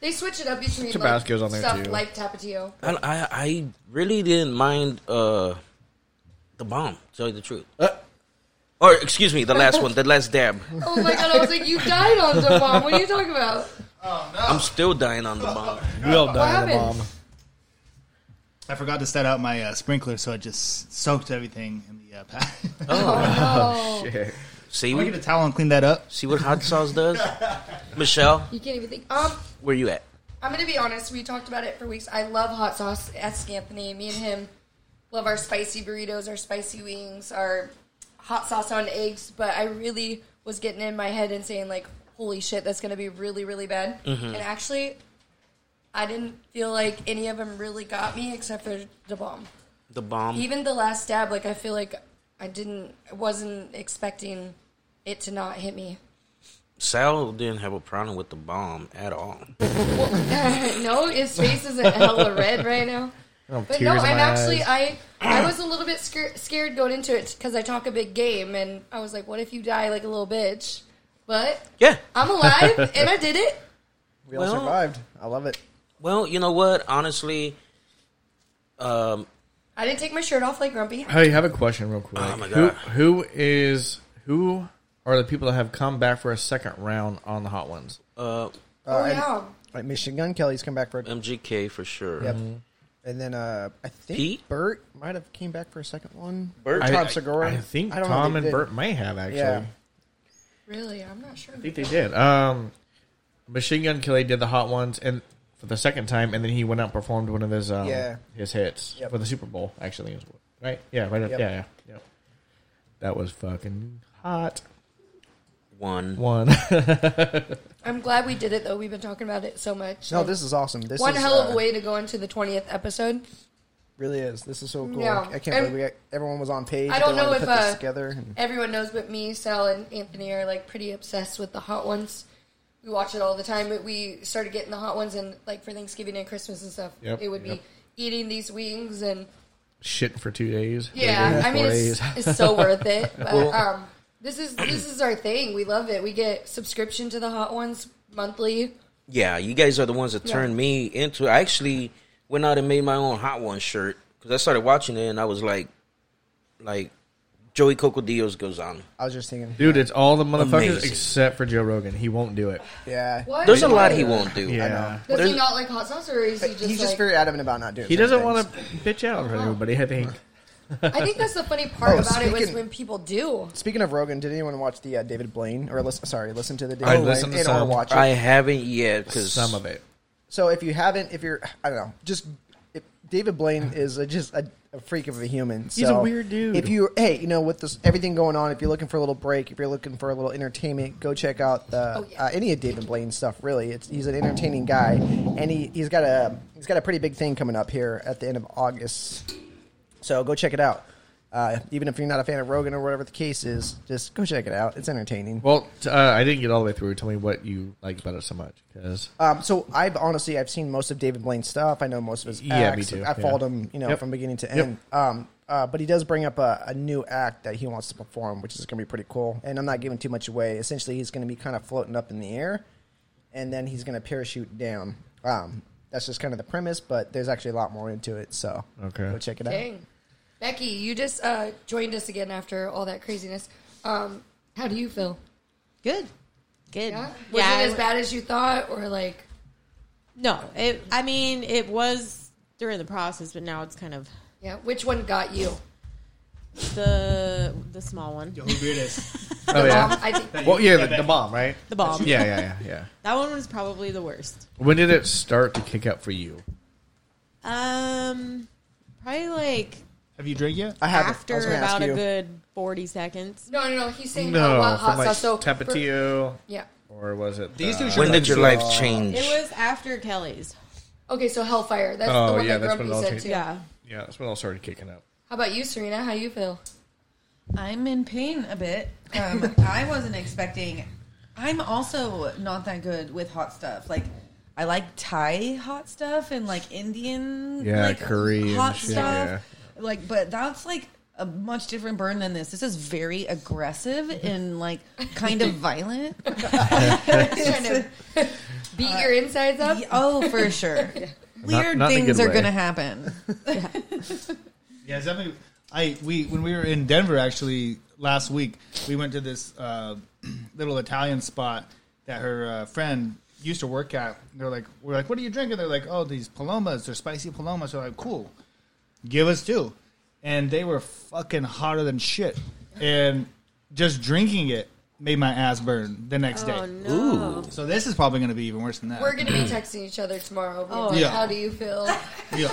[SPEAKER 7] They switch it up between
[SPEAKER 2] Tabasco's
[SPEAKER 7] like,
[SPEAKER 2] on there,
[SPEAKER 7] stuff
[SPEAKER 2] too.
[SPEAKER 7] like Tapatio.
[SPEAKER 2] I, I I really didn't mind uh the bomb. To tell you the truth.
[SPEAKER 6] Uh.
[SPEAKER 2] or excuse me, the last one, the last dab.
[SPEAKER 7] Oh my god! I was like, you died on the bomb. What are you talking about?
[SPEAKER 2] I'm still dying on the bomb.
[SPEAKER 6] We all
[SPEAKER 7] die on the happened? <laughs>
[SPEAKER 6] I forgot to set out my uh, sprinkler, so it just soaked everything in the uh, <laughs> pack.
[SPEAKER 2] Oh,
[SPEAKER 7] no.
[SPEAKER 2] shit. See,
[SPEAKER 6] I'm
[SPEAKER 2] we
[SPEAKER 6] gonna get a towel and clean that up.
[SPEAKER 2] See what hot sauce
[SPEAKER 6] <laughs>
[SPEAKER 2] does? Michelle,
[SPEAKER 7] You can't even think. Um,
[SPEAKER 2] where you at?
[SPEAKER 7] I'm gonna be honest. We talked about it for weeks. I love hot sauce. Ask Anthony. Me and him love our spicy burritos, our spicy wings, our hot sauce on eggs. But I really was getting in my head and saying like, "Holy shit, that's gonna be really, really bad."
[SPEAKER 13] Mhm.
[SPEAKER 7] And actually, I didn't feel like any of them really got me except for the bomb.
[SPEAKER 2] The bomb.
[SPEAKER 7] Even the last stab, like I feel like I didn't, I wasn't expecting it to not hit me. <laughs>
[SPEAKER 2] Sal didn't have a problem with the bomb at all.
[SPEAKER 7] no, his face isn't hella red right now.
[SPEAKER 2] Oh,
[SPEAKER 7] But
[SPEAKER 2] tears
[SPEAKER 7] no,
[SPEAKER 2] in
[SPEAKER 7] I'm
[SPEAKER 2] my
[SPEAKER 7] actually
[SPEAKER 2] eyes.
[SPEAKER 7] I I
[SPEAKER 9] <clears throat>
[SPEAKER 7] was a little bit scar- scared going into it because I talk a big game, and I was like, "What if you die like a little bitch?" But
[SPEAKER 2] Yeah.
[SPEAKER 7] I'm alive,
[SPEAKER 9] <laughs>
[SPEAKER 7] and I did it.
[SPEAKER 9] we all
[SPEAKER 2] Well-
[SPEAKER 9] survived. I love it.
[SPEAKER 2] Well, you know what? Honestly, um,
[SPEAKER 7] I didn't take my shirt off like Grumpy.
[SPEAKER 9] Uh,
[SPEAKER 8] Hey, I have a question real quick.
[SPEAKER 2] Oh, my
[SPEAKER 8] Who-
[SPEAKER 2] God.
[SPEAKER 8] who is who are the people that have come back for a second round on the hot ones?
[SPEAKER 2] uh,
[SPEAKER 7] Oh,
[SPEAKER 9] and-
[SPEAKER 7] yeah.
[SPEAKER 9] like Michigan Gun Kelly's come back for a
[SPEAKER 2] Mm-hmm. MGK for sure.
[SPEAKER 9] Yep. And then uh, I think
[SPEAKER 2] Pete?
[SPEAKER 9] Bert might have came back for a second one.
[SPEAKER 2] Bert?
[SPEAKER 9] Tom
[SPEAKER 2] I- I-
[SPEAKER 9] Segura.
[SPEAKER 8] I think
[SPEAKER 9] know if
[SPEAKER 8] Tom
[SPEAKER 9] they
[SPEAKER 8] and
[SPEAKER 9] did.
[SPEAKER 8] Bert may have, actually.
[SPEAKER 9] Yeah.
[SPEAKER 7] Really, I'm not sure.
[SPEAKER 8] I think they did. Um, Machine Gun Kelly did the hot ones and for the second time, and then he went out and performed one of his um,
[SPEAKER 9] Yeah.
[SPEAKER 8] his hits
[SPEAKER 9] Yep.
[SPEAKER 8] for the Super Bowl. Actually, it was- right? Yeah, right. up-
[SPEAKER 9] Yep.
[SPEAKER 8] Yeah, yeah, yeah. That was fucking hot.
[SPEAKER 2] One,
[SPEAKER 8] one. <laughs>
[SPEAKER 7] I'm glad we did it though. We've been talking about it so much.
[SPEAKER 9] No, this is awesome. This
[SPEAKER 7] one
[SPEAKER 9] is,
[SPEAKER 7] hell of
[SPEAKER 9] uh,
[SPEAKER 7] a way to go into the 20th episode.
[SPEAKER 9] Really is. This is so cool.
[SPEAKER 7] Yeah.
[SPEAKER 9] I can't
[SPEAKER 7] And-
[SPEAKER 9] believe we, everyone was on page.
[SPEAKER 7] I don't
[SPEAKER 9] They wanted
[SPEAKER 7] know
[SPEAKER 9] to
[SPEAKER 7] if
[SPEAKER 9] put this
[SPEAKER 7] uh,
[SPEAKER 9] together. and-
[SPEAKER 7] everyone knows, but me, Sal, and Anthony are like pretty obsessed with the hot ones. We watch it all the time, but we started getting the hot ones and like for Thanksgiving and Christmas and stuff.
[SPEAKER 8] Yep,
[SPEAKER 7] it would
[SPEAKER 8] yep.
[SPEAKER 7] be eating these wings and
[SPEAKER 8] Shit for two days.
[SPEAKER 7] yeah, I mean it's,
[SPEAKER 8] Four days.
[SPEAKER 7] it's so worth
[SPEAKER 8] <laughs>
[SPEAKER 7] it. But
[SPEAKER 8] Well-
[SPEAKER 7] um, this is this is our thing. We love it. We get subscription to the hot ones monthly.
[SPEAKER 2] Yeah, you guys are the ones that
[SPEAKER 7] Yeah.
[SPEAKER 2] turned me into. I actually went out and made my own hot one shirt because I started watching it and I was like, like Joey Cocodillos goes on.
[SPEAKER 9] I was just thinking,
[SPEAKER 8] Dude, it's all the motherfuckers
[SPEAKER 2] Amazing.
[SPEAKER 8] except for Joe Rogan. He won't do it.
[SPEAKER 9] yeah.
[SPEAKER 7] What?
[SPEAKER 2] There's a lot he won't do.
[SPEAKER 8] Yeah.
[SPEAKER 7] Does he not like hot sauce, or is he just
[SPEAKER 9] He's
[SPEAKER 7] like?
[SPEAKER 9] just very adamant about not doing.
[SPEAKER 8] He doesn't want
[SPEAKER 9] to.
[SPEAKER 8] to bitch out on everybody. I think.
[SPEAKER 7] I think that's the
[SPEAKER 8] <laughs>
[SPEAKER 7] funny part
[SPEAKER 9] Oh,
[SPEAKER 7] about it was
[SPEAKER 9] speaking-
[SPEAKER 7] when people do.
[SPEAKER 9] Speaking of Rogan, did anyone watch the uh, David Blaine or listen? Sorry, listen to the David
[SPEAKER 8] I
[SPEAKER 9] Blaine.
[SPEAKER 8] listened to
[SPEAKER 9] and or
[SPEAKER 8] some.
[SPEAKER 9] watch it.
[SPEAKER 2] I haven't yet because
[SPEAKER 8] Some of it.
[SPEAKER 9] So if you haven't, if you're, I don't know, just if David Blaine is a, just a, a freak of a human.
[SPEAKER 8] He's a
[SPEAKER 9] So
[SPEAKER 8] weird dude.
[SPEAKER 9] If you, hey, you know, with this everything going on, if you're looking for a little break, if you're looking for a little entertainment, go check out the, uh, any of David Blaine's stuff. Really, it's, he's an entertaining guy, and he he's got a he's got a pretty big thing coming up here at the end of August. So go check it out. Uh, even if you're not a fan of Rogan or whatever the case is, just go check it out. It's entertaining.
[SPEAKER 8] Well, t- uh, I didn't get all the way through. Tell me what you like about it so much, because
[SPEAKER 9] Um, so I've honestly I've seen most of David Blaine's stuff. I know most of his
[SPEAKER 8] Yeah, me
[SPEAKER 9] acts.
[SPEAKER 8] too,
[SPEAKER 9] I
[SPEAKER 8] yeah.
[SPEAKER 9] followed him, you know,
[SPEAKER 8] Yep.
[SPEAKER 9] from beginning to
[SPEAKER 8] Yep.
[SPEAKER 9] end. Um, uh, but he does bring up a, a new act that he wants to perform, which is going to be pretty cool. And I'm not giving too much away. Essentially, he's going to be kind of floating up in the air, and then he's going to parachute down. Um, that's just kind of the premise, but there's actually a lot more into it. So
[SPEAKER 8] Okay.
[SPEAKER 9] go check it out.
[SPEAKER 7] Dang, Becky, you just uh, joined us again after all that craziness. Um, how do you feel?
[SPEAKER 4] Good. Good.
[SPEAKER 7] Yeah? Was
[SPEAKER 4] Yeah,
[SPEAKER 7] it
[SPEAKER 4] I
[SPEAKER 7] as bad as you thought, or like
[SPEAKER 4] No, it, I mean it was during the process, but now it's kind of
[SPEAKER 7] yeah? Which one got you?
[SPEAKER 4] the the small one.
[SPEAKER 6] Yo, who beard is?
[SPEAKER 8] Oh
[SPEAKER 9] <laughs>
[SPEAKER 8] yeah.
[SPEAKER 4] I think-
[SPEAKER 8] well, yeah, the, the bomb, right?
[SPEAKER 4] The bomb.
[SPEAKER 8] Yeah, yeah, yeah, yeah.
[SPEAKER 4] That one was probably the worst.
[SPEAKER 8] When did it start to kick up for you?
[SPEAKER 4] Um, probably like
[SPEAKER 6] Have you drank yet?
[SPEAKER 8] I haven't. I
[SPEAKER 4] after
[SPEAKER 8] was gonna ask
[SPEAKER 4] about a
[SPEAKER 8] you.
[SPEAKER 4] good forty seconds.
[SPEAKER 7] No, no, no. He's saying
[SPEAKER 8] No,
[SPEAKER 7] how about
[SPEAKER 8] from
[SPEAKER 7] Oh, hot
[SPEAKER 8] like
[SPEAKER 7] sauce. So
[SPEAKER 8] Tapatio.
[SPEAKER 7] for- yeah.
[SPEAKER 8] Or was it
[SPEAKER 2] These
[SPEAKER 8] the-
[SPEAKER 2] two should When did your life change?
[SPEAKER 4] It was after Kelly's.
[SPEAKER 7] Okay, so Hellfire. That's the
[SPEAKER 8] oh
[SPEAKER 7] one
[SPEAKER 8] yeah,
[SPEAKER 7] that
[SPEAKER 8] that's when
[SPEAKER 7] Grumpy
[SPEAKER 8] it all
[SPEAKER 7] said
[SPEAKER 8] changed.
[SPEAKER 7] too.
[SPEAKER 8] Yeah. yeah, that's when it all started kicking up.
[SPEAKER 7] How about you, Serena? How you feel?
[SPEAKER 12] I'm in pain a bit. Um, I wasn't expecting. I'm also not that good with hot stuff. Like, I like Thai hot stuff and like
[SPEAKER 7] Mm,
[SPEAKER 12] Indian,
[SPEAKER 8] Yeah,
[SPEAKER 12] like,
[SPEAKER 8] curry and
[SPEAKER 12] hot
[SPEAKER 8] shit, yeah.
[SPEAKER 12] stuff. Like, but that's like a much different burn than this. This is very aggressive and like kind of violent.
[SPEAKER 7] Trying to <laughs> beat your insides up.
[SPEAKER 12] oh, for sure. Weird
[SPEAKER 6] not in a good
[SPEAKER 12] things are
[SPEAKER 6] way.
[SPEAKER 12] going to happen.
[SPEAKER 6] Yeah, it's definitely. I we when we were in Denver actually last week, we went to this uh, <clears throat> little Italian spot that her uh, friend used to work at. They're like, we're like, what are you drinking? They're like, oh, these palomas. They're spicy palomas. They're like, cool, give us two, and they were fucking hotter than shit, and just drinking it made my ass burn the next
[SPEAKER 7] Oh,
[SPEAKER 6] day.
[SPEAKER 7] no. Ooh.
[SPEAKER 6] So this is probably going to be even worse than that.
[SPEAKER 7] We're gonna be texting each other tomorrow. We're
[SPEAKER 12] Oh,
[SPEAKER 7] like,
[SPEAKER 6] yeah.
[SPEAKER 7] How do you feel? <laughs>
[SPEAKER 6] Yeah.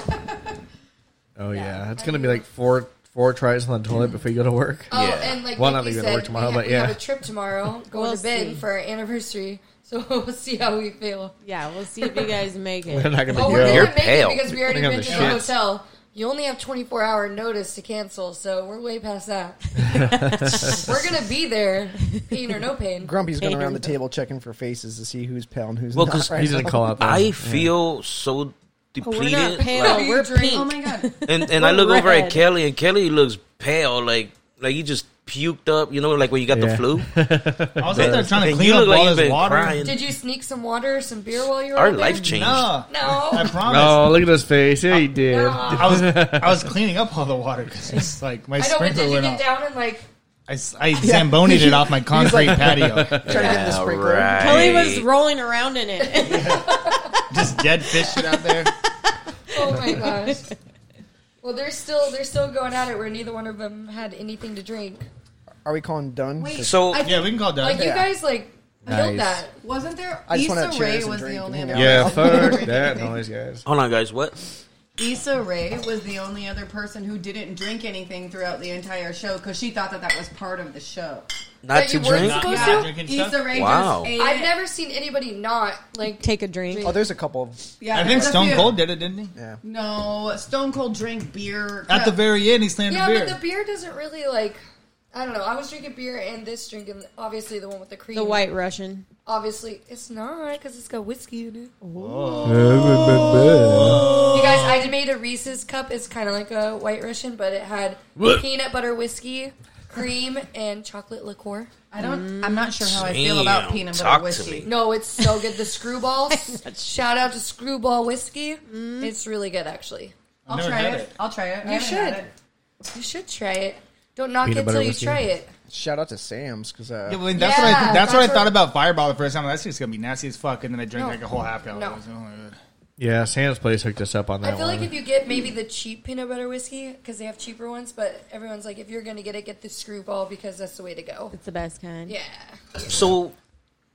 [SPEAKER 8] Oh yeah, it's gonna be like four four tries on the toilet before you go to work. <laughs>
[SPEAKER 7] Oh, and like
[SPEAKER 8] well,
[SPEAKER 7] Nikki
[SPEAKER 8] not even
[SPEAKER 7] said,
[SPEAKER 8] to work tomorrow,
[SPEAKER 7] we have,
[SPEAKER 8] but
[SPEAKER 7] we
[SPEAKER 8] yeah.
[SPEAKER 7] have a trip
[SPEAKER 4] <laughs>
[SPEAKER 7] tomorrow. Going
[SPEAKER 4] We'll
[SPEAKER 7] to bed
[SPEAKER 4] see.
[SPEAKER 7] for our anniversary, <laughs> so we'll see how we feel.
[SPEAKER 4] Yeah, we'll see if you guys make
[SPEAKER 2] <laughs>
[SPEAKER 4] it.
[SPEAKER 8] We're not gonna
[SPEAKER 7] oh,
[SPEAKER 8] go.
[SPEAKER 7] we're
[SPEAKER 8] You're
[SPEAKER 7] gonna make
[SPEAKER 8] pale.
[SPEAKER 7] it because we already
[SPEAKER 8] We're gonna
[SPEAKER 7] rented
[SPEAKER 8] have
[SPEAKER 7] the
[SPEAKER 8] the shits.
[SPEAKER 7] hotel. You only have 24 hour notice to cancel, so we're way past
[SPEAKER 8] <laughs>
[SPEAKER 7] that. we're gonna be there, pain or no pain.
[SPEAKER 9] <laughs> Grumpy's going
[SPEAKER 7] Pain or
[SPEAKER 9] around the
[SPEAKER 7] no-
[SPEAKER 9] table checking for faces to see who's pale and who's
[SPEAKER 2] Well,
[SPEAKER 9] not.
[SPEAKER 2] because
[SPEAKER 9] <laughs>
[SPEAKER 8] <laughs>
[SPEAKER 9] right now.
[SPEAKER 2] I feel so depleted. like-
[SPEAKER 7] Are you drink-
[SPEAKER 4] Oh
[SPEAKER 12] my god!
[SPEAKER 2] and and I
[SPEAKER 4] We're
[SPEAKER 2] look over
[SPEAKER 4] red.
[SPEAKER 2] at Kelly, and Kelly looks pale, like like you just puked up. You know, like when you got the
[SPEAKER 8] Yeah.
[SPEAKER 6] <laughs>
[SPEAKER 2] flu.
[SPEAKER 6] I was out there trying to
[SPEAKER 2] And
[SPEAKER 6] clean
[SPEAKER 2] you
[SPEAKER 6] up
[SPEAKER 2] look like
[SPEAKER 6] all
[SPEAKER 2] you've
[SPEAKER 6] this
[SPEAKER 2] been
[SPEAKER 6] water.
[SPEAKER 2] crying.
[SPEAKER 7] <laughs> Did you sneak some water, or some beer while you were
[SPEAKER 2] Our
[SPEAKER 7] out there?
[SPEAKER 2] life changed.
[SPEAKER 6] No,
[SPEAKER 7] no,
[SPEAKER 8] <laughs>
[SPEAKER 6] I promise.
[SPEAKER 8] Oh, look at his face. Yeah, he did.
[SPEAKER 6] I <laughs> was I was cleaning up all the water because it's like my
[SPEAKER 7] I know, but did
[SPEAKER 6] sprinkler
[SPEAKER 7] you
[SPEAKER 6] went
[SPEAKER 7] get
[SPEAKER 6] off.
[SPEAKER 7] down and like?
[SPEAKER 6] I, s- I zambonied it <laughs> off my concrete patio.
[SPEAKER 2] Yeah,
[SPEAKER 4] Kelly was
[SPEAKER 2] right.
[SPEAKER 4] rolling around in it.
[SPEAKER 6] <laughs> just dead fish shit out there.
[SPEAKER 7] Oh
[SPEAKER 4] <laughs>
[SPEAKER 7] my gosh. Well, they're still they're still going at it where neither one of them had anything to drink.
[SPEAKER 9] Are we calling done?
[SPEAKER 2] So
[SPEAKER 7] I think- Like you
[SPEAKER 9] Yeah.
[SPEAKER 7] guys like built
[SPEAKER 9] Nice.
[SPEAKER 7] that.
[SPEAKER 12] Wasn't there?
[SPEAKER 9] I just
[SPEAKER 12] Issa
[SPEAKER 9] want to
[SPEAKER 12] Rae
[SPEAKER 9] cheers and
[SPEAKER 12] was the
[SPEAKER 9] drink
[SPEAKER 12] only
[SPEAKER 9] and
[SPEAKER 12] other.
[SPEAKER 9] hang out.
[SPEAKER 7] <laughs>
[SPEAKER 8] yeah, fuck that noise, guys.
[SPEAKER 2] Hold on, guys. What?
[SPEAKER 12] Issa Rae was the only other person who didn't drink anything throughout the entire show because she thought that that was part of the show.
[SPEAKER 2] Not That to you weren't drink?
[SPEAKER 9] supposed
[SPEAKER 12] Yeah.
[SPEAKER 9] to? Drinking stuff?
[SPEAKER 12] Issa Rae
[SPEAKER 2] Wow.
[SPEAKER 12] just ate
[SPEAKER 7] I've
[SPEAKER 12] it.
[SPEAKER 7] never seen anybody not like
[SPEAKER 4] take a drink.
[SPEAKER 9] Oh, there's a couple. Of,
[SPEAKER 12] Yeah,
[SPEAKER 6] I think
[SPEAKER 12] there's a
[SPEAKER 6] Stone
[SPEAKER 12] few-
[SPEAKER 6] Cold did it, didn't he?
[SPEAKER 9] Yeah.
[SPEAKER 12] No, Stone Cold drank beer
[SPEAKER 6] At the
[SPEAKER 12] crap.
[SPEAKER 6] very end, he slammed
[SPEAKER 7] Yeah,
[SPEAKER 6] a beer.
[SPEAKER 7] but the beer doesn't really like. I don't know. I was drinking beer and this drinking obviously the one with the cream.
[SPEAKER 4] The White Russian.
[SPEAKER 7] Obviously, it's not because it's got whiskey in it.
[SPEAKER 8] Oh.
[SPEAKER 7] You guys, I made a Reese's cup. It's kind of like a White Russian, but it had
[SPEAKER 8] What?
[SPEAKER 7] peanut butter whiskey, cream, and chocolate liqueur.
[SPEAKER 12] I don't. I'm not sure how I feel about
[SPEAKER 2] Damn,
[SPEAKER 12] peanut
[SPEAKER 2] talk
[SPEAKER 12] butter
[SPEAKER 2] to
[SPEAKER 12] whiskey.
[SPEAKER 2] me.
[SPEAKER 7] No, it's so good. The Screwball. Shout out to Screwball Whiskey. It's really good, actually.
[SPEAKER 12] I'll try it. I'll try it. I
[SPEAKER 7] You
[SPEAKER 12] haven't had
[SPEAKER 7] should.
[SPEAKER 12] it.
[SPEAKER 7] You should try it. Don't knock
[SPEAKER 9] Peanut
[SPEAKER 7] it
[SPEAKER 9] butter
[SPEAKER 7] till you
[SPEAKER 9] whiskey.
[SPEAKER 7] try it.
[SPEAKER 9] shout out to Sam's because uh,
[SPEAKER 6] Yeah, well, that's what I,
[SPEAKER 7] Yeah,
[SPEAKER 6] that's, what I
[SPEAKER 7] that's
[SPEAKER 6] thought
[SPEAKER 7] what-
[SPEAKER 6] about Fireball the first time. That's just gonna be nasty as fuck, and then I drank
[SPEAKER 7] No.
[SPEAKER 6] like a whole half gallon.
[SPEAKER 7] No.
[SPEAKER 6] I was like, oh my God.
[SPEAKER 8] Yeah, Santa's place hooked us up on that
[SPEAKER 7] I feel
[SPEAKER 8] one.
[SPEAKER 7] like if you get maybe the cheap peanut butter whiskey because they have cheaper ones, but everyone's like, if you're gonna get it, get the Screwball because that's the way to go.
[SPEAKER 4] It's the best kind.
[SPEAKER 7] Yeah.
[SPEAKER 2] So,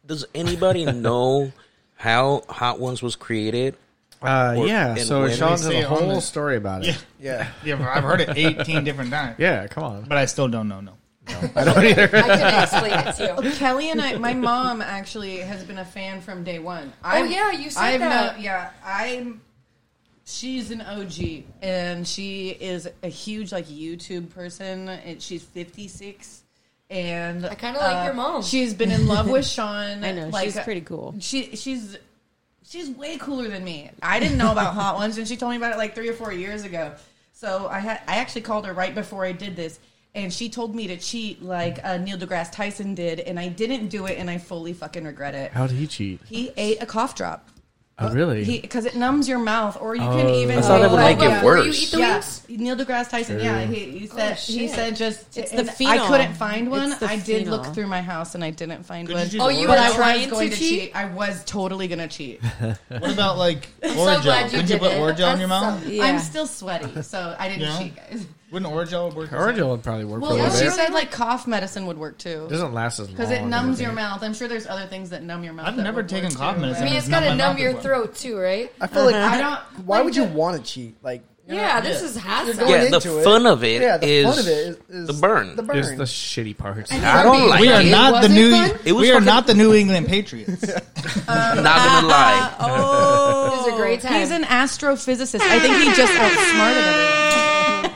[SPEAKER 2] does anybody know how Hot Ones was created?
[SPEAKER 8] Uh,
[SPEAKER 2] Or-
[SPEAKER 8] yeah,
[SPEAKER 2] and
[SPEAKER 8] so
[SPEAKER 2] when?
[SPEAKER 8] Sean has
[SPEAKER 6] They say
[SPEAKER 8] a
[SPEAKER 6] it on
[SPEAKER 8] whole
[SPEAKER 6] the-
[SPEAKER 8] story about it.
[SPEAKER 6] Yeah,
[SPEAKER 2] <laughs>
[SPEAKER 9] yeah,
[SPEAKER 6] yeah. but I've heard it 18 different times.
[SPEAKER 8] Yeah, come on.
[SPEAKER 6] but I still don't know. <laughs> No,
[SPEAKER 8] I don't either.
[SPEAKER 12] Well, Kelly and I, my mom actually has been a fan from day one.
[SPEAKER 7] Oh, yeah, you said
[SPEAKER 12] I've
[SPEAKER 7] that.
[SPEAKER 12] kno- yeah, I'm. She's an OG, and she is a huge like YouTube person. And she's 56, and I
[SPEAKER 7] kinda like your mom.
[SPEAKER 12] She's been in love
[SPEAKER 7] <laughs>
[SPEAKER 12] with Sean.
[SPEAKER 4] I know,
[SPEAKER 12] like,
[SPEAKER 4] she's pretty cool.
[SPEAKER 12] She she's she's way cooler than me. I didn't know about hot ones, and she told me about it like three or four years ago. So I had I actually called her right before I did this, and she told me to cheat like uh, Neil deGrasse Tyson did, and I didn't do it, and I fully fucking regret it.
[SPEAKER 8] How did he cheat?
[SPEAKER 12] He ate a cough drop.
[SPEAKER 8] Oh, really?
[SPEAKER 12] Because it numbs your mouth, or you can
[SPEAKER 8] Oh.
[SPEAKER 12] even.
[SPEAKER 8] I thought that would
[SPEAKER 12] like,
[SPEAKER 8] make it
[SPEAKER 12] uh,
[SPEAKER 8] worse. Where you eat the
[SPEAKER 12] yeah. Neil deGrasse Tyson.
[SPEAKER 8] True.
[SPEAKER 12] Yeah, he, he said he
[SPEAKER 7] Oh, shit.
[SPEAKER 12] said just
[SPEAKER 7] It's
[SPEAKER 12] and
[SPEAKER 7] the
[SPEAKER 12] I
[SPEAKER 7] phenol.
[SPEAKER 12] couldn't find one.
[SPEAKER 7] It's the
[SPEAKER 12] I did look
[SPEAKER 7] phenol.
[SPEAKER 12] through my house and I didn't find
[SPEAKER 6] Could
[SPEAKER 12] one.
[SPEAKER 6] you just Oh, you
[SPEAKER 12] but
[SPEAKER 6] were
[SPEAKER 12] I
[SPEAKER 6] trying
[SPEAKER 12] was
[SPEAKER 6] to
[SPEAKER 12] going to
[SPEAKER 6] cheat?
[SPEAKER 12] cheat? I was totally gonna cheat.
[SPEAKER 6] What about like
[SPEAKER 7] <laughs>
[SPEAKER 12] I'm
[SPEAKER 6] oreo?
[SPEAKER 12] so glad you
[SPEAKER 6] Did uh, you
[SPEAKER 12] did
[SPEAKER 6] put
[SPEAKER 12] it.
[SPEAKER 6] oreo in your
[SPEAKER 12] I'm
[SPEAKER 6] mouth?
[SPEAKER 12] so- I'm still sweaty, so I didn't
[SPEAKER 6] Yeah.
[SPEAKER 12] cheat, guys.
[SPEAKER 6] Wouldn't Orgel work?
[SPEAKER 8] Cordial would probably work
[SPEAKER 12] Well,
[SPEAKER 8] for a
[SPEAKER 12] yeah,
[SPEAKER 8] little
[SPEAKER 12] she
[SPEAKER 8] bit.
[SPEAKER 12] said like cough medicine would work too.
[SPEAKER 8] Doesn't last as long.
[SPEAKER 12] because it numbs your
[SPEAKER 8] mouth.
[SPEAKER 12] mouth. I'm sure there's other things that numb your mouth.
[SPEAKER 6] I've
[SPEAKER 12] that
[SPEAKER 6] never
[SPEAKER 12] would work,
[SPEAKER 6] taken cough
[SPEAKER 12] too,
[SPEAKER 6] medicine.
[SPEAKER 12] but-
[SPEAKER 7] I mean, it's
[SPEAKER 6] Not
[SPEAKER 7] gotta
[SPEAKER 6] my
[SPEAKER 7] numb
[SPEAKER 6] mouth
[SPEAKER 7] your
[SPEAKER 6] before.
[SPEAKER 7] throat too, right?
[SPEAKER 9] I feel like
[SPEAKER 7] I
[SPEAKER 9] I
[SPEAKER 7] don't.
[SPEAKER 9] don't. Why would you want to cheat? Like, you're
[SPEAKER 7] Yeah,
[SPEAKER 9] not-
[SPEAKER 7] this is hassle.
[SPEAKER 9] You're going
[SPEAKER 2] Yeah, the
[SPEAKER 9] into
[SPEAKER 2] fun of it
[SPEAKER 9] Yeah, the fun
[SPEAKER 2] is
[SPEAKER 9] of it is, is
[SPEAKER 2] the burn.
[SPEAKER 9] The burn.
[SPEAKER 8] It's the shitty part.
[SPEAKER 9] And
[SPEAKER 2] I don't like
[SPEAKER 6] We are
[SPEAKER 2] it.
[SPEAKER 6] not the
[SPEAKER 2] Wasn't
[SPEAKER 6] new.
[SPEAKER 2] fun? It was
[SPEAKER 6] we are
[SPEAKER 2] fucking-
[SPEAKER 6] not the New England Patriots.
[SPEAKER 2] Not
[SPEAKER 12] <laughs>
[SPEAKER 2] gonna lie.
[SPEAKER 12] Oh,
[SPEAKER 7] It was a great
[SPEAKER 12] <laughs>
[SPEAKER 7] time.
[SPEAKER 12] He's an astrophysicist. I think he just outsmarted everyone.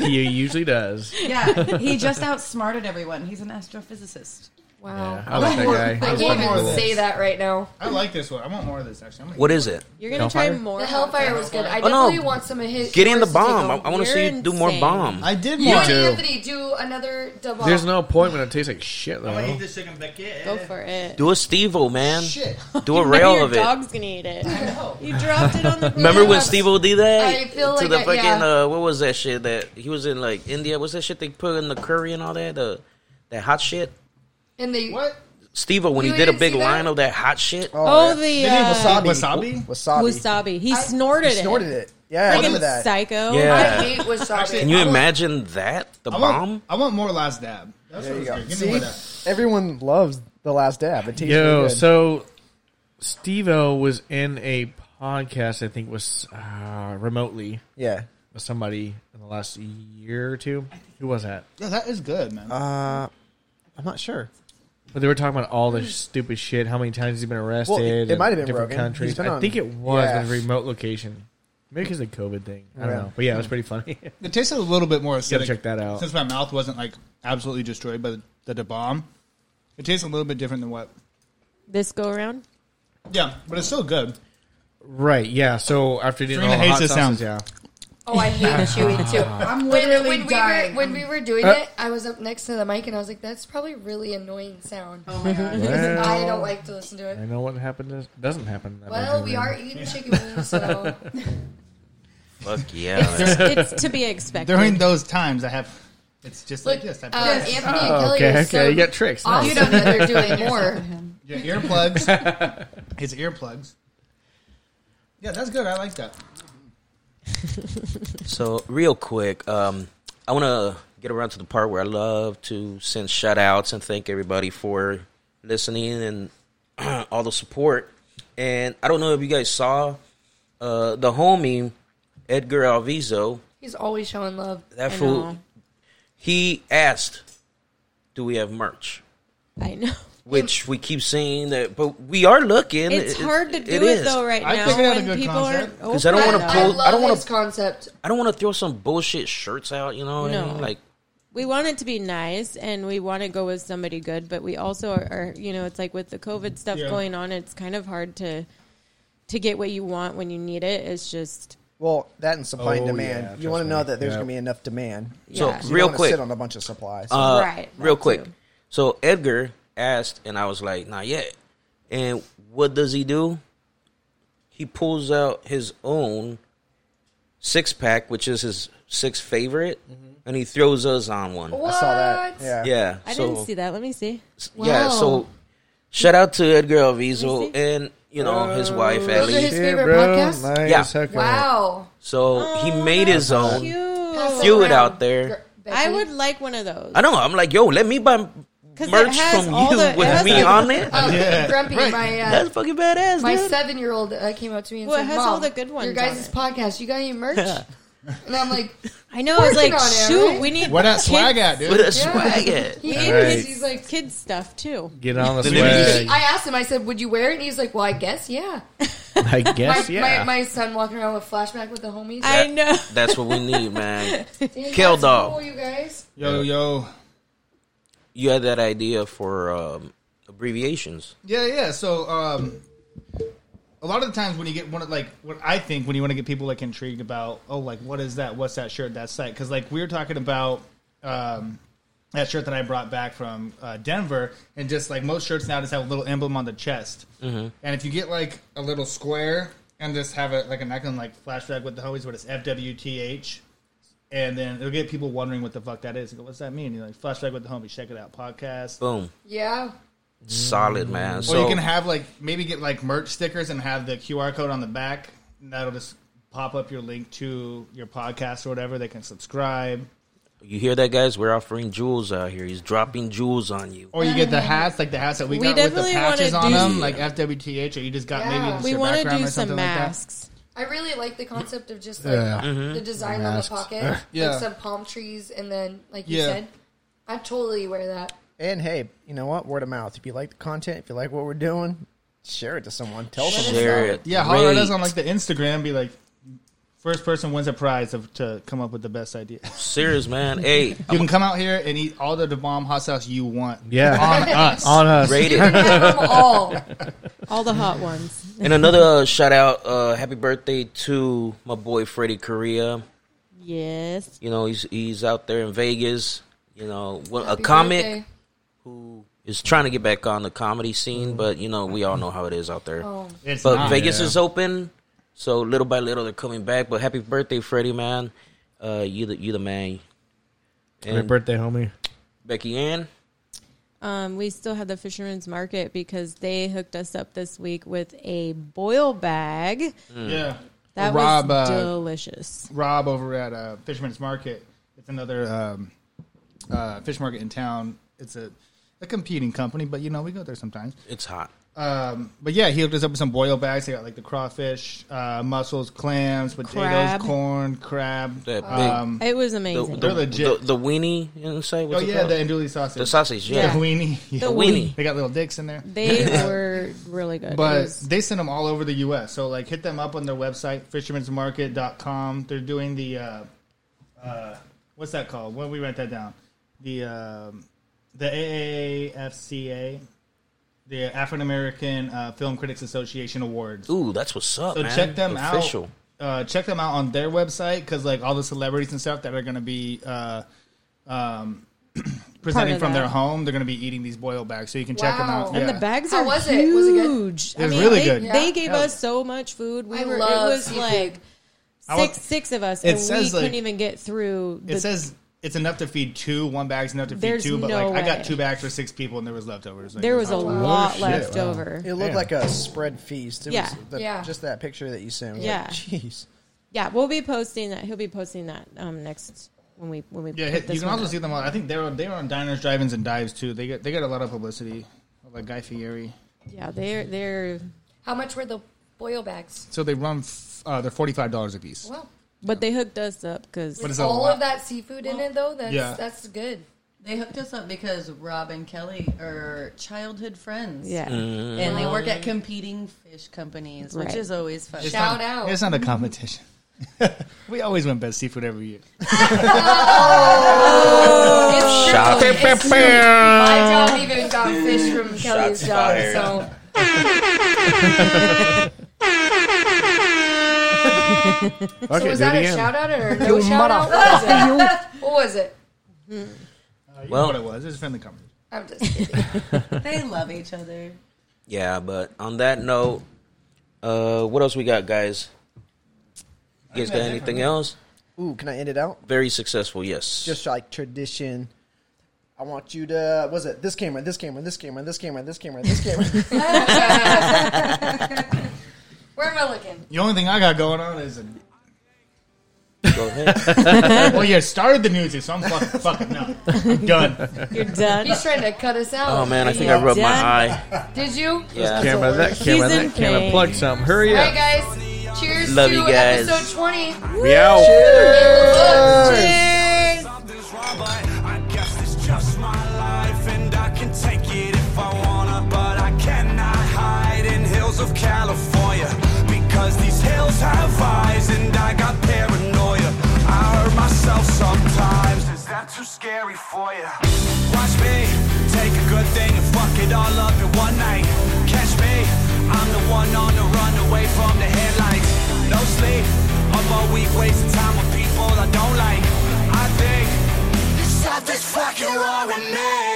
[SPEAKER 8] he usually <laughs> does.
[SPEAKER 12] Yeah, he just outsmarted everyone. He's an astrophysicist.
[SPEAKER 7] Wow.
[SPEAKER 8] I like that guy.
[SPEAKER 7] I
[SPEAKER 8] He's
[SPEAKER 7] can't
[SPEAKER 8] fucking
[SPEAKER 7] even
[SPEAKER 8] cool.
[SPEAKER 7] say that right now.
[SPEAKER 6] <laughs> I like this one. I want more of this actually. I'm gonna
[SPEAKER 2] What is it?
[SPEAKER 4] You're gonna try
[SPEAKER 2] Hellfire?
[SPEAKER 4] more.
[SPEAKER 7] The Hellfire was good. I
[SPEAKER 2] Oh, no.
[SPEAKER 7] definitely want some of his.
[SPEAKER 2] Get in the
[SPEAKER 7] yours to take
[SPEAKER 2] bomb. I,
[SPEAKER 7] over.
[SPEAKER 2] want to see
[SPEAKER 7] You're
[SPEAKER 2] you do more
[SPEAKER 7] insane.
[SPEAKER 2] bomb.
[SPEAKER 6] I did
[SPEAKER 7] You and
[SPEAKER 8] want to.
[SPEAKER 7] Anthony do another double.
[SPEAKER 8] There's no point when it tastes like shit though.
[SPEAKER 6] this chicken baguette.
[SPEAKER 4] Go for it.
[SPEAKER 2] Do a Stevo, man.
[SPEAKER 6] Shit.
[SPEAKER 2] Do a
[SPEAKER 4] Now
[SPEAKER 2] rail
[SPEAKER 4] your
[SPEAKER 2] of it.
[SPEAKER 4] dog's gonna eat it. You
[SPEAKER 2] <laughs>
[SPEAKER 4] dropped it on the
[SPEAKER 2] Remember when
[SPEAKER 4] ground.
[SPEAKER 2] Steve O did that?
[SPEAKER 7] I feel
[SPEAKER 2] to
[SPEAKER 7] like
[SPEAKER 2] the
[SPEAKER 7] that,
[SPEAKER 2] fucking
[SPEAKER 7] yeah.
[SPEAKER 2] uh, what was that shit that he was in like India? What's that shit they put in the curry and all that? The that hot shit.
[SPEAKER 7] In the
[SPEAKER 6] <laughs> what?
[SPEAKER 2] Steve O when
[SPEAKER 7] You
[SPEAKER 2] he did a
[SPEAKER 7] didn't
[SPEAKER 2] big
[SPEAKER 7] see that?
[SPEAKER 2] line of that hot shit.
[SPEAKER 4] Oh, the
[SPEAKER 9] They need
[SPEAKER 4] uh,
[SPEAKER 9] wasabi. Wasabi. Wasabi.
[SPEAKER 4] wasabi. He snorted
[SPEAKER 9] He
[SPEAKER 4] it.
[SPEAKER 9] snorted it. Yeah, I
[SPEAKER 4] Like
[SPEAKER 9] remember
[SPEAKER 4] a
[SPEAKER 9] that.
[SPEAKER 4] psycho.
[SPEAKER 2] Yeah.
[SPEAKER 7] <laughs> I hate wasabi.
[SPEAKER 2] Can you imagine that? The
[SPEAKER 6] I want,
[SPEAKER 2] bomb.
[SPEAKER 6] I want more last dab. That's
[SPEAKER 9] There
[SPEAKER 6] what
[SPEAKER 9] you
[SPEAKER 6] it
[SPEAKER 9] go.
[SPEAKER 6] was good. Give me more of that.
[SPEAKER 9] See, everyone loves the last dab. It tastes
[SPEAKER 8] Yo,
[SPEAKER 9] really good.
[SPEAKER 8] so Steve O was in a podcast, I think was uh, remotely
[SPEAKER 9] yeah.
[SPEAKER 8] with somebody in the last year or two. Who was that?
[SPEAKER 6] Yeah, that is good, man.
[SPEAKER 9] Uh, I'm not sure.
[SPEAKER 8] But they were talking about all the stupid shit. How many times he's been arrested?
[SPEAKER 9] it
[SPEAKER 8] in
[SPEAKER 9] might have been
[SPEAKER 8] different
[SPEAKER 9] Rogan. He's
[SPEAKER 8] countries.
[SPEAKER 9] been
[SPEAKER 8] I
[SPEAKER 9] on-
[SPEAKER 8] think it was
[SPEAKER 9] Yeah.
[SPEAKER 8] in a remote location. Maybe because of the COVID thing. I don't
[SPEAKER 9] Yeah.
[SPEAKER 8] know. But yeah, it was pretty funny.
[SPEAKER 6] It tasted a little bit more acidic.
[SPEAKER 8] Gotta check that out.
[SPEAKER 6] Since my mouth wasn't like absolutely destroyed by the, the, bomb, it tastes a little bit different than what.
[SPEAKER 4] This go around.
[SPEAKER 2] <laughs>
[SPEAKER 6] Yeah, but it's still good.
[SPEAKER 8] right? Yeah. So after doing all
[SPEAKER 6] Serena
[SPEAKER 8] the
[SPEAKER 6] hates
[SPEAKER 8] hot
[SPEAKER 6] this
[SPEAKER 8] sauces,
[SPEAKER 6] sound.
[SPEAKER 8] yeah.
[SPEAKER 7] Oh, I hate chewing too.
[SPEAKER 12] I'm
[SPEAKER 7] When,
[SPEAKER 12] literally
[SPEAKER 7] when we were
[SPEAKER 12] dying.
[SPEAKER 7] when we were doing
[SPEAKER 8] Uh.
[SPEAKER 7] it, I was up next to the mic and I was like, "That's probably really annoying sound." Oh my god! <laughs> I don't like to listen to
[SPEAKER 8] I
[SPEAKER 7] it.
[SPEAKER 8] know what happened. Is, doesn't happen. That
[SPEAKER 7] Well,
[SPEAKER 8] much,
[SPEAKER 7] we
[SPEAKER 8] man.
[SPEAKER 7] are eating chicken wings, so
[SPEAKER 2] Fuck
[SPEAKER 4] <laughs>
[SPEAKER 2] yeah. man.
[SPEAKER 4] It's to be expected.
[SPEAKER 6] During those times, I have. It's just
[SPEAKER 7] look,
[SPEAKER 6] like this.
[SPEAKER 7] uh,
[SPEAKER 6] I put
[SPEAKER 7] Anthony and
[SPEAKER 8] Oh,
[SPEAKER 7] Kelly
[SPEAKER 8] okay,
[SPEAKER 7] are
[SPEAKER 8] okay.
[SPEAKER 7] so
[SPEAKER 8] you got tricks.
[SPEAKER 7] off-
[SPEAKER 8] Nice.
[SPEAKER 7] You don't know they're doing more.
[SPEAKER 6] your earplugs. <laughs> His earplugs. Yeah, that's good. I like that.
[SPEAKER 2] So real quick, um, I want to get around to the part where I love to send shout outs and thank everybody for listening and <clears throat> all the support. And I don't know if you guys saw uh, the homie Edgar Alviso.
[SPEAKER 7] He's always showing love.
[SPEAKER 2] That
[SPEAKER 4] I
[SPEAKER 2] fool.
[SPEAKER 4] know.
[SPEAKER 2] He asked, "Do we have merch?"
[SPEAKER 4] I know.
[SPEAKER 2] Which we keep saying that, but we are looking.
[SPEAKER 4] It's
[SPEAKER 2] It-
[SPEAKER 4] hard to do it,
[SPEAKER 2] is.
[SPEAKER 4] though right
[SPEAKER 6] I
[SPEAKER 4] now
[SPEAKER 6] figured out a
[SPEAKER 4] when
[SPEAKER 6] good
[SPEAKER 4] people
[SPEAKER 6] concept.
[SPEAKER 4] are
[SPEAKER 2] 'Cause I don't
[SPEAKER 4] open
[SPEAKER 2] wanna
[SPEAKER 4] up.
[SPEAKER 2] pull-
[SPEAKER 7] I
[SPEAKER 2] I
[SPEAKER 7] love
[SPEAKER 2] don't wanna-
[SPEAKER 7] his concept.
[SPEAKER 2] I don't want to throw some bullshit shirts out. You know, what I
[SPEAKER 4] No.
[SPEAKER 2] mean? like
[SPEAKER 4] we want it to be nice and we want to go with somebody good, but we also are, are you know, it's like with the COVID stuff
[SPEAKER 6] Yeah.
[SPEAKER 4] going on, it's kind of hard to to get what you want when you need it. It's just
[SPEAKER 9] Well, that and supply and
[SPEAKER 8] Oh,
[SPEAKER 9] demand.
[SPEAKER 8] yeah,
[SPEAKER 9] you
[SPEAKER 8] trust
[SPEAKER 9] want to know
[SPEAKER 8] me.
[SPEAKER 9] that there's
[SPEAKER 8] Yeah.
[SPEAKER 9] going to be enough demand.
[SPEAKER 2] so.
[SPEAKER 4] Yeah. You
[SPEAKER 9] You
[SPEAKER 2] Real
[SPEAKER 9] don't wanna
[SPEAKER 2] quick,
[SPEAKER 9] sit on a bunch of supplies.
[SPEAKER 2] Uh,
[SPEAKER 4] Right,
[SPEAKER 2] Real
[SPEAKER 4] that
[SPEAKER 2] quick.
[SPEAKER 4] too.
[SPEAKER 2] So Edgar asked, and I was like, not yet. And what does he do? He pulls out his own six pack, which is his six favorite, and he throws us on one.
[SPEAKER 9] I saw that.
[SPEAKER 7] What?
[SPEAKER 9] Yeah.
[SPEAKER 2] Yeah.
[SPEAKER 4] Mm-hmm. I
[SPEAKER 2] so,
[SPEAKER 4] didn't see that. Let me see.
[SPEAKER 2] Yeah. So shout out to Edgar Alviso
[SPEAKER 4] Let me
[SPEAKER 2] and you know his wife
[SPEAKER 7] Those are
[SPEAKER 2] Ellie.
[SPEAKER 7] his favorite podcasts?
[SPEAKER 2] Yeah.
[SPEAKER 7] Wow.
[SPEAKER 2] So he made his own,
[SPEAKER 4] Oh, Cute.
[SPEAKER 2] threw it
[SPEAKER 7] Around.
[SPEAKER 2] out there.
[SPEAKER 7] Gr-
[SPEAKER 4] I
[SPEAKER 7] Becky.
[SPEAKER 4] would like one of those.
[SPEAKER 2] I know. I'm like, yo, let me buy
[SPEAKER 4] it
[SPEAKER 2] merch
[SPEAKER 4] has
[SPEAKER 2] from
[SPEAKER 4] all
[SPEAKER 2] you
[SPEAKER 4] the- it
[SPEAKER 2] with
[SPEAKER 4] has
[SPEAKER 2] me
[SPEAKER 4] like-
[SPEAKER 2] on it.
[SPEAKER 7] Oh,
[SPEAKER 6] Yeah.
[SPEAKER 7] Grumpy, my uh,
[SPEAKER 2] That's fucking badass,
[SPEAKER 7] my
[SPEAKER 2] dude.
[SPEAKER 7] seven year old uh, came up to me and
[SPEAKER 4] Well, it
[SPEAKER 7] said,
[SPEAKER 4] has
[SPEAKER 7] Mom,
[SPEAKER 4] all the good ones
[SPEAKER 7] Your
[SPEAKER 4] on
[SPEAKER 7] guys'
[SPEAKER 4] it."
[SPEAKER 7] podcast, you got any merch? and I'm like,
[SPEAKER 4] I know. I was
[SPEAKER 7] Working
[SPEAKER 4] like,
[SPEAKER 7] on it,
[SPEAKER 4] shoot,
[SPEAKER 7] right?
[SPEAKER 4] we need
[SPEAKER 6] What that
[SPEAKER 4] kids-
[SPEAKER 6] swag at, dude?
[SPEAKER 2] with a swag at.
[SPEAKER 7] he
[SPEAKER 8] All
[SPEAKER 7] hated
[SPEAKER 8] right.
[SPEAKER 7] it. He's like,
[SPEAKER 4] kids stuff too.
[SPEAKER 8] Get on the
[SPEAKER 2] Then maybe-
[SPEAKER 8] swag.
[SPEAKER 7] I asked him, I said, would you wear it? And he's like, well, I guess, yeah.
[SPEAKER 8] I guess,
[SPEAKER 7] my,
[SPEAKER 8] yeah. <laughs>
[SPEAKER 7] my, my son walking around with flashback with the homies.
[SPEAKER 4] I know.
[SPEAKER 2] That's what we need, man.
[SPEAKER 7] Dang,
[SPEAKER 2] Kill
[SPEAKER 7] that's
[SPEAKER 2] dog.
[SPEAKER 7] Cool, you guys.
[SPEAKER 6] Yo, yo.
[SPEAKER 2] You had that idea for um, abbreviations.
[SPEAKER 6] Yeah, yeah. So, um, a lot of the times when you get one, of like what I think when you want to get people like intrigued about, oh, like what is that? What's that shirt? That site? Because like we were talking about um, that shirt that I brought back from uh, Denver, and just like most shirts now just have a little emblem on the chest, and if you get like a little square and just have it like an icon like flashback with the homies, what it's FWTH. And then it'll get people wondering what the fuck that is. They Go, What's that mean? You're like flashback with the homies. Check it out. Podcast.
[SPEAKER 2] Boom.
[SPEAKER 7] Yeah.
[SPEAKER 2] Solid, man.
[SPEAKER 6] Or
[SPEAKER 2] So
[SPEAKER 6] you can have like maybe get like merch stickers and have the QR code on the back. And that'll just pop up your link to your podcast or whatever. They can subscribe.
[SPEAKER 2] You hear that, guys? We're offering jewels out here. He's dropping jewels on you.
[SPEAKER 6] Or you get the hats, like the hats that we,
[SPEAKER 4] We
[SPEAKER 6] got with the
[SPEAKER 4] definitely
[SPEAKER 6] patches
[SPEAKER 4] wanna
[SPEAKER 6] on
[SPEAKER 4] do-
[SPEAKER 6] them, like FWTH, or you just got maybe just
[SPEAKER 4] we
[SPEAKER 6] your
[SPEAKER 4] want to
[SPEAKER 6] background
[SPEAKER 4] do
[SPEAKER 6] or
[SPEAKER 4] some
[SPEAKER 6] something like that.
[SPEAKER 4] masks.
[SPEAKER 7] I really like the concept of just like
[SPEAKER 6] Yeah. Mhm.
[SPEAKER 8] Mm-hmm.
[SPEAKER 7] the design
[SPEAKER 6] The
[SPEAKER 7] on the
[SPEAKER 6] masks. <laughs>
[SPEAKER 7] pocket,
[SPEAKER 9] Yeah.
[SPEAKER 7] like some palm trees, and then like you
[SPEAKER 9] Yeah.
[SPEAKER 7] said, I totally wear that.
[SPEAKER 9] And hey, you know what? Word of mouth. If you like the content, if you like what we're doing, share it to someone. Tell them.
[SPEAKER 2] Share
[SPEAKER 9] about
[SPEAKER 2] it.
[SPEAKER 6] Yeah, holler at us
[SPEAKER 2] Great.
[SPEAKER 6] on like the Instagram. Be like, first person wins a prize of, to come up with the best idea.
[SPEAKER 2] Serious man. Hey,
[SPEAKER 6] <laughs> you can come out here and eat all the bomb hot sauce you want.
[SPEAKER 2] Yeah.
[SPEAKER 6] on us,
[SPEAKER 2] <laughs> On
[SPEAKER 7] <laughs>
[SPEAKER 2] us. Rate it. Have 'em all.
[SPEAKER 4] All the hot ones.
[SPEAKER 2] And another uh, shout out, uh, happy birthday to my boy Freddie Correa.
[SPEAKER 4] Yes.
[SPEAKER 2] You know, he's he's out there in Vegas. You know, what, a
[SPEAKER 4] Happy
[SPEAKER 2] comic
[SPEAKER 4] birthday.
[SPEAKER 2] who is trying to get back on the comedy
[SPEAKER 6] Mm.
[SPEAKER 2] scene, but you know, we all know how it is out there.
[SPEAKER 4] Oh.
[SPEAKER 6] It's
[SPEAKER 2] But
[SPEAKER 6] not,
[SPEAKER 2] Vegas
[SPEAKER 6] yeah.
[SPEAKER 2] is open, so little by little they're coming back. But happy birthday, Freddie, man. Uh, you the you the man.
[SPEAKER 8] Happy birthday, homie.
[SPEAKER 2] Becky Ann.
[SPEAKER 4] Um, we still had the fisherman's market because they hooked us up this week with a boil bag.
[SPEAKER 6] Mm. Yeah.
[SPEAKER 4] That
[SPEAKER 6] Rob,
[SPEAKER 4] was
[SPEAKER 6] uh,
[SPEAKER 4] delicious.
[SPEAKER 6] Rob over at uh, Fisherman's Market. It's another um, uh, fish market in town. It's a, a competing company, but you know we go there sometimes.
[SPEAKER 2] It's hot.
[SPEAKER 6] Um, but yeah, he hooked us up with some boil bags. They got like the crawfish, uh, mussels, clams, potatoes,
[SPEAKER 4] Crab.
[SPEAKER 6] corn, crab.
[SPEAKER 2] That big-
[SPEAKER 6] Um,
[SPEAKER 4] It was amazing.
[SPEAKER 6] They're legit.
[SPEAKER 2] The, the weenie inside.
[SPEAKER 6] oh yeah, the andouille sausage.
[SPEAKER 2] The sausage.
[SPEAKER 6] The
[SPEAKER 2] Yeah,
[SPEAKER 6] weenie.
[SPEAKER 2] The weenie.
[SPEAKER 6] <laughs> They got little dicks in there.
[SPEAKER 4] They were really good. It
[SPEAKER 6] But
[SPEAKER 4] was-
[SPEAKER 6] they send them all over the U.S. So like, hit them up on their website, fisherman'smarket.com. They're doing the uh, uh, what's that called? When we write that down, the um, the AAFCA, the African American uh, Film Critics Association Awards.
[SPEAKER 2] Ooh, that's what's up.
[SPEAKER 6] So
[SPEAKER 2] man.
[SPEAKER 6] check them
[SPEAKER 2] Official.
[SPEAKER 6] out. Uh, check them out on their website because like all the celebrities and stuff that are going to be uh, um, <clears throat> presenting
[SPEAKER 4] of
[SPEAKER 6] from their
[SPEAKER 4] that.
[SPEAKER 6] home, they're going to be eating these boil bags. So you can check them
[SPEAKER 4] Wow.
[SPEAKER 6] out.
[SPEAKER 4] And
[SPEAKER 6] Yeah.
[SPEAKER 4] the bags
[SPEAKER 7] How
[SPEAKER 4] are
[SPEAKER 7] was
[SPEAKER 4] huge.
[SPEAKER 7] it? Was it good?
[SPEAKER 6] It was
[SPEAKER 4] I mean,
[SPEAKER 6] really
[SPEAKER 4] they,
[SPEAKER 6] good.
[SPEAKER 4] They
[SPEAKER 6] Yeah.
[SPEAKER 4] gave
[SPEAKER 6] Hell
[SPEAKER 4] us so much food. We
[SPEAKER 7] I
[SPEAKER 4] were,
[SPEAKER 7] love
[SPEAKER 4] it was
[SPEAKER 7] seafood.
[SPEAKER 4] like
[SPEAKER 6] I
[SPEAKER 4] six
[SPEAKER 6] want-
[SPEAKER 4] six of us,
[SPEAKER 6] It
[SPEAKER 4] and we
[SPEAKER 6] says, like-
[SPEAKER 4] couldn't even get through.
[SPEAKER 6] It says it's enough to feed two. One bag's enough to feed
[SPEAKER 4] There's
[SPEAKER 6] two, but
[SPEAKER 4] no
[SPEAKER 6] like I
[SPEAKER 4] way.
[SPEAKER 6] got two bags for six people, and there was leftovers. Like,
[SPEAKER 4] There
[SPEAKER 6] it
[SPEAKER 4] was a
[SPEAKER 6] awesome.
[SPEAKER 4] lot Holy shit, left wow. over.
[SPEAKER 9] It looked
[SPEAKER 4] Yeah.
[SPEAKER 9] like a spread feast. It
[SPEAKER 4] Yeah.
[SPEAKER 9] Was the,
[SPEAKER 4] Yeah.
[SPEAKER 9] Just that picture that you sent.
[SPEAKER 4] Yeah.
[SPEAKER 9] Yeah. Jeez.
[SPEAKER 4] yeah, we'll be posting that. He'll be posting that um, next when we when we
[SPEAKER 6] Yeah,
[SPEAKER 4] put
[SPEAKER 6] hit,
[SPEAKER 4] this
[SPEAKER 6] you can
[SPEAKER 4] one
[SPEAKER 6] also
[SPEAKER 4] up.
[SPEAKER 6] see them. On, I think they're on- they're on diners, drive-ins, and dives too. They get they get a lot of publicity, like Guy Fieri.
[SPEAKER 4] Yeah, they're they're
[SPEAKER 7] How much were the boil bags?
[SPEAKER 6] So they run. F- uh, they're forty five dollars a piece.
[SPEAKER 7] Well,
[SPEAKER 4] but they hooked us up because
[SPEAKER 6] But it's a
[SPEAKER 7] all
[SPEAKER 6] lot.
[SPEAKER 7] of that seafood in it though. That's
[SPEAKER 6] Yeah.
[SPEAKER 7] that's good.
[SPEAKER 12] They hooked us up because Rob and Kelly are childhood friends.
[SPEAKER 4] Yeah.
[SPEAKER 6] Mm.
[SPEAKER 12] And they work at competing fish companies, which
[SPEAKER 6] Right.
[SPEAKER 12] is always fun.
[SPEAKER 6] It's not- It's not a competition. <laughs> we always win best seafood every year.
[SPEAKER 7] It's
[SPEAKER 6] Shout-
[SPEAKER 7] true. It's true. My job even got fish from Uh, Kelly's
[SPEAKER 6] Shots
[SPEAKER 7] job.
[SPEAKER 6] fired.
[SPEAKER 7] So so was that a shout out or no
[SPEAKER 6] You
[SPEAKER 7] shout out? <laughs> What was it? What was it?
[SPEAKER 2] Well-
[SPEAKER 6] well, what it was, it was a friendly company.
[SPEAKER 7] I'm just kidding.
[SPEAKER 12] they love each other.
[SPEAKER 2] Yeah, but on that note, uh, what else we got, guys? You guys got anything else?
[SPEAKER 9] Ooh, can I end it out?
[SPEAKER 2] Very successful, yes.
[SPEAKER 9] Just like tradition. I want you to. Was it this camera? This camera? This camera? This camera? This camera? This camera?
[SPEAKER 7] Where am I looking?
[SPEAKER 6] The only thing I got going on is. A...
[SPEAKER 2] Go
[SPEAKER 6] <laughs>
[SPEAKER 2] ahead.
[SPEAKER 6] well, you started the music, so I'm fucking fucking up. I'm done.
[SPEAKER 4] You're
[SPEAKER 6] <laughs>
[SPEAKER 4] done.
[SPEAKER 7] He's trying to cut us out.
[SPEAKER 2] Oh man, I
[SPEAKER 7] Are
[SPEAKER 2] think
[SPEAKER 7] you
[SPEAKER 2] I rubbed my
[SPEAKER 7] done?
[SPEAKER 2] eye.
[SPEAKER 7] Did you?
[SPEAKER 2] Yeah.
[SPEAKER 8] Camera, that camera,
[SPEAKER 7] He's in
[SPEAKER 8] that camera.
[SPEAKER 7] pain.
[SPEAKER 8] Plug something. Hurry
[SPEAKER 7] All right,
[SPEAKER 8] up.
[SPEAKER 7] guys. Cheers
[SPEAKER 8] Love
[SPEAKER 7] to
[SPEAKER 8] you guys.
[SPEAKER 7] episode 20.
[SPEAKER 8] We out.
[SPEAKER 7] Cheers.
[SPEAKER 3] Something's wrong, but I guess it's just my life, and I can take it if I wanna, but I cannot hide in hills of California because these hills have eyes, and I got paranoia. I hurt myself sometimes. Is that too scary for you? Watch me take a good thing and fuck it all up in one night. Catch me, I'm the one on the run away from the headlights. No sleep, I'm all week wasting time with people I don't like. I think there's something's fucking wrong with me.